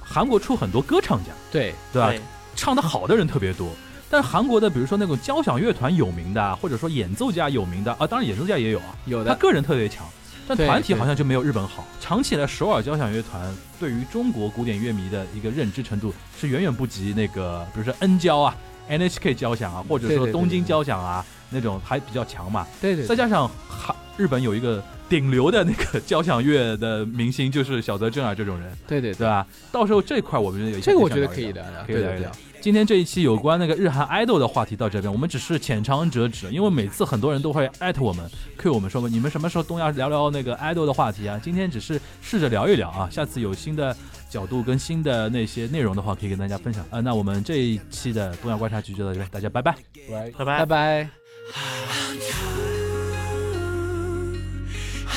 Speaker 3: 韩国出很多歌唱家，
Speaker 4: 对
Speaker 3: 对吧？
Speaker 2: 对
Speaker 3: 唱得啊好的人特别多。但是韩国的，比如说那种交响乐团有名的啊，或者说演奏家有名的啊，当然演奏家也有啊，
Speaker 4: 有
Speaker 3: 他
Speaker 4: 的
Speaker 3: 个人特别强，但
Speaker 4: 对
Speaker 3: 团体
Speaker 4: 对
Speaker 3: 好像就没有日本好。长期以来，首尔交响乐团对于中国古典乐迷的一个认知程度是远远不及那个，比如说 N 交啊、NHK 交响啊，或者
Speaker 4: 对
Speaker 3: 说
Speaker 4: 对对
Speaker 3: 东京
Speaker 4: 对对
Speaker 3: 交响啊那种还比较强嘛。
Speaker 4: 对对
Speaker 3: 再加上韩日本有一个顶流的那个 交响乐的明星，就是小泽征尔这种人，
Speaker 4: 对对
Speaker 3: 对
Speaker 4: 对，
Speaker 3: 吧？到时候这块我们有
Speaker 4: 这个我觉得
Speaker 3: 也想聊一
Speaker 4: 可以
Speaker 3: 聊
Speaker 4: 聊聊，
Speaker 3: 可以
Speaker 4: 对
Speaker 3: 聊
Speaker 4: 对
Speaker 3: 一
Speaker 4: 对
Speaker 3: 聊。今天这一期有关那个日韩 idol 的话题到这边，我们只是浅尝辄止，因为每次很多人都会艾特我们，Q 我们说你们什么时候东亚聊聊那个 idol 的话题啊？今天只是试着聊一聊啊，下次有新的角度跟新的那些内容的话，可以跟大家分享。呃，那我们这一期的东亚观察局就到这边，大家拜拜。
Speaker 5: 来
Speaker 2: 拜拜
Speaker 4: 拜。拜。
Speaker 6: Untrue,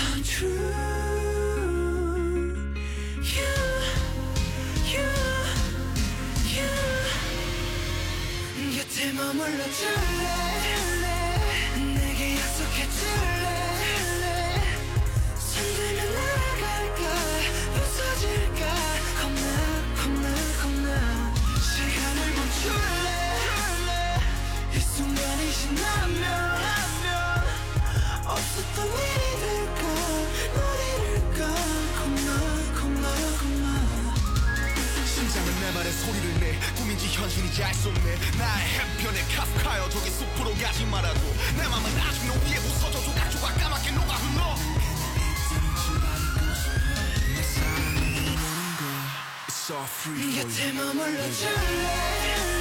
Speaker 6: untrue. You, you, 머물러 줄래 내게 약속해 줄래 손들면 날아갈까 부서질까 겁나 겁나 겁나 시간을 멈출래 이 순간이 신나면 없었던 일이 될까 널 잃을까 겁나 겁나 겁나
Speaker 7: 심장은 내 말에 소리를 내 꿈인지 현실인지 알 수 없네 나의 해변에 카프카여 저기 숲으로 가지 말아줘 내 맘은 아직 너 위에 부서져 조각조각 까맣게 녹아 흘러 내 사랑이 오는 걸 It's all free for you
Speaker 6: 곁에 머물러 줄래